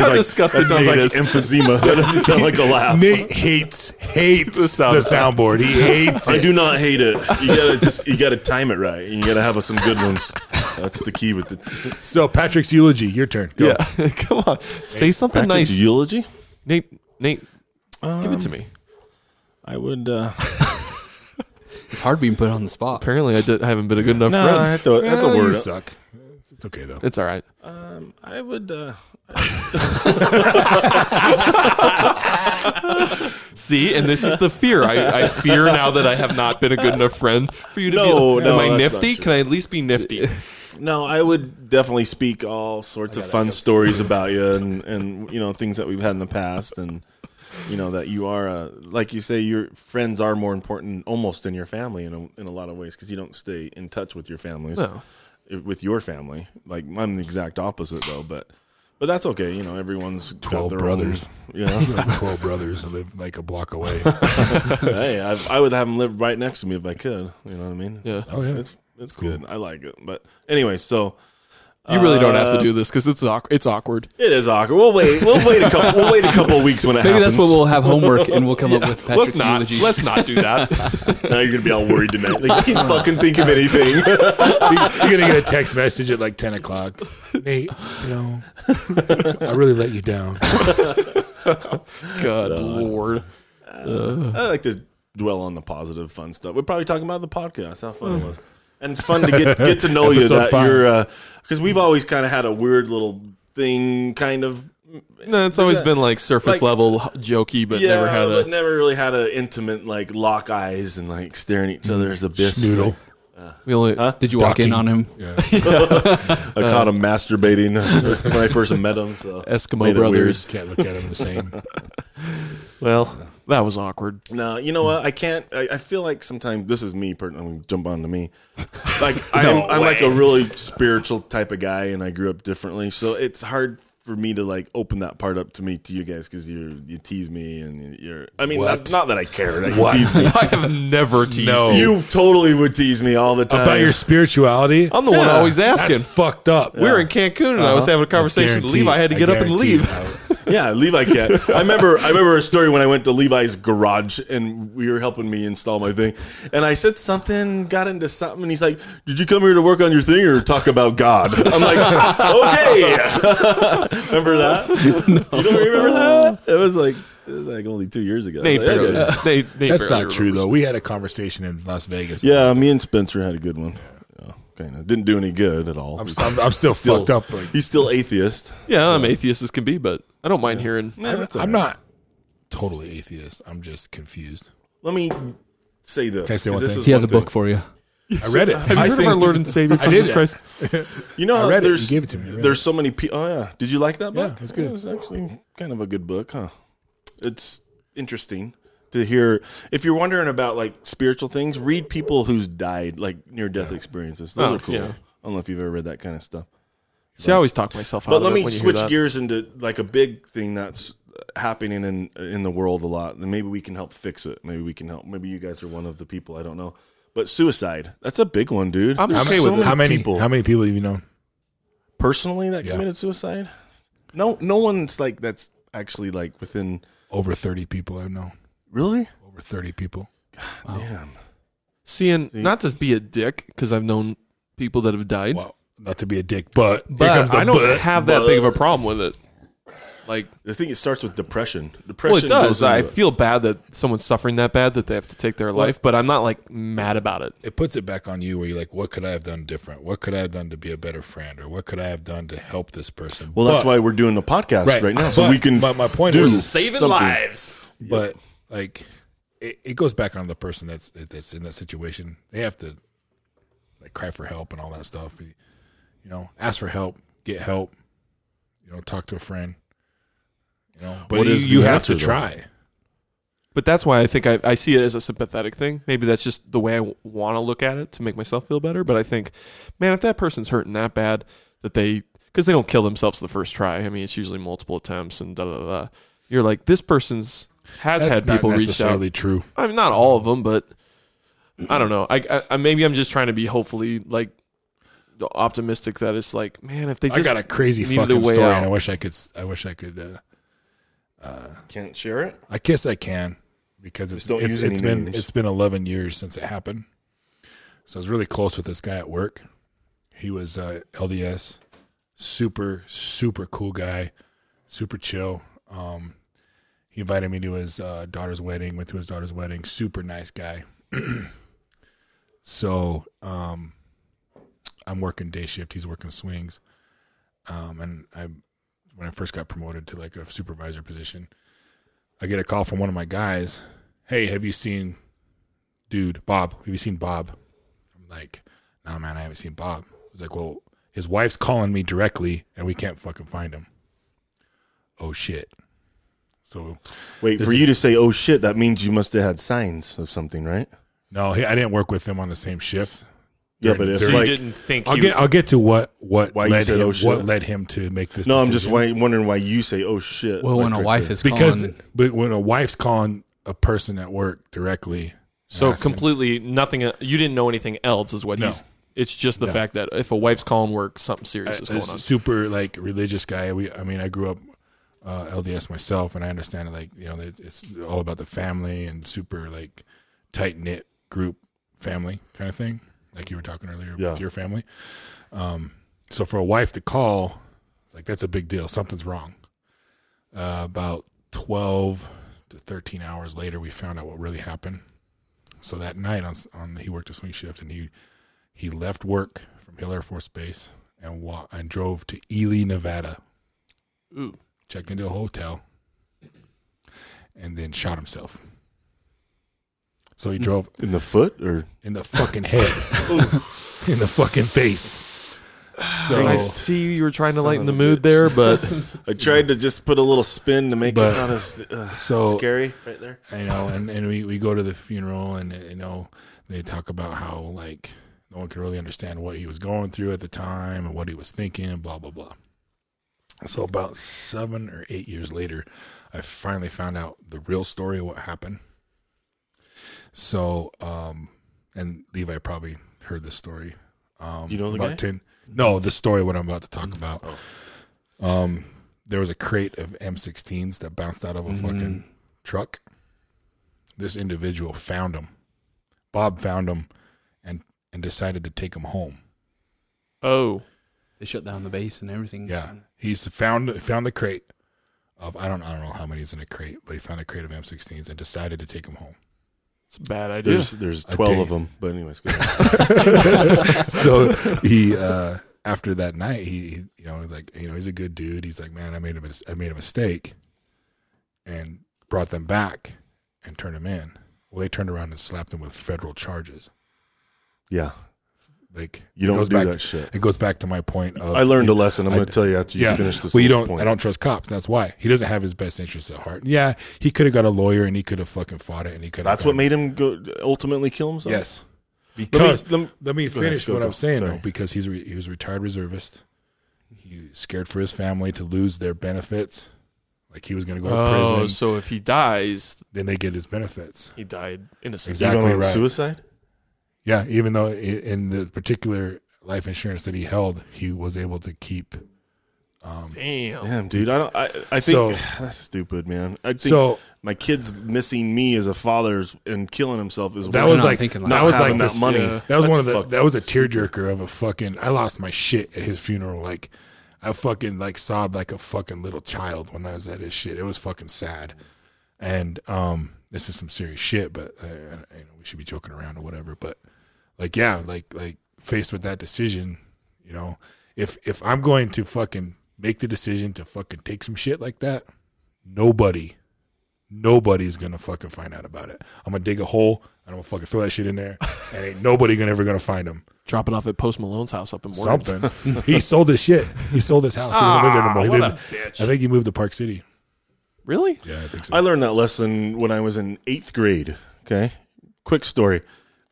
Speaker 1: how
Speaker 2: like-
Speaker 1: disgusted
Speaker 2: That sounds
Speaker 1: Nate
Speaker 2: like
Speaker 1: is.
Speaker 2: emphysema. That doesn't sound like a laugh.
Speaker 3: Nate hates hates the,
Speaker 1: sound-
Speaker 3: soundboard. He hates
Speaker 2: I
Speaker 3: it.
Speaker 2: do not hate it. You gotta just you gotta time it right, and you gotta have some good ones. That's the key with the
Speaker 3: So Patrick's eulogy. Your turn. Go.
Speaker 1: Yeah, come on. Say something
Speaker 2: Patrick's
Speaker 1: nice,
Speaker 2: eulogy.
Speaker 1: Nate. Nate, give it to me.
Speaker 2: I would. Uh,
Speaker 4: It's hard being put on the spot.
Speaker 1: Apparently, I, did, I haven't been a good enough
Speaker 2: no, I
Speaker 1: friend.
Speaker 2: have to, I have to
Speaker 3: Well, Oh, you
Speaker 2: word it.
Speaker 3: suck. It's okay though.
Speaker 1: It's all right.
Speaker 2: Um, I would. Uh,
Speaker 1: See, and this is the fear. I, I fear now that I have not been a good enough friend for you to
Speaker 2: No,
Speaker 1: be.
Speaker 2: no,
Speaker 1: am I
Speaker 2: that's not
Speaker 1: nifty?
Speaker 2: true.
Speaker 1: Can I at least be nifty?
Speaker 2: No, I would definitely speak all sorts of fun stories about you and, and you know things that we've had in the past and you know that you are uh like you say your friends are more important almost than your family in a, in a lot of ways because you don't stay in touch with your families
Speaker 1: No.
Speaker 2: with your family like I'm the exact opposite though but but that's okay you know everyone's got
Speaker 3: Twelve
Speaker 2: their
Speaker 3: brothers.
Speaker 2: own, you know
Speaker 3: You have Twelve brothers who live like a block away.
Speaker 2: hey I've, I would have them live right next to me if I could you know what I mean
Speaker 1: Yeah.
Speaker 3: Oh yeah.
Speaker 2: it's it's good I like it but anyway so
Speaker 1: You really don't have
Speaker 2: uh,
Speaker 1: to do this because it's awkward. It's awkward.
Speaker 2: It is awkward. We'll wait. We'll wait a couple. We'll wait a couple of weeks when it
Speaker 4: Maybe
Speaker 2: happens.
Speaker 4: that's what we'll have homework, and we'll come up with
Speaker 1: Let's
Speaker 4: Patrick's
Speaker 1: not.
Speaker 4: eulogy.
Speaker 1: Let's not do that.
Speaker 2: now you're gonna be all worried tonight. Like, you can't fucking think of anything.
Speaker 3: You're gonna get a text message at like ten o'clock. Nate, you know, I really let you down.
Speaker 1: God uh, lord.
Speaker 2: I like to dwell on the positive, fun stuff. We're probably talking about the podcast. How fun it was, and it's fun to get get to know you.
Speaker 3: Episode
Speaker 2: That uh,
Speaker 3: five.
Speaker 2: you're because we've always kind of had a weird little thing, kind of
Speaker 1: No, it's always
Speaker 2: that-
Speaker 1: been like surface
Speaker 2: like-
Speaker 1: level h- jokey, but
Speaker 2: yeah,
Speaker 1: never had
Speaker 2: but
Speaker 1: a.
Speaker 2: never really had an intimate like lock eyes and like staring at each
Speaker 1: Mm,
Speaker 2: other's abyss.
Speaker 3: Schnoodle.
Speaker 4: We only, Did you walk in
Speaker 3: Docking.
Speaker 4: on him?
Speaker 2: I caught him masturbating when I first met him. So
Speaker 1: Uh, Eskimo
Speaker 2: Made it weird.
Speaker 1: brothers.
Speaker 3: Can't look at him the same.
Speaker 1: Well, that was awkward.
Speaker 2: No, you
Speaker 3: Hmm.
Speaker 2: know what? I can't. I, I feel like sometimes this is me. per- I'm gonna jump on to me. Like I'm, I'm like a really spiritual type of guy, and I grew up differently, so it's hard for me to like open that part up to me to you guys because you you tease me and you're. I mean, not,
Speaker 3: What?
Speaker 2: not that I care. That you, tease me.
Speaker 1: I have never teased
Speaker 3: No.
Speaker 1: you.
Speaker 2: you totally would tease me all the time
Speaker 3: About your spirituality?
Speaker 1: I'm the one always asking.
Speaker 3: That's fucked up.
Speaker 1: we were in Cancun and I was having a conversation with Levi. Uh-huh. I had to get up and leave.
Speaker 2: Yeah, Levi cat. I remember. I remember a story when I went to Levi's garage and we were helping me install my thing, and I said something, got into something, and he's like, "Did you come here to work on your thing or talk about God?" I'm like, "Okay." remember that? You don't remember that? It was like it was like only two years ago.
Speaker 1: Nate
Speaker 2: Yeah,
Speaker 1: barely,
Speaker 2: yeah.
Speaker 1: Nate, Nate
Speaker 3: That's
Speaker 1: barely
Speaker 3: not true,
Speaker 1: remembers.
Speaker 3: though. We had a conversation in Las Vegas.
Speaker 2: yeah, me and Spencer had a good one. Yeah, kind of didn't do any good at all.
Speaker 3: I'm, I'm, I'm still,
Speaker 2: Still-
Speaker 3: fucked up. Like,
Speaker 2: He's still atheist.
Speaker 1: Yeah, I'm atheist as can be, but I don't mind hearing.
Speaker 3: I'm, I'm not totally atheist. I'm just confused.
Speaker 2: Let me say this.
Speaker 3: Can I say
Speaker 2: 'cause
Speaker 3: one
Speaker 2: this
Speaker 3: thing?
Speaker 2: is
Speaker 4: He has a
Speaker 2: thing.
Speaker 4: book for you.
Speaker 3: I read it.
Speaker 1: Have you heard of our Lord and Savior
Speaker 3: did
Speaker 1: Jesus
Speaker 3: it.
Speaker 1: Christ?
Speaker 2: You know,
Speaker 3: I
Speaker 2: how
Speaker 3: read it.
Speaker 2: there's,
Speaker 3: You gave it to me. I read
Speaker 2: There's so many people. Oh yeah, did you like that
Speaker 3: Yeah,
Speaker 2: book?
Speaker 3: it's good.
Speaker 2: it was actually kind of a good book, huh? It's interesting to hear. If you're wondering about like spiritual things, read people who's died, like near death experiences. Those
Speaker 1: Oh,
Speaker 2: are cool.
Speaker 1: yeah.
Speaker 2: I don't know if you've ever read that kind of stuff.
Speaker 1: See, I always talk myself out.
Speaker 2: But
Speaker 1: of
Speaker 2: let
Speaker 1: it
Speaker 2: me
Speaker 1: when you hear
Speaker 2: switch
Speaker 1: that.
Speaker 2: gears into like a big thing that's happening in in the world a lot, and maybe we can help fix it. Maybe we can help. Maybe you guys are one of the people. I don't know. But suicide, that's a big one, dude.
Speaker 1: I'm
Speaker 2: There's
Speaker 1: okay
Speaker 2: so
Speaker 1: with it.
Speaker 3: How many
Speaker 2: people.
Speaker 3: How many people have you known?
Speaker 2: personally that
Speaker 3: Yeah.
Speaker 2: committed suicide? No, no one's like that's actually like within.
Speaker 3: Over thirty people I've known.
Speaker 2: Really?
Speaker 3: Over thirty people.
Speaker 2: Damn.
Speaker 1: Seeing, not to be a dick, because I've known people that have died,
Speaker 3: Well, not to be a dick, but, here
Speaker 1: but
Speaker 3: comes the
Speaker 1: I don't
Speaker 3: but.
Speaker 1: have that big of a problem with it. Like,
Speaker 2: The thing it starts with depression. Depression.
Speaker 1: well, it does.
Speaker 2: goes into
Speaker 1: I
Speaker 2: it.
Speaker 1: feel bad that someone's suffering that bad that they have to take their life, but I'm not like mad about it.
Speaker 3: It puts it back on you, where you're like, "What could I have done different? What could I have done to be a better friend, or what could I have done to help this person?"
Speaker 2: Well, that's
Speaker 3: But-
Speaker 2: why we're doing the podcast right,
Speaker 3: Right.
Speaker 2: now, so
Speaker 3: But-
Speaker 2: we can.
Speaker 3: but my point
Speaker 2: do
Speaker 3: is-
Speaker 1: Saving
Speaker 2: something.
Speaker 1: lives.
Speaker 3: but like it, it goes back on the person that's that's in that situation they have to like cry for help and all that stuff you know ask for help get help you know talk to a friend you know but
Speaker 2: What
Speaker 3: you,
Speaker 2: is the
Speaker 3: you have
Speaker 2: answer,
Speaker 3: to
Speaker 2: though?
Speaker 3: try
Speaker 1: But that's why I think I, I see it as a sympathetic thing. Maybe that's just the way I want to look at it to make myself feel better. But I think, man, if that person's hurting that bad that they, because they don't kill themselves the first try. I mean, it's usually multiple attempts and da da da. You're like, this person's has
Speaker 3: that's
Speaker 1: had people
Speaker 3: not
Speaker 1: reach out.
Speaker 3: necessarily true
Speaker 1: I mean, not all of them, but I don't know. I, I, I maybe I'm just trying to be hopefully like optimistic that it's like, man, if they just
Speaker 3: i got a crazy
Speaker 1: needed a
Speaker 3: fucking
Speaker 1: way
Speaker 3: story
Speaker 1: out.
Speaker 3: and i wish i could s- i wish i could uh,
Speaker 2: Can't share it.
Speaker 3: I guess I can because it's
Speaker 2: Just don't
Speaker 3: it's,
Speaker 2: use any
Speaker 3: it's been
Speaker 2: names.
Speaker 3: it's been 11 years since it happened. So I was really close with this guy at work. He was uh, LDS, super super cool guy, super chill. Um, he invited me to his uh, daughter's wedding. Went to his daughter's wedding. Super nice guy. so um, I'm working day shift. He's working swings. Um, and I when I first got promoted to like a supervisor position. I get a call from one of my guys. Hey, have you seen dude Bob? Have you seen Bob? I'm like, nah, man, I haven't seen Bob. He's like, well, his wife's calling me directly, and we can't fucking find him. Oh shit. So
Speaker 2: Wait for you to say, "Oh shit!" That means you must have had signs of something, right?
Speaker 3: no, he, I didn't work with him on the same shift.
Speaker 2: Yeah, but if
Speaker 3: So you
Speaker 2: like,
Speaker 1: think
Speaker 3: I'll get I'll get to what what
Speaker 2: Why you
Speaker 3: led
Speaker 2: said,
Speaker 3: him,
Speaker 2: "Oh, shit."
Speaker 3: what led him to make this.
Speaker 2: no, I'm just
Speaker 3: decision.
Speaker 2: wa- wondering why you say, "Oh shit."
Speaker 4: Well,
Speaker 2: like uh,
Speaker 4: when a
Speaker 2: right
Speaker 4: wife
Speaker 2: there.
Speaker 4: is
Speaker 3: because
Speaker 4: calling,
Speaker 3: but when a wife's calling a person at work directly,
Speaker 1: So
Speaker 3: asking-
Speaker 1: completely nothing. You didn't know anything else, is what
Speaker 3: No.
Speaker 1: he's. It's just the
Speaker 3: No.
Speaker 1: fact that if a wife's calling work, something serious Uh, is
Speaker 3: I-
Speaker 1: going
Speaker 3: this
Speaker 1: on.
Speaker 3: Super like religious guy. We, I mean, I grew up uh, LDS myself, and I understand like you know that it's all about the family and super like tight knit group family kind of thing. Like you were talking earlier
Speaker 2: Yeah.
Speaker 3: with your family. Um, so for a wife to call, it's like that's a big deal. Something's wrong. Uh, about twelve to thirteen hours later, we found out what really happened. So that night on on he worked a swing shift and he he left work from Hill Air Force Base and wa- and drove to Ely, Nevada.
Speaker 1: Ooh.
Speaker 3: checked into a hotel, and then shot himself. So he drove
Speaker 2: In the foot or
Speaker 3: in the fucking head, in the fucking face. So
Speaker 1: I see you were trying to lighten the mood there, but
Speaker 2: I tried to just put a little spin to make
Speaker 3: But-
Speaker 2: it not as uh,
Speaker 3: so
Speaker 2: scary right there.
Speaker 3: you know, and, and we, we go to the funeral and you know, they talk about how like no one could really understand what he was going through at the time and what he was thinking, blah blah blah. So about seven or eight years later, I finally found out the real story of what happened. So, um, and Levi probably heard this story. Um,
Speaker 2: You know the
Speaker 3: about
Speaker 2: guy? Mm-hmm. Oh.
Speaker 3: ten- no, the story what I'm about to talk about. Um, there was a crate of M16s that bounced out of
Speaker 2: Mm-hmm.
Speaker 3: a fucking truck. This individual found them. Bob found them, and and decided to take them home.
Speaker 1: oh,
Speaker 4: They shut down the base and everything.
Speaker 3: Yeah,
Speaker 2: Mm-hmm.
Speaker 3: he's found found the crate of I don't I don't know how many is in a crate, but he found a crate of M16s and decided to take them home.
Speaker 1: it's a bad idea.
Speaker 2: There's there's
Speaker 3: A
Speaker 2: twelve
Speaker 3: day.
Speaker 2: of them, but anyways, go ahead.
Speaker 3: so he uh after that night he he- you know he's like you know he's a good dude he's like man i made a mis- i made a mistake and brought them back and turned them in well they turned around and slapped him with federal charges
Speaker 2: yeah,
Speaker 3: like
Speaker 2: you
Speaker 3: it
Speaker 2: don't
Speaker 3: goes
Speaker 2: do
Speaker 3: back
Speaker 2: that
Speaker 3: to,
Speaker 2: shit.
Speaker 3: it goes back to my point of
Speaker 2: I learned a lesson. I'm
Speaker 3: I-
Speaker 2: going to tell you after you
Speaker 3: yeah.
Speaker 2: finish this.
Speaker 3: well, you
Speaker 2: last
Speaker 3: don't.
Speaker 2: Point.
Speaker 3: I don't trust cops. That's why he doesn't have his best interests at heart. Yeah, he could have got a lawyer and he could have fucking fought it and he could.
Speaker 2: That's what made him go ultimately kill himself.
Speaker 3: Yes,
Speaker 2: Let me-
Speaker 3: because
Speaker 2: let me-
Speaker 3: Let me
Speaker 2: Go ahead,
Speaker 3: finish
Speaker 2: go,
Speaker 3: what
Speaker 2: go.
Speaker 3: I'm saying
Speaker 2: Sorry.
Speaker 3: though, because he's re- he was a retired reservist. He was scared for his family to lose their benefits, like he was going to go to
Speaker 1: Oh,
Speaker 3: prison.
Speaker 1: so if he dies,
Speaker 3: Then they get his benefits.
Speaker 1: he died innocently.
Speaker 3: Exactly.
Speaker 2: you going
Speaker 3: right.
Speaker 2: Suicide.
Speaker 3: Yeah, even though i- in the particular life insurance that he held, he was able to keep.
Speaker 1: Damn.
Speaker 2: Damn, dude. I don't. I, I think
Speaker 3: So-
Speaker 2: that's stupid, man. I think
Speaker 3: So
Speaker 2: my kid's missing me as a father's and killing himself is
Speaker 3: that
Speaker 2: one-
Speaker 3: was
Speaker 4: not
Speaker 3: like
Speaker 4: thinking like
Speaker 3: that
Speaker 2: not
Speaker 3: was
Speaker 2: having
Speaker 3: like
Speaker 2: that
Speaker 3: this,
Speaker 2: money.
Speaker 1: yeah.
Speaker 3: That was
Speaker 2: That's
Speaker 3: one of the
Speaker 2: fucked
Speaker 3: that was a tearjerker of a fucking. I lost my shit at his funeral. Like I fucking like sobbed like a fucking little child when I was at his shit. It was fucking sad. And um, this is some serious shit, but uh, you know, we should be joking around or whatever. But like, yeah, like like faced with that decision, you know, if if I'm going to fucking make the decision to fucking take some shit like that, nobody nobody's gonna fucking find out about it. I'm gonna dig a hole and I'm gonna fucking throw that shit in there, and ain't nobody gonna ever gonna find him.
Speaker 1: Dropping off at Post Malone's house up in Morgan.
Speaker 3: Something. he sold his shit. He sold his house. He doesn't live there no more.
Speaker 2: Ah,
Speaker 3: He
Speaker 1: what
Speaker 3: lives- I think he moved to Park City.
Speaker 1: Really?
Speaker 3: Yeah, I think so.
Speaker 2: I learned that lesson when I was in eighth grade. Okay, quick story.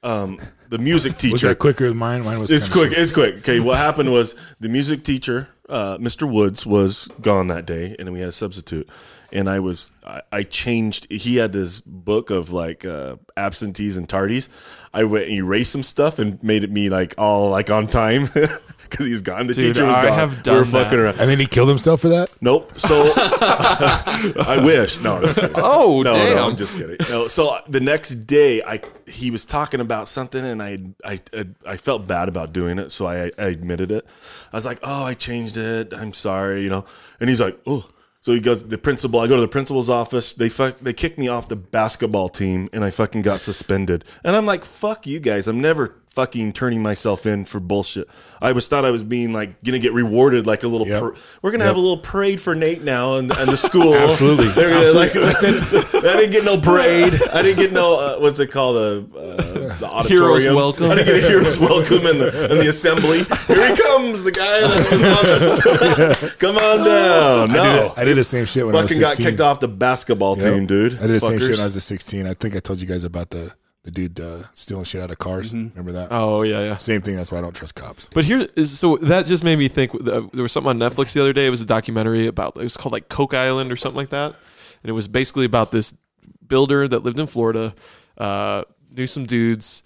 Speaker 2: Um, the music
Speaker 3: was
Speaker 2: teacher.
Speaker 3: that quicker than mine? Mine was.
Speaker 2: It's
Speaker 3: kinda
Speaker 2: quick.
Speaker 3: short.
Speaker 2: It's quick. Okay, what happened was the music teacher, uh, Mr. Woods, was gone that day, and we had a substitute. And I was, I, I changed. He had this book of like uh, absentees and tardies. I went and erased some stuff and made it me like all like on time because he's gone. The
Speaker 1: Dude,
Speaker 2: teacher was
Speaker 1: I
Speaker 2: gone.
Speaker 1: have
Speaker 2: we were
Speaker 1: done that.
Speaker 2: fucking around.
Speaker 3: And then he killed himself for that.
Speaker 2: Nope. So I wish. No. Just kidding.
Speaker 1: Oh,
Speaker 2: no,
Speaker 1: damn.
Speaker 2: no, I'm just kidding. No, so uh, the next day, I he was talking about something, and I I I, I felt bad about doing it, so I, I admitted it. I was like, "Oh, I changed it. I'm sorry," you know. And he's like, "Oh." So he goes the principal. I go to the principal's office. They fuck. They kick me off the basketball team, and I fucking got suspended. And I'm like, "Fuck you guys! I'm never fucking turning myself in for bullshit." I was thought I was being like gonna get rewarded like a little.
Speaker 3: Yep.
Speaker 2: par- We're gonna have a little parade for Nate now, and, and the school.
Speaker 3: Absolutely.
Speaker 2: They're gonna, like, I didn't get no parade. I didn't get no uh, what's it called uh, uh, the auditorium.
Speaker 1: Heroes welcome.
Speaker 2: I didn't get a heroes welcome in the in the assembly. Here he comes, the guy that was on this. Come on down.
Speaker 3: Oh. I did
Speaker 2: No,
Speaker 3: it- I did the same shit when I was
Speaker 2: fucking got
Speaker 3: 16.
Speaker 2: kicked off the basketball
Speaker 3: Yep.
Speaker 2: team, dude.
Speaker 3: I did the same shit
Speaker 2: Fuckers.
Speaker 3: when I was 16. I think I told you guys about the the dude uh, stealing shit out of cars.
Speaker 2: Mm-hmm.
Speaker 3: Remember that?
Speaker 1: Oh, yeah, yeah.
Speaker 3: Same thing. That's why I don't trust cops.
Speaker 1: But here is so that just made me think. uh, There was something on Netflix the other day. It was a documentary about it was called like Coke Island or something like that, and it was basically about this builder that lived in Florida, uh, knew some dudes.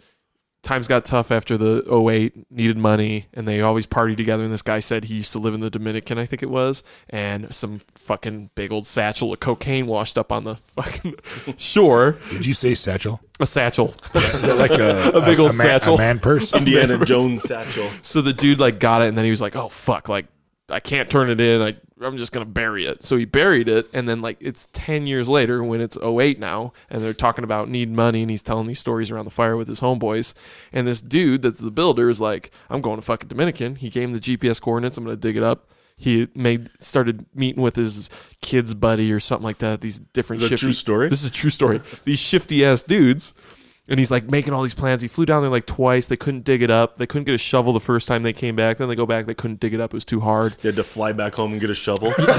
Speaker 1: Times got tough after the 08, needed money, and they always partied together. And this guy said he used to live in the Dominican, I think it was, and some fucking big old satchel of cocaine washed up on the fucking shore.
Speaker 3: Did you say satchel?
Speaker 1: A satchel.
Speaker 3: Is that like a,
Speaker 1: A big old
Speaker 3: man,
Speaker 1: satchel.
Speaker 3: a man purse?
Speaker 2: Indiana Jones satchel.
Speaker 1: So the dude like got it, and then he was like, "Oh fuck! Like I can't turn it in. I I'm just gonna bury it." So he buried it, and then like it's ten years later when it's 08 now, and they're talking about need money, and he's telling these stories around the fire with his homeboys, and this dude that's the builder is like, "I'm going to fucking Dominican." He gave him the GPS coordinates. I'm gonna dig it up. he made started meeting with his kid's buddy or something like that. These different
Speaker 2: Is that a
Speaker 1: shifty,
Speaker 2: true story?
Speaker 1: This is a true story. These shifty ass dudes. And he's like making all these plans. He flew down there like twice. They couldn't dig it up. They couldn't get a shovel the first time they came back. Then they go back. They couldn't dig it up. It was too hard.
Speaker 2: You had to fly back home and get a shovel.
Speaker 1: Damn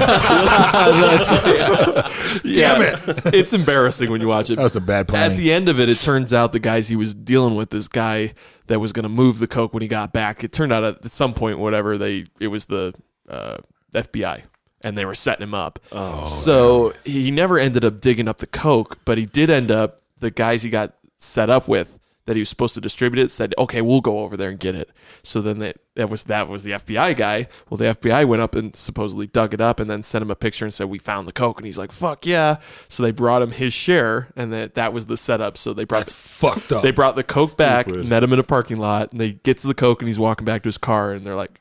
Speaker 1: it! it's embarrassing when you watch it.
Speaker 3: That was a bad
Speaker 1: At
Speaker 3: planning.
Speaker 1: the end of it, it turns out the guys he was dealing with, this guy that was going to move the coke when he got back, it turned out at some point, whatever they, it was the uh, FBI, and they were setting him up. Oh, so he never ended up digging up the coke, but he did end up the guys he got set up with that he was supposed to distribute it said, "Okay, we'll go over there and get it." So then they, that was that was the FBI guy. Well, the FBI went up and supposedly dug it up and then sent him a picture and said, "We found the coke." And he's like, "Fuck yeah!" So they brought him his share, and that that was the setup. So they brought
Speaker 3: That's fucked up.
Speaker 1: they brought the coke back, met him in a parking lot, and they get to the coke, and he's walking back to his car, and they're like,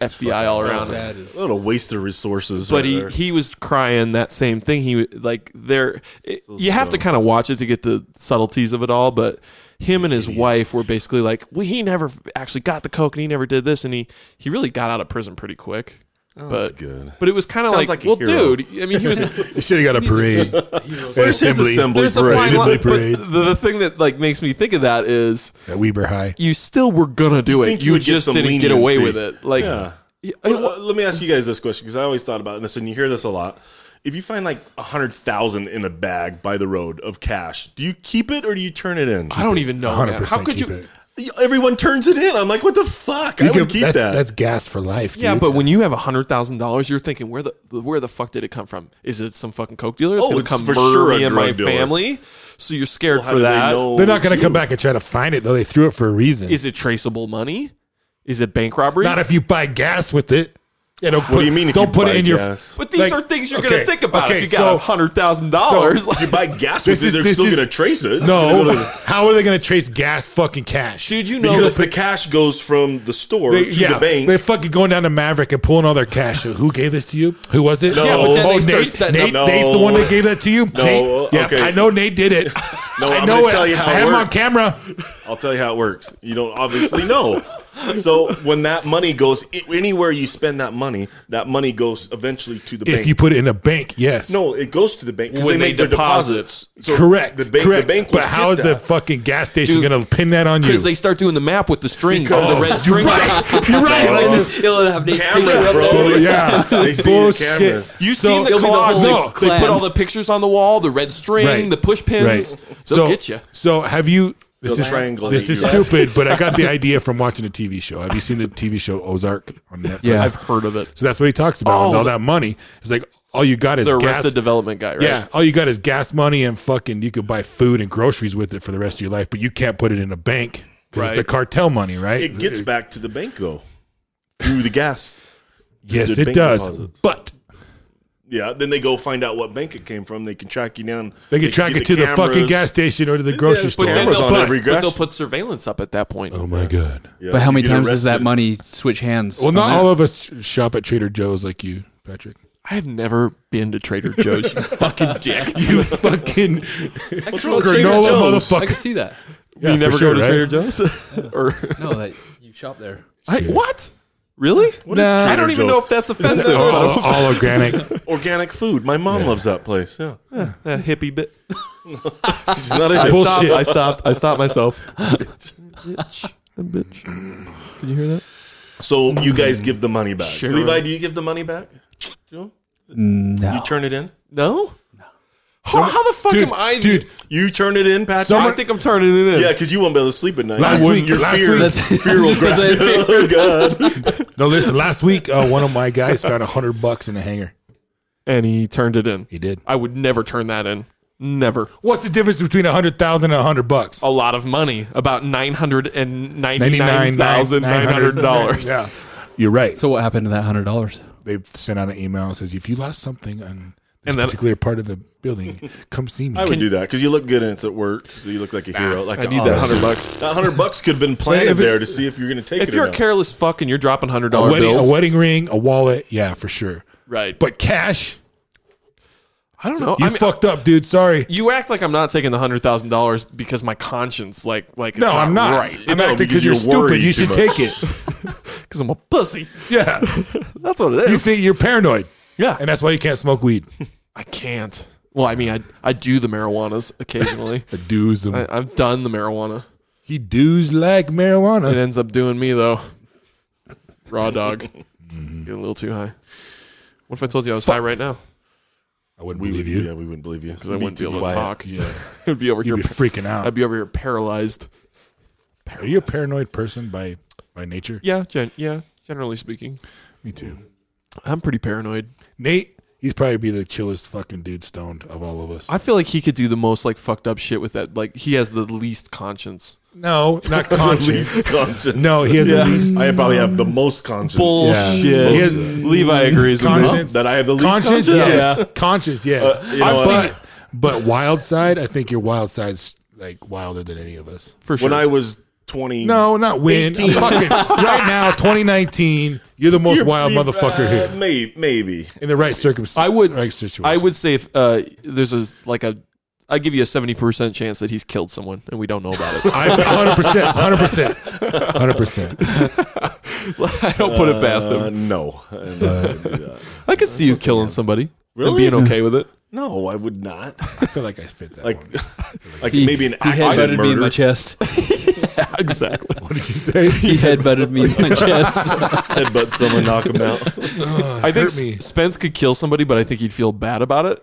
Speaker 1: "FBI all around." him.
Speaker 4: That is
Speaker 2: what a waste of resources.
Speaker 1: But
Speaker 2: right
Speaker 1: he,
Speaker 2: there.
Speaker 1: he was crying that same thing. He w- like there, it- you have to kind of watch it to get the subtleties of it all. But him and his wife were basically like, well, he never f- actually got the coke, and he never did this, and he he really got out of prison pretty quick. but
Speaker 2: Oh, good.
Speaker 1: But it was kind of
Speaker 2: Sounds like
Speaker 1: like,
Speaker 2: a
Speaker 1: well,
Speaker 2: hero.
Speaker 1: dude. I mean, he was
Speaker 3: you should have got a parade. An
Speaker 1: there's his
Speaker 3: assembly.
Speaker 2: assembly
Speaker 1: there's a
Speaker 2: parade.
Speaker 1: fine line.
Speaker 3: Assembly
Speaker 1: But
Speaker 3: parade.
Speaker 1: the, the thing that like makes me think of that is
Speaker 3: At Weber High.
Speaker 1: you still were gonna do it.
Speaker 2: think you
Speaker 1: You,
Speaker 2: would get
Speaker 1: just
Speaker 2: some
Speaker 1: didn't get away with
Speaker 2: leniency.
Speaker 1: it. Like,
Speaker 2: Yeah.
Speaker 1: yeah, it
Speaker 2: Well,
Speaker 1: wa-
Speaker 2: uh, let me ask you guys this question because I always thought about this, and you hear this a lot. If you find like a hundred thousand in a bag by the road of cash, do you keep it or do you turn it in?
Speaker 1: I don't even know. man.
Speaker 3: 100%
Speaker 1: How could
Speaker 3: keep
Speaker 1: you?
Speaker 3: it.
Speaker 2: Everyone turns it in. I'm like, what the fuck? I
Speaker 3: You
Speaker 2: would
Speaker 3: could-
Speaker 2: keep
Speaker 3: that's,
Speaker 2: that.
Speaker 3: That's gas for life,
Speaker 1: Yeah,
Speaker 3: dude.
Speaker 1: but when you have hundred thousand dollars, you're thinking where the where the fuck did it come from? Is it some fucking coke dealer? It's
Speaker 2: Oh,
Speaker 1: gonna
Speaker 2: it's
Speaker 1: come
Speaker 2: for
Speaker 1: murder
Speaker 2: sure a
Speaker 1: me and my
Speaker 2: drug dealer.
Speaker 1: family. So you're scared
Speaker 2: How
Speaker 1: for
Speaker 2: do they
Speaker 1: that. Is
Speaker 2: know
Speaker 3: They're not
Speaker 2: it's
Speaker 3: going to come
Speaker 2: you?
Speaker 3: back and try to find it, though. They threw it for a reason.
Speaker 1: it traceable money? Is it bank robbery?
Speaker 3: not if you buy gas with it. Yeah, don't put,
Speaker 2: What do you mean? If
Speaker 3: Don't
Speaker 2: you
Speaker 3: put
Speaker 2: buy
Speaker 3: it in your.
Speaker 2: gas?
Speaker 1: but these
Speaker 3: like,
Speaker 1: are things you're
Speaker 3: okay,
Speaker 1: gonna think about
Speaker 3: okay,
Speaker 1: if you got
Speaker 3: so-
Speaker 1: hundred thousand dollars.
Speaker 2: If you buy gas
Speaker 3: This
Speaker 2: with it,
Speaker 3: is-
Speaker 2: they're
Speaker 3: this
Speaker 2: still
Speaker 3: is-
Speaker 2: going to trace it. It's gonna go
Speaker 3: No,
Speaker 2: to the-
Speaker 3: how are they going to trace gas fucking cash?
Speaker 1: Dude, you know
Speaker 2: because
Speaker 1: that
Speaker 2: the cash goes from the store
Speaker 3: They-
Speaker 2: to the bank.
Speaker 3: They're fucking going down to Maverick and pulling all their cash. Who gave this to you? Who was it?
Speaker 2: Yeah, but then
Speaker 1: they
Speaker 3: oh,
Speaker 1: start
Speaker 3: Nate,
Speaker 1: setting
Speaker 3: Nate,
Speaker 2: up-
Speaker 3: Nate's the
Speaker 2: No.
Speaker 3: one that gave that to you. Nate? yeah,
Speaker 2: okay.
Speaker 3: I know Nate did it.
Speaker 2: No,
Speaker 3: I
Speaker 2: I'm
Speaker 3: know
Speaker 2: gonna
Speaker 3: it.
Speaker 2: tell you how
Speaker 3: I
Speaker 2: it
Speaker 3: have him on
Speaker 2: works.
Speaker 3: camera.
Speaker 2: I'll tell you how it works. You don't obviously know. So when that money goes anywhere you spend that money, that money goes eventually to the
Speaker 3: If
Speaker 2: bank.
Speaker 3: you put it in a bank, yes.
Speaker 2: No, it goes to the bank because
Speaker 1: When
Speaker 2: they
Speaker 1: they
Speaker 2: make their
Speaker 1: deposit.
Speaker 2: deposits. So
Speaker 3: correct.
Speaker 2: The bank.
Speaker 3: correct.
Speaker 2: The bank. will
Speaker 3: but how
Speaker 2: get
Speaker 3: is the
Speaker 2: that.
Speaker 3: fucking gas station
Speaker 1: Dude,
Speaker 3: going to pin that on you?
Speaker 1: because they start doing the map with the strings,
Speaker 2: Because-
Speaker 1: the red
Speaker 3: You're
Speaker 1: strings.
Speaker 3: right. You're right.
Speaker 4: He'll have Nate's
Speaker 2: Cameras,
Speaker 4: picture up
Speaker 2: bro.
Speaker 4: there.
Speaker 2: Bull-
Speaker 3: yeah.
Speaker 2: They see the
Speaker 3: Bullshit.
Speaker 2: cameras.
Speaker 1: You
Speaker 3: So-
Speaker 1: seen the
Speaker 4: It'll be the
Speaker 1: collage?
Speaker 4: whole
Speaker 1: No, they
Speaker 4: clan.
Speaker 1: put all the pictures on the wall, the red string, the push pins. They'll
Speaker 3: so,
Speaker 1: get you.
Speaker 3: So have you? This
Speaker 2: They'll
Speaker 3: is
Speaker 2: triangulate
Speaker 3: this is
Speaker 2: you.
Speaker 3: stupid, but I got the idea from watching a TV show. Have you seen the TV show Ozark on Netflix?
Speaker 1: I've heard of it.
Speaker 3: So that's what he talks about. with
Speaker 1: Oh.
Speaker 3: all that money. It's like all you got is
Speaker 1: The
Speaker 3: gas.
Speaker 1: Arrested Development guy, right?
Speaker 3: Yeah, all you got is gas money and fucking. You could buy food and groceries with it for the rest of your life, but you can't put it in a bank because
Speaker 1: Right.
Speaker 3: it's the cartel money, right?
Speaker 2: it gets back to the bank though through the gas.
Speaker 3: yes,
Speaker 2: the
Speaker 3: it
Speaker 2: bank
Speaker 3: does.
Speaker 2: deposits.
Speaker 3: But
Speaker 2: Yeah. Then they go find out what bank it came from. They can track you down.
Speaker 3: they can track
Speaker 2: get
Speaker 3: it to the fucking
Speaker 2: cameras.
Speaker 3: gas station or to the
Speaker 2: but
Speaker 3: grocery
Speaker 2: then
Speaker 3: store.
Speaker 2: Cameras on
Speaker 1: put,
Speaker 2: every
Speaker 1: but
Speaker 2: grass-
Speaker 1: they'll put surveillance up at that point.
Speaker 3: oh my god!
Speaker 2: Yeah,
Speaker 4: But how
Speaker 2: you
Speaker 4: many
Speaker 2: get
Speaker 4: times does that
Speaker 2: arrested.
Speaker 4: money switch hands?
Speaker 3: Well,
Speaker 4: from
Speaker 3: not
Speaker 4: that?
Speaker 3: all of us shop at Trader Joe's like you, Patrick.
Speaker 1: I have never been to Trader Joe's, you fucking dick.
Speaker 3: You fucking
Speaker 4: What's
Speaker 2: wrong with Trader
Speaker 3: granola
Speaker 2: Joe's?
Speaker 4: I can
Speaker 3: motherfucker.
Speaker 4: see that.
Speaker 3: Yeah,
Speaker 1: you never
Speaker 3: for
Speaker 1: go
Speaker 3: sure,
Speaker 1: to
Speaker 3: right?
Speaker 1: Trader Joe's? or
Speaker 4: No, that you shop there.
Speaker 1: I, what? Really?
Speaker 2: What is
Speaker 1: I
Speaker 2: Trader
Speaker 1: don't even
Speaker 2: Joe's?
Speaker 1: know if that's offensive.
Speaker 3: All, all- all organic.
Speaker 2: organic food. My mom loves that place. Yeah,
Speaker 1: That hippie bit.
Speaker 2: she's not a
Speaker 1: I
Speaker 3: Bullshit.
Speaker 1: stopped. I stopped. I stopped myself. bitch. bitch. Can you hear that?
Speaker 2: So you
Speaker 3: Mm.
Speaker 2: guys give the money back.
Speaker 1: Sure.
Speaker 2: Levi, do you give the money back? To him?
Speaker 4: Mm, No.
Speaker 2: You turn it in.
Speaker 1: No. How, how the fuck
Speaker 3: Dude,
Speaker 1: am I?
Speaker 3: dude,
Speaker 2: You turn it in, Patrick.
Speaker 1: I think I'm turning it in.
Speaker 2: yeah, because you won't be able to sleep at night.
Speaker 3: Last
Speaker 2: Your-
Speaker 3: week-
Speaker 2: your
Speaker 3: last
Speaker 2: fear,
Speaker 3: week-
Speaker 2: fear will grab. Oh God!
Speaker 3: no, listen. Last week, uh, one of my guys found a hundred bucks in a hanger.
Speaker 1: And he turned it in.
Speaker 3: He did.
Speaker 1: I would never turn that in. Never.
Speaker 3: What's the difference between a hundred thousand and a hundred bucks?
Speaker 1: A lot of money. About nine hundred and ninety-nine thousand nine hundred dollars.
Speaker 3: Yeah, you're right. So
Speaker 4: So what happened to that hundred dollars?
Speaker 3: they sent out an email that says if you lost something on this
Speaker 1: And then-
Speaker 3: particular part of the building, come see me.
Speaker 2: I would do that because you look good and it's at work. So you look like a hero. Like
Speaker 1: I
Speaker 2: a
Speaker 1: need that
Speaker 2: honest-
Speaker 1: hundred bucks.
Speaker 2: That hundred bucks could have been planted
Speaker 3: If it-
Speaker 2: there to see if you're going to take
Speaker 1: If
Speaker 2: it.
Speaker 1: you're
Speaker 2: or
Speaker 1: a
Speaker 2: not.
Speaker 1: careless fuck and you're dropping hundred
Speaker 3: a
Speaker 1: dollar
Speaker 3: wedding,
Speaker 1: bills,
Speaker 3: a wedding ring, a wallet, yeah, for sure.
Speaker 1: right? But
Speaker 3: But cash,
Speaker 1: I don't know.
Speaker 3: you
Speaker 1: I mean,
Speaker 3: fucked up, dude. Sorry.
Speaker 1: you act like I'm not taking the hundred thousand dollars because my conscience, like, like it's
Speaker 3: No, I'm not.
Speaker 1: right.
Speaker 3: I'm
Speaker 2: No,
Speaker 3: acting
Speaker 2: because
Speaker 3: because you're
Speaker 2: you're worried
Speaker 3: stupid. You
Speaker 2: too
Speaker 3: should
Speaker 2: much.
Speaker 3: take it.
Speaker 1: because I'm a pussy.
Speaker 3: Yeah.
Speaker 1: That's what it
Speaker 3: You
Speaker 1: is.
Speaker 3: think you're paranoid.
Speaker 1: Yeah.
Speaker 3: And that's why you can't smoke weed.
Speaker 1: I can't. Well, I mean, I I do the marijuanas occasionally.
Speaker 3: The dudes,
Speaker 1: I,
Speaker 3: the,
Speaker 1: I've done the marijuana.
Speaker 3: he dudes like
Speaker 1: It
Speaker 3: marijuana.
Speaker 1: ends up doing me though. Raw dog. Getting
Speaker 3: Mm-hmm.
Speaker 1: a little too high. What if I told you I was high right now?
Speaker 3: I wouldn't
Speaker 2: We
Speaker 3: believe
Speaker 2: would,
Speaker 3: you.
Speaker 2: Yeah, we wouldn't believe you because
Speaker 1: I wouldn't be able to talk.
Speaker 3: Yeah.
Speaker 1: I'd be over here.
Speaker 3: You'd be freaking out.
Speaker 1: I'd be over here paralyzed.
Speaker 3: Are you a paranoid person by by nature?
Speaker 1: Yeah, gen- yeah. Generally speaking,
Speaker 3: Me too.
Speaker 1: I'm pretty paranoid.
Speaker 3: Nate, he'd probably be the chillest fucking dude stoned of all of us.
Speaker 1: I feel like he could do the most like fucked up shit with that. Like he has the least conscience.
Speaker 3: No, not conscious.
Speaker 2: least conscience.
Speaker 3: no, he has the least
Speaker 2: I probably have the most conscience.
Speaker 1: Bullshit.
Speaker 3: Yeah.
Speaker 1: He has- Levi agrees with me.
Speaker 3: conscience.
Speaker 2: That I have the least
Speaker 3: conscious,
Speaker 2: conscience.
Speaker 3: yes. Conscious, yes.
Speaker 2: Uh, you know
Speaker 3: I've
Speaker 2: what?
Speaker 3: seen it. but wild side, I think your wild side's like wilder than any of us.
Speaker 1: for sure.
Speaker 2: When I was twenty,
Speaker 3: No, not when. I'm fucking right now, 2019. You're the most
Speaker 2: You're-
Speaker 3: wild
Speaker 2: you-
Speaker 3: motherfucker
Speaker 2: uh,
Speaker 3: here
Speaker 2: Maybe, maybe.
Speaker 3: in the right circumstance.
Speaker 1: I would-
Speaker 3: right situation.
Speaker 1: I would say if uh, there's a like a, I give you a seventy percent chance that he's killed someone and we don't know about it.
Speaker 3: I 100, percent 100, percent 100. percent
Speaker 1: I don't put it past
Speaker 2: Uh,
Speaker 1: him.
Speaker 2: no, I would not do that.
Speaker 1: I could see you killing somebody and
Speaker 2: Really?
Speaker 1: being okay with it.
Speaker 2: no, I would not.
Speaker 3: I feel like I fit that
Speaker 2: Like,
Speaker 3: one.
Speaker 2: like
Speaker 4: He-
Speaker 2: maybe an
Speaker 4: He headbutted
Speaker 2: accident
Speaker 4: me in my
Speaker 2: murder.
Speaker 4: chest.
Speaker 1: exactly.
Speaker 3: What did you say?
Speaker 4: He headbutted me in my chest.
Speaker 2: Headbutt someone, knock him out.
Speaker 1: I think
Speaker 3: hurt me.
Speaker 1: Spence could kill somebody, but I think he'd feel bad about it.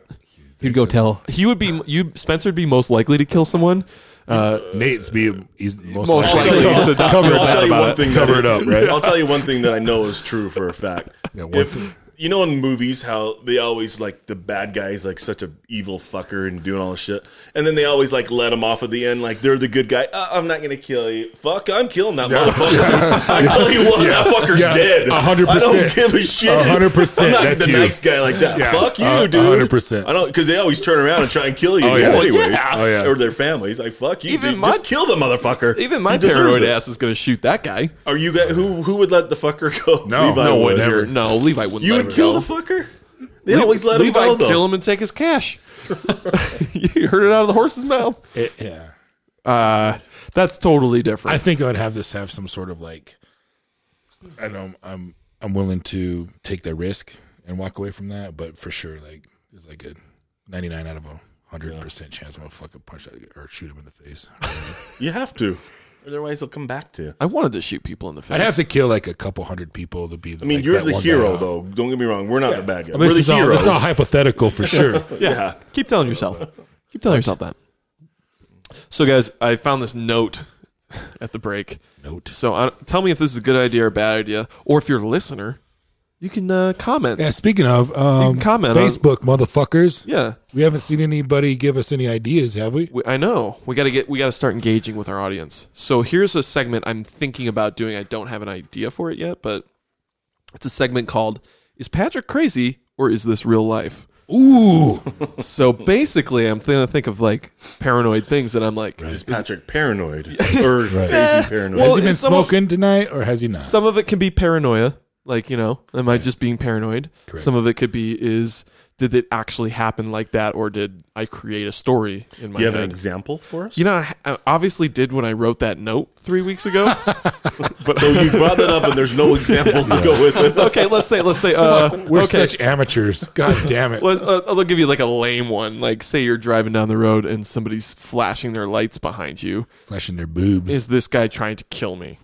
Speaker 4: He'd go tell.
Speaker 1: He would be you. Spencer would be most likely to kill someone. Uh,
Speaker 3: Nate's be he's most,
Speaker 1: Most
Speaker 3: likely,
Speaker 1: likely
Speaker 3: to
Speaker 1: to not
Speaker 3: cover
Speaker 1: feel
Speaker 3: it
Speaker 2: I'll
Speaker 1: bad
Speaker 3: up.
Speaker 2: tell you
Speaker 1: about
Speaker 2: one
Speaker 1: it.
Speaker 2: thing.
Speaker 3: Cover
Speaker 2: that-
Speaker 3: it up, right?
Speaker 2: I'll tell you one thing that I know is true for a fact.
Speaker 3: Yeah, one
Speaker 2: if you know in movies how they always like the bad guys like such a evil fucker and doing all this shit, and then they always like let him off at the end like they're the good guy. Uh, I'm not gonna kill you. Fuck, I'm killing that motherfucker. I tell you what, that fucker's
Speaker 3: Yeah.
Speaker 2: dead.
Speaker 3: A hundred
Speaker 2: I don't
Speaker 3: percent.
Speaker 2: give a shit.
Speaker 3: A hundred percent.
Speaker 2: I'm not
Speaker 3: That's
Speaker 2: the
Speaker 3: you.
Speaker 2: nice guy like that.
Speaker 3: Yeah.
Speaker 2: Fuck you,
Speaker 3: Uh, a
Speaker 2: dude.
Speaker 3: hundred percent.
Speaker 2: I don't because they always turn around and try and kill you.
Speaker 3: Oh, yeah.
Speaker 2: anyways,
Speaker 3: Yeah. Oh, yeah.
Speaker 2: or their families. Like fuck you.
Speaker 1: Even
Speaker 2: dude.
Speaker 1: my-
Speaker 2: Just kill the motherfucker.
Speaker 1: even my
Speaker 2: He deserves
Speaker 1: paranoid
Speaker 2: it.
Speaker 1: ass is going to shoot that guy.
Speaker 2: Are you guys who who would let the fucker go?
Speaker 3: No,
Speaker 2: Levi
Speaker 3: no
Speaker 2: would.
Speaker 3: one ever.
Speaker 1: No, Levi wouldn't.
Speaker 2: You
Speaker 1: let
Speaker 2: would
Speaker 1: him
Speaker 2: kill
Speaker 1: go.
Speaker 2: the fucker. They always let him
Speaker 1: Levi
Speaker 2: go
Speaker 1: would
Speaker 2: though.
Speaker 1: kill him and take his cash. you heard it out of the horse's mouth.
Speaker 3: It- yeah,
Speaker 1: Uh, that's totally different.
Speaker 3: I think I would have this have some sort of like, I know I'm I'm willing to take the risk and walk away from that, but for sure, like there's like a 99 out of a hundred percent chance I'm gonna fucking punch that or shoot him in the face.
Speaker 2: You have to, otherwise he'll come back to you.
Speaker 1: I wanted to shoot people in the face.
Speaker 3: I'd have to kill like a couple hundred people to be. The,
Speaker 2: I mean, you're the hero though. Don't get me wrong. We're not the bad guy.
Speaker 3: This
Speaker 2: We're
Speaker 3: is,
Speaker 2: the
Speaker 3: all,
Speaker 2: hero.
Speaker 3: this is all hypothetical for sure.
Speaker 2: yeah.
Speaker 1: Keep telling yourself. Keep telling yourself that. So, guys, I found this note at the break.
Speaker 3: Note.
Speaker 1: So, uh, tell me if this is a good idea or a bad idea, or if you're a listener, you can uh, comment.
Speaker 3: Yeah, speaking of um,
Speaker 1: comment on-
Speaker 3: Facebook, motherfuckers.
Speaker 1: Yeah,
Speaker 3: We haven't seen anybody give us any ideas, have we?
Speaker 1: we, I know. We got to get. We got to start engaging with our audience. So, here's a segment I'm thinking about doing. I don't have an idea for it yet, but it's a segment called "Is Patrick Crazy or Is This Real Life?"
Speaker 3: Ooh,
Speaker 1: So, basically, I'm going to think of like paranoid things that I'm like.
Speaker 2: Is Patrick paranoid or crazy paranoid?
Speaker 1: Well,
Speaker 3: has he been
Speaker 1: is someone-
Speaker 3: smoking tonight, or has he not?
Speaker 1: some of it can be paranoia like you know am i just being paranoid some of it could be is did it actually happen like that or did i create a story in my
Speaker 2: Do you have an
Speaker 1: head
Speaker 2: example for us?
Speaker 1: you know I- i obviously did when i wrote that note three weeks ago
Speaker 2: so you brought that up, and there's no example to go with it.
Speaker 1: okay let's say let's say uh,
Speaker 3: We're
Speaker 1: okay
Speaker 3: such amateurs. God damn it!
Speaker 1: Let's, uh, I'll give you like a lame one. Like, say you're driving down the road and somebody's flashing their lights behind you.
Speaker 3: Flashing their boobs.
Speaker 1: Is this guy trying to kill me?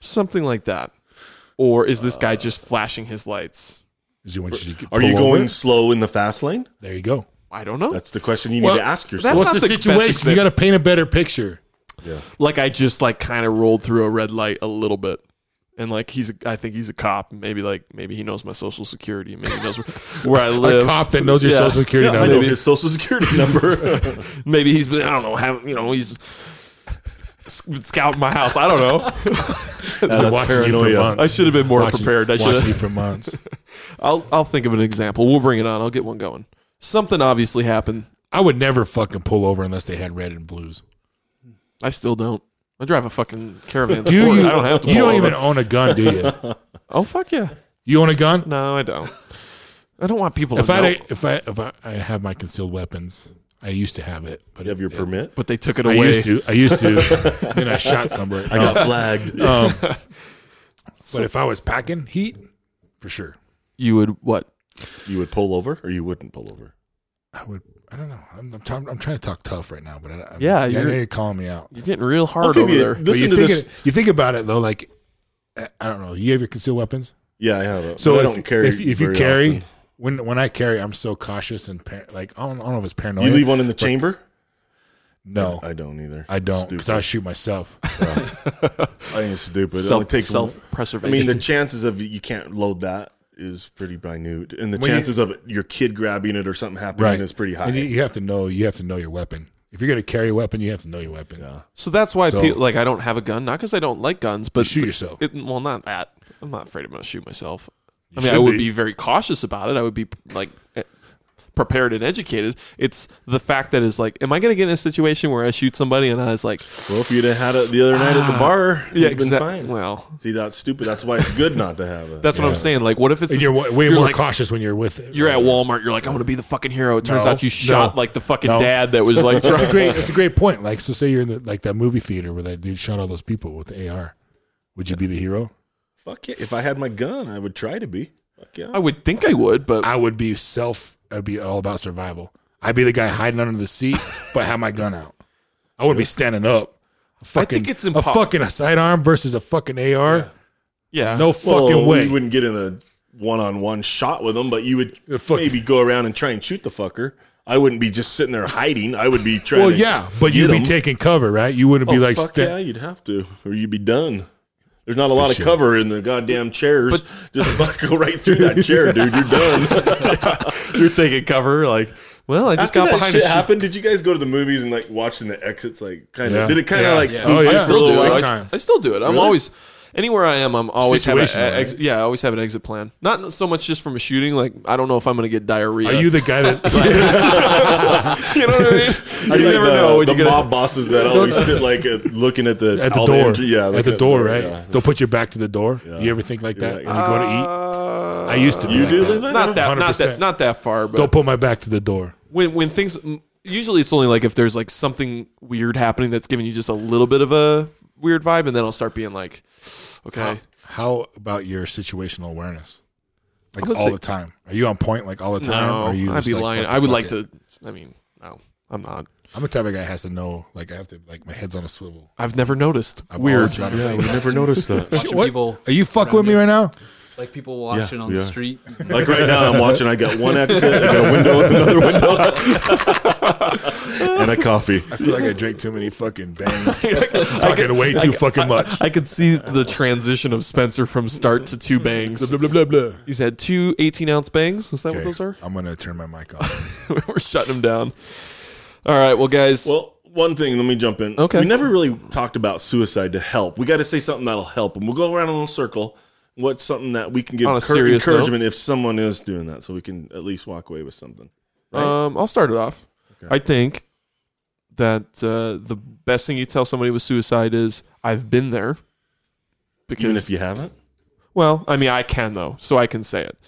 Speaker 1: Something like that. Or is this
Speaker 2: Uh.
Speaker 1: guy just flashing his lights?
Speaker 3: Is he want you to
Speaker 2: Are
Speaker 3: pull
Speaker 2: you
Speaker 3: over?
Speaker 2: going slow in the fast lane?
Speaker 3: There you go.
Speaker 1: I don't know.
Speaker 2: That's the question you need
Speaker 3: Well,
Speaker 2: to ask yourself.
Speaker 1: that's-
Speaker 3: What's the
Speaker 1: not the best
Speaker 3: situation?
Speaker 1: example.
Speaker 3: You got to paint a better picture.
Speaker 1: like I just like kind of rolled through a red light a little bit. And like he's, a, I think he's a cop. Maybe like maybe he knows my social security. Maybe he knows where, where I
Speaker 3: A
Speaker 1: live.
Speaker 3: cop that knows your
Speaker 1: Yeah.
Speaker 3: social security
Speaker 2: yeah, I
Speaker 3: number.
Speaker 2: know his social security number.
Speaker 1: Maybe he's been, I don't know, having you know he's s- scouting my house. I don't know.
Speaker 3: Been
Speaker 2: that's
Speaker 3: watching you for
Speaker 2: paranoia.
Speaker 3: months.
Speaker 1: I should have been more
Speaker 3: Watching-
Speaker 1: prepared. I should
Speaker 3: watching
Speaker 1: have-
Speaker 3: you for months.
Speaker 1: I'll I'll think of an example. We'll bring it on. I'll get one going. Something obviously happened.
Speaker 3: I would never fucking pull over unless they had red and blues.
Speaker 1: I still don't. I drive a fucking caravan.
Speaker 3: Do
Speaker 1: Sport.
Speaker 3: you?
Speaker 1: I don't have to.
Speaker 3: You
Speaker 1: pull
Speaker 3: don't
Speaker 1: over.
Speaker 3: even own a gun, do you?
Speaker 1: Oh fuck yeah.
Speaker 3: You own a gun?
Speaker 1: No, I don't. I don't want people to
Speaker 3: If I
Speaker 1: know.
Speaker 3: had a- if I if I, I have my concealed weapons, I used to have it, but
Speaker 2: you have your
Speaker 3: it-
Speaker 2: permit.
Speaker 1: but they took it
Speaker 3: I
Speaker 2: Uh,
Speaker 1: away.
Speaker 3: used to. I used to. then I shot somebody.
Speaker 2: I got flagged.
Speaker 3: Um, But if I was packing heat, for sure.
Speaker 1: You would what?
Speaker 2: You would pull over or you wouldn't pull over.
Speaker 3: I would. I don't know. I'm, I'm, trying, I'm trying to talk tough right now, but I, I,
Speaker 1: Yeah,
Speaker 3: I
Speaker 1: you're-
Speaker 3: know you're calling me out.
Speaker 1: You're getting real hard
Speaker 2: give
Speaker 1: over
Speaker 2: you-
Speaker 1: there.
Speaker 2: this-
Speaker 3: But
Speaker 2: Listen
Speaker 3: you
Speaker 2: to
Speaker 3: think
Speaker 2: this-
Speaker 3: it- you think about it though, like I I don't know. You have your concealed weapons,
Speaker 2: Yeah, I have it.
Speaker 3: so
Speaker 2: But I
Speaker 3: if,
Speaker 2: don't carry.
Speaker 3: If, if you
Speaker 2: very
Speaker 3: carry,
Speaker 2: often.
Speaker 3: when when I carry, I'm so cautious and par- like I don't, I don't know if it's paranoia.
Speaker 2: you leave one in the chamber.
Speaker 3: No,
Speaker 2: I don't either.
Speaker 3: I don't because I
Speaker 2: Stupid.
Speaker 3: shoot myself.
Speaker 2: I think it's stupid. it only
Speaker 1: Self,
Speaker 2: takes
Speaker 1: self
Speaker 2: I mean,
Speaker 1: preservation.
Speaker 2: the chances of you can't load that is pretty minute, and the
Speaker 3: When you-
Speaker 2: chances of it, your kid grabbing it or something happening
Speaker 3: right,
Speaker 2: is pretty high.
Speaker 3: And you, you have to know. You have to know your weapon. If you're gonna carry a weapon, you have to know your weapon.
Speaker 2: Yeah.
Speaker 1: so that's why,
Speaker 3: So-
Speaker 1: pe- like, I don't have a gun. Not because I don't like guns, but
Speaker 3: shoot
Speaker 1: it's-
Speaker 3: yourself.
Speaker 1: It, well, not that. I'm not afraid I'm going to shoot myself. I
Speaker 3: You
Speaker 1: mean, I
Speaker 3: should
Speaker 1: would
Speaker 3: be.
Speaker 1: be very cautious about it. I would be like eh, prepared and educated. It's the fact that is like, am I going to get in a situation where I shoot somebody and I was like,
Speaker 2: Well, if you'd have had it the other night
Speaker 3: Ah,
Speaker 2: at the bar,
Speaker 1: yeah,
Speaker 2: you'd been
Speaker 1: exactly.
Speaker 2: fine.
Speaker 1: Well,
Speaker 2: See, that's stupid. That's why it's good not to have it.
Speaker 1: that's what I'm saying. Like, what if it's
Speaker 3: And you're wa- way
Speaker 1: you're
Speaker 3: more
Speaker 1: like-
Speaker 3: cautious when you're with. It.
Speaker 1: You're at Walmart. You're like, I'm gonna be the fucking hero. It turns
Speaker 3: No,
Speaker 1: out you shot
Speaker 3: no,
Speaker 1: like the fucking
Speaker 3: no.
Speaker 1: dad that was like,
Speaker 3: It's a great. It's a great point. Like so, say you're in the, like that movie theater where that dude shot all those people with the AR. Would you be the hero?
Speaker 2: Fuck yeah. If I had my gun, I would try to be. Fuck yeah.
Speaker 1: I would think I would, but
Speaker 3: I would be self. I'd be all about survival. I'd be the guy hiding under the seat, but have my gun out. I wouldn't be standing up. A fucking,
Speaker 1: it's
Speaker 3: a
Speaker 1: impo-
Speaker 3: fucking sidearm versus a fucking AR.
Speaker 1: yeah,
Speaker 3: No fucking
Speaker 2: Well,
Speaker 3: way.
Speaker 2: You wouldn't get in a one-on-one shot with them, but you
Speaker 3: Yeah,
Speaker 2: would
Speaker 3: fuck.
Speaker 2: maybe go around and try and shoot the fucker. I wouldn't be just sitting there hiding. I would be trying.
Speaker 3: well,
Speaker 2: to
Speaker 3: yeah, but
Speaker 2: get
Speaker 3: you'd be
Speaker 2: 'em.
Speaker 3: taking cover, right? You wouldn't
Speaker 2: Oh,
Speaker 3: be like,
Speaker 2: fuck
Speaker 3: sta-
Speaker 2: yeah, you'd have to, or you'd be done. There's not a lot of cover in the goddamn chairs. just fuck, go right through that chair, dude. You're done.
Speaker 1: you're taking cover. Like, well, I just
Speaker 2: After
Speaker 1: got
Speaker 2: that
Speaker 1: behind a
Speaker 2: shit
Speaker 1: sheep.
Speaker 2: happened. Did you guys go to the movies and like watching the exits? Like, kind of.
Speaker 3: Yeah.
Speaker 2: Did it kind of
Speaker 3: Yeah.
Speaker 2: like?
Speaker 3: Yeah.
Speaker 2: spook
Speaker 3: Oh,
Speaker 2: you
Speaker 3: yeah.
Speaker 2: for a
Speaker 1: Still do
Speaker 2: little
Speaker 1: it.
Speaker 2: while?
Speaker 1: I, s- I still do it. I'm always anywhere I am. I'm always have a-
Speaker 3: Situational,
Speaker 1: ex- yeah. I always have an exit plan. Not so much just from a shooting. Like, I don't know if I'm gonna get diarrhea.
Speaker 3: are you the guy that?
Speaker 1: you know what I mean?
Speaker 2: I
Speaker 1: you
Speaker 2: like
Speaker 1: never
Speaker 2: the,
Speaker 1: know when
Speaker 2: the
Speaker 1: you get.
Speaker 2: mob bosses that always sit like uh, looking at the
Speaker 3: At the
Speaker 2: all
Speaker 3: door,
Speaker 2: entry- yeah,
Speaker 3: at
Speaker 2: looking
Speaker 3: the door, right?
Speaker 2: yeah.
Speaker 3: They'll put your back to the door. You ever think like "Ah."
Speaker 2: You're
Speaker 3: that
Speaker 2: like,
Speaker 3: when you go to eat?
Speaker 1: Uh,
Speaker 3: I used to. Be
Speaker 2: You
Speaker 3: like
Speaker 2: do
Speaker 3: that.
Speaker 2: live in
Speaker 1: not that, not
Speaker 3: 100%.
Speaker 1: that, not that far. But
Speaker 3: Don't put my back to the door.
Speaker 1: when when things m- usually it's only like if there's like something weird happening that's giving you just a little bit of a weird vibe, and then I'll start being like, okay,
Speaker 3: How about your situational awareness? Like
Speaker 1: would
Speaker 3: all
Speaker 1: say-
Speaker 3: the time. Are you on point like all the time?
Speaker 1: no,
Speaker 3: or are you
Speaker 1: I'd
Speaker 3: just
Speaker 1: be
Speaker 3: like,
Speaker 1: lying.
Speaker 3: fuck it,
Speaker 1: I would
Speaker 3: fuck
Speaker 1: like
Speaker 3: it?
Speaker 1: to. I mean, no, I'm not.
Speaker 3: I'm the type of guy who has to know. Like I have to like my head's on a swivel.
Speaker 1: I've never noticed.
Speaker 3: I've
Speaker 1: weird.
Speaker 3: always got to-
Speaker 2: never noticed that.
Speaker 4: Watching
Speaker 3: What?
Speaker 4: people,
Speaker 3: Are you fuck with me right now?
Speaker 4: like people watching on
Speaker 2: yeah.
Speaker 4: the street.
Speaker 2: like right now, I'm watching. I got one exit, I got a window, and another window, and a coffee.
Speaker 3: I feel like I drank too many fucking bangs. Talking way too fucking much.
Speaker 1: I could see the transition of Spencer from start to two bangs.
Speaker 3: blah blah blah.
Speaker 1: He's had two 18 ounce bangs. Is that what those are?
Speaker 3: I'm gonna turn my mic off.
Speaker 1: We're shutting him down. All right. Well, guys.
Speaker 2: Well, one thing, let me jump in.
Speaker 1: Okay.
Speaker 2: We never really talked about suicide to help. We got to say something that'll help. And we'll go around in a little circle. What's something that we can give
Speaker 1: On a
Speaker 2: cur-
Speaker 1: serious
Speaker 2: encouragement if someone is doing that so we can at least walk away with something?
Speaker 1: Um, I'll start it off. I think that uh, the best thing you tell somebody with suicide is "I've been there." Because
Speaker 2: Even if you haven't?
Speaker 1: well, I mean, I can though, so I can say it.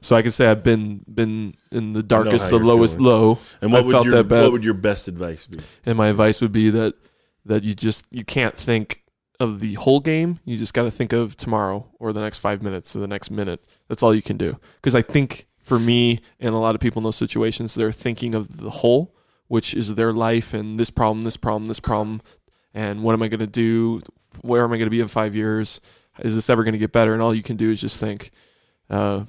Speaker 1: So I can say I've been been in the darkest,
Speaker 2: how
Speaker 1: the
Speaker 2: you're
Speaker 1: lowest
Speaker 2: feeling.
Speaker 1: low,
Speaker 2: And what,
Speaker 1: I
Speaker 2: would
Speaker 1: felt
Speaker 2: your,
Speaker 1: that bad.
Speaker 2: what would your best advice be?
Speaker 1: and my advice would be that that you just you can't think of the whole game. You just got to think of tomorrow or the next five minutes or the next minute. That's all you can do. Because I think for me and a lot of people in those situations, they're thinking of the whole, which is their life and this problem, this problem, this problem, and what am I going to do? Where am I going to be in five years? Is this ever going to get better? And all you can do is just think, uh,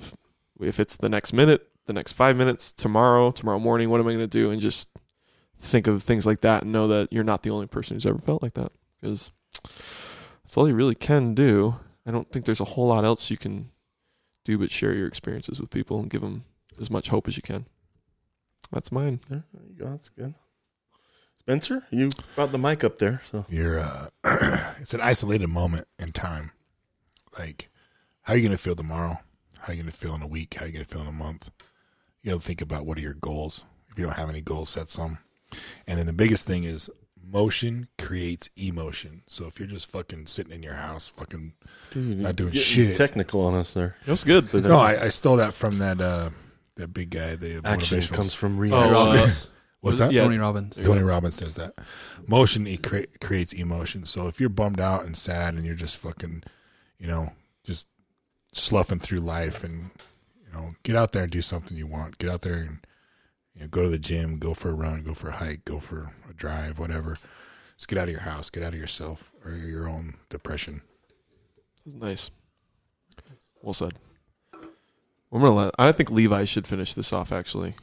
Speaker 1: if it's the next minute, the next five minutes, tomorrow, tomorrow morning, what am I going to do? And just think of things like that and know that you're not the only person who's ever felt like that because that's all you really can do. I don't think there's a whole lot else you can do but share your experiences with people and give them as much hope as you can. That's mine.
Speaker 2: Yeah, there you go. That's good. Spencer, you brought the mic up there. So
Speaker 3: You're. Uh, it's an isolated moment in time. Like, how you gonna feel tomorrow? How you gonna feel in a week? How you gonna feel in a month? You gotta think about what are your goals. If you don't have any goals, set some. And then the biggest thing is motion creates emotion. So if you're just fucking sitting in your house, fucking not
Speaker 2: Getting
Speaker 3: doing shit,
Speaker 2: technical on us there.
Speaker 1: That's good.
Speaker 3: No, I, I stole that from that uh that big guy. The
Speaker 2: Action
Speaker 3: motivational-
Speaker 2: comes from
Speaker 4: Tony
Speaker 2: reaction.
Speaker 1: Oh, uh,
Speaker 4: Robbins.
Speaker 3: What's that?
Speaker 1: yeah.
Speaker 4: Tony Robbins.
Speaker 3: Tony Robbins says that
Speaker 5: e-,
Speaker 3: motion it cre- creates emotion. So if you're bummed out and sad and you're just fucking, you know,
Speaker 5: just sloughing through life and you know get out there and do something you want. Get out there and you know go to the gym, go for a run, go for a hike, go for a drive, whatever. Just get out of your house, get out of yourself or your own depression.
Speaker 1: Nice. Well said. We're gonna let, I think Levi should finish this off. Actually,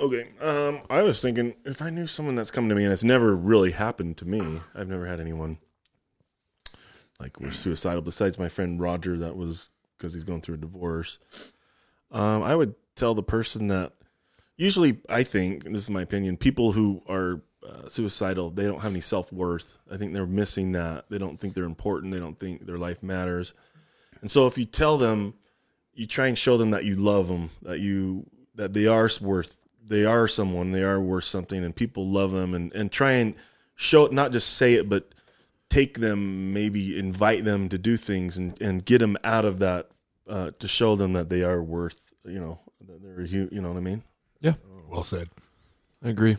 Speaker 2: Okay. Um, I was thinking if I knew someone that's come to me and it's never really happened to me, I've never had anyone like was suicidal besides my friend Roger. That was because he's going through a divorce. Um, I would tell the person that usually I think and this is my opinion. People who are uh, suicidal, they don't have any self worth. I think they're missing that. They don't think they're important. They don't think their life matters. And so if you tell them, you try and show them that you love them, that you that they are worth they are someone, they are worth something, and people love them, and and try and show it, not just say it, but take them, maybe invite them to do things, and and get them out of that uh, to show them that they are worth, you know, that they're hu- you know what I mean.
Speaker 5: Well said.
Speaker 1: I agree.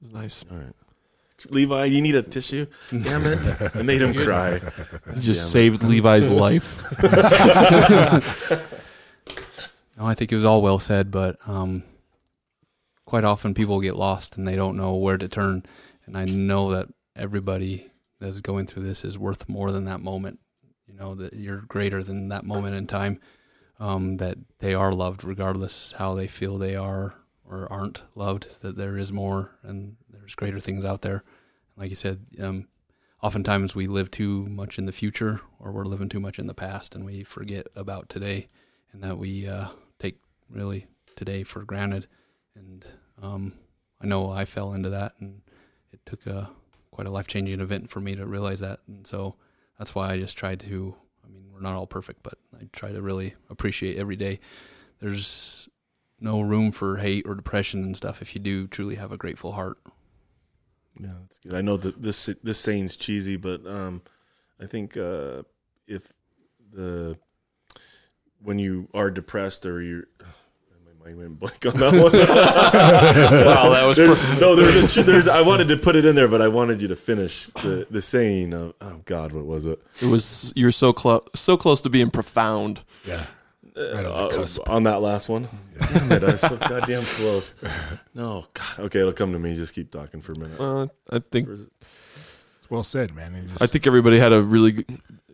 Speaker 1: It's nice.
Speaker 2: All right. Levi, you need a tissue. Damn it! I made him cry.
Speaker 1: You just saved Levi's life.
Speaker 4: No, I think it was all well said, but um, quite often people get lost and they don't know where to turn. And I know that everybody that's going through this is worth more than that moment. You know that you're greater than that moment in time. Um, that they are loved, regardless how they feel they are or aren't loved. That there is more and there's greater things out there. Like you said, um, oftentimes we live too much in the future or we're living too much in the past, and we forget about today. And that we uh, take really today for granted. And um, I know I fell into that, and it took a quite a life changing event for me to realize that. And so that's why I just try to. I mean, we're not all perfect, but I try to really appreciate every day. There's no room for hate or depression and stuff if you do truly have a grateful heart.
Speaker 2: Yeah, that's good. I know that this this saying's cheesy, but um, I think uh, if the when you are depressed or you're my mind went blank on that one. wow, that was no. There's a, there's. I wanted to put it in there, but I wanted you to finish the the saying. Of, oh God, what was it?
Speaker 1: It was you're so close, so close to being profound.
Speaker 5: Yeah. Right
Speaker 2: Uh,
Speaker 5: on the cusp.
Speaker 2: on that last one. Damn it, I was so goddamn close. No, God. Okay, it'll come to me. Just keep talking for a minute.
Speaker 1: Uh, I think
Speaker 5: It's well said, man. It just-
Speaker 1: I think everybody had a really, g-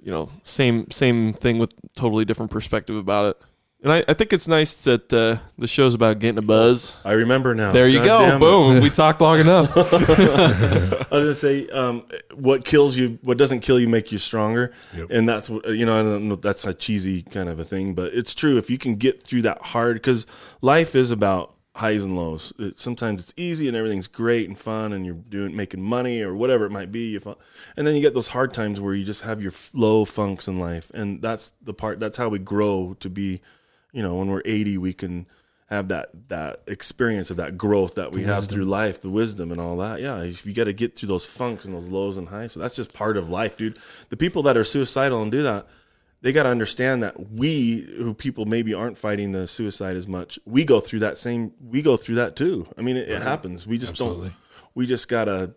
Speaker 1: you know, same same thing with totally different perspective about it. And I, I think it's nice that uh, the show's about getting a buzz.
Speaker 2: I remember now.
Speaker 1: There you
Speaker 2: Oh, Goddamn it.
Speaker 1: go. Boom. We talked long enough.
Speaker 2: I was gonna say, um, what kills you, what doesn't kill you, make you stronger,
Speaker 5: Yep.
Speaker 2: and that's what you know. I don't know. if That's a cheesy kind of a thing, but it's true. If you can get through that hard, because life is about highs and lows. It, sometimes it's easy and everything's great and fun, and you're doing making money or whatever it might be. If, and then you get those hard times where you just have your f- low funks in life, and that's the part. That's how we grow to be. You know, when we're 80, we can have that that experience of that growth that we have through life, the wisdom and all that. Yeah, if you got to get through those funks and those lows and highs, so that's just part of life, dude. The people that are suicidal and do that, they got to understand that we, who people maybe aren't fighting the suicide as much, we go through that same. We go through that too. I mean, it, it happens. We just don't.
Speaker 5: Absolutely.
Speaker 2: We just gotta.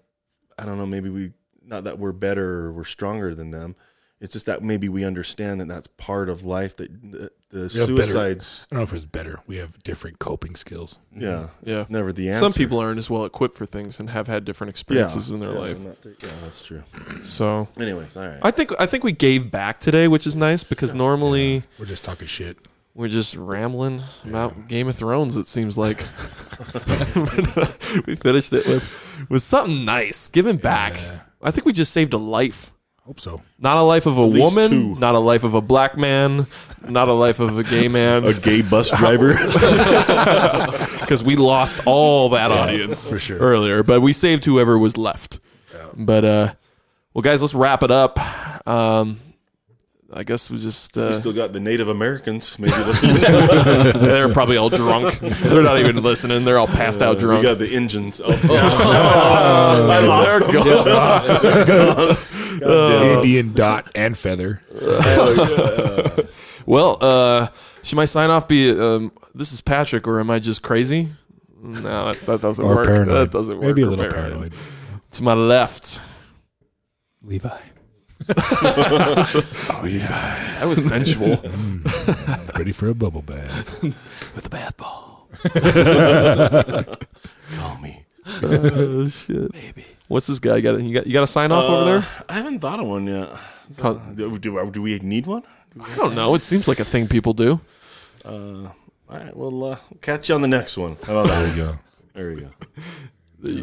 Speaker 2: I don't know. Maybe we not that we're better or we're stronger than them. It's just that maybe we understand that that's part of life. That uh, the, the
Speaker 5: have better-
Speaker 2: suicides.
Speaker 5: I don't know if it's better. We have different coping skills.
Speaker 2: Yeah,
Speaker 1: Yeah.
Speaker 2: it's never the answer.
Speaker 1: Some people aren't as well equipped for things and have had different experiences in their
Speaker 2: Yeah,
Speaker 1: life.
Speaker 2: I'm not take- yeah, that's true.
Speaker 1: So
Speaker 2: Anyways, all right.
Speaker 1: I think I think we gave back today, which is nice because normally
Speaker 5: We're just talking shit.
Speaker 1: we're just rambling about Game of Thrones. It seems like we finished it with with something nice, giving back.
Speaker 5: Yeah.
Speaker 1: I think we just saved a life.
Speaker 5: Hope so.
Speaker 1: Not a life of a
Speaker 2: least
Speaker 1: woman,
Speaker 2: two.
Speaker 1: not a life of a black man, not a life of a gay
Speaker 2: a
Speaker 1: man,
Speaker 2: gay bus driver.
Speaker 1: because we lost all that audience
Speaker 5: For sure.
Speaker 1: earlier, but we saved whoever was left. But uh, well, guys, let's wrap it up. Um, I guess we just uh,
Speaker 2: we still got the Native Americans. Maybe listening.
Speaker 1: they're probably all drunk. They're not even listening. They're all passed out
Speaker 2: we
Speaker 1: drunk.
Speaker 2: got the engines. Oh, I lost. I lost them.
Speaker 5: Indian dot and feather.
Speaker 1: Well, uh, should my sign off be um, this is Patrick, or am I just crazy? No, that, that doesn't
Speaker 5: Or
Speaker 1: work.
Speaker 5: paranoid.
Speaker 1: That doesn't work.
Speaker 5: Maybe a
Speaker 1: or
Speaker 5: little paranoid.
Speaker 1: To my left,
Speaker 4: Mm-hmm. Levi.
Speaker 1: That was sensual.
Speaker 3: Ready for a bubble bath.
Speaker 6: with a bath ball,
Speaker 2: Call me.
Speaker 1: oh shit.
Speaker 6: baby.
Speaker 1: What's this guy got? You got you got to sign off over
Speaker 2: Uh,
Speaker 1: there?
Speaker 2: I haven't thought of one yet.
Speaker 1: Call-
Speaker 2: do, uh, do, do we need one?
Speaker 1: I don't know. It seems like a thing people do.
Speaker 2: Uh, all right. Well, uh, catch you on the next one. How about that?
Speaker 3: There you go.
Speaker 2: There we go.
Speaker 1: We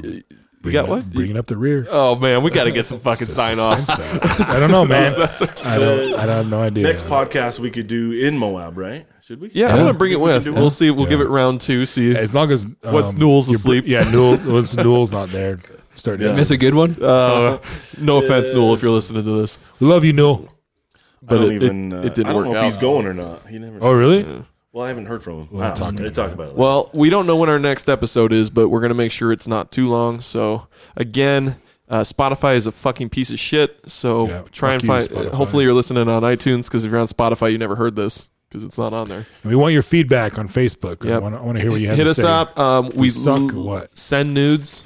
Speaker 3: Bring
Speaker 1: got
Speaker 3: up,
Speaker 1: what?
Speaker 3: Bringing up the rear.
Speaker 1: Oh man, we got to get some fucking sign offs.
Speaker 3: I don't know, man. I don't. I have no idea.
Speaker 2: Next podcast we could do in Moab, right? Should we?
Speaker 1: Yeah, I'm gonna bring it with.
Speaker 2: do
Speaker 1: We'll
Speaker 2: one.
Speaker 1: see. We'll give
Speaker 3: Yeah.
Speaker 1: it round two. See.
Speaker 3: As long as um,
Speaker 1: Once Newell's
Speaker 3: your-
Speaker 1: asleep.
Speaker 3: yeah, Newell. Once Newell's not there, start.
Speaker 2: Yeah.
Speaker 6: Miss a good one?
Speaker 1: Uh, no offense, Newell, if you're listening to this,
Speaker 3: We love you, Newell.
Speaker 1: but
Speaker 2: I don't
Speaker 1: it,
Speaker 2: even.
Speaker 1: it,
Speaker 2: uh,
Speaker 1: it didn't
Speaker 2: I don't
Speaker 1: work
Speaker 2: know
Speaker 1: out.
Speaker 2: if he's going or not. He never.
Speaker 3: Oh, really?
Speaker 2: Well, I haven't heard from him.
Speaker 3: We'll
Speaker 2: I don't
Speaker 3: talk
Speaker 2: know. They
Speaker 3: about
Speaker 2: talk
Speaker 3: it.
Speaker 2: about it. later.
Speaker 1: Well, we don't know when our next episode is, but we're going to make sure it's not too long. So, again, uh, Spotify is a fucking piece of shit. So,
Speaker 3: Yeah,
Speaker 1: try and
Speaker 3: fuck you,
Speaker 1: find.
Speaker 3: Spotify.
Speaker 1: Hopefully, you're listening on iTunes because if you're on Spotify, you never heard this because it's not on there.
Speaker 3: And we want your feedback on Facebook.
Speaker 1: Yep.
Speaker 3: I want to hear what you have
Speaker 1: Hit
Speaker 3: to
Speaker 1: us
Speaker 3: say.
Speaker 1: up. Um, we
Speaker 3: suck
Speaker 1: l-
Speaker 3: or what?
Speaker 1: Send nudes.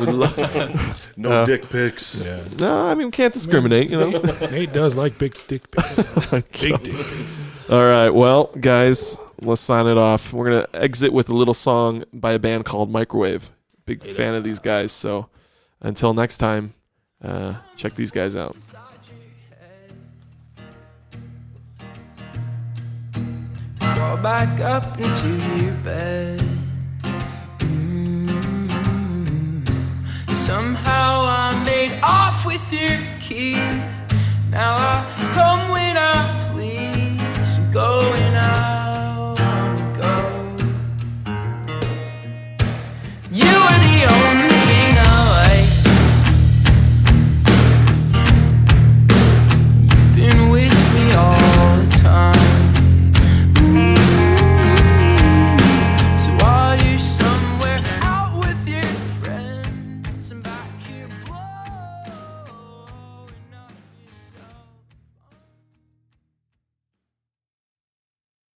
Speaker 1: We'd lo-
Speaker 2: no
Speaker 1: uh,
Speaker 2: dick pics.
Speaker 3: Yeah.
Speaker 1: no, I mean, we can't discriminate, you know?
Speaker 3: Nate does like big dick pics. big dick pics.
Speaker 1: All right. Well, guys, let's sign it off. We're going to exit with a little song by a band called Microwave. Big fan of these guys. So until next time, uh, check these guys out.
Speaker 7: Crawl back up into your bed. Mm. Somehow I made off with your key. Now I come when I please. You go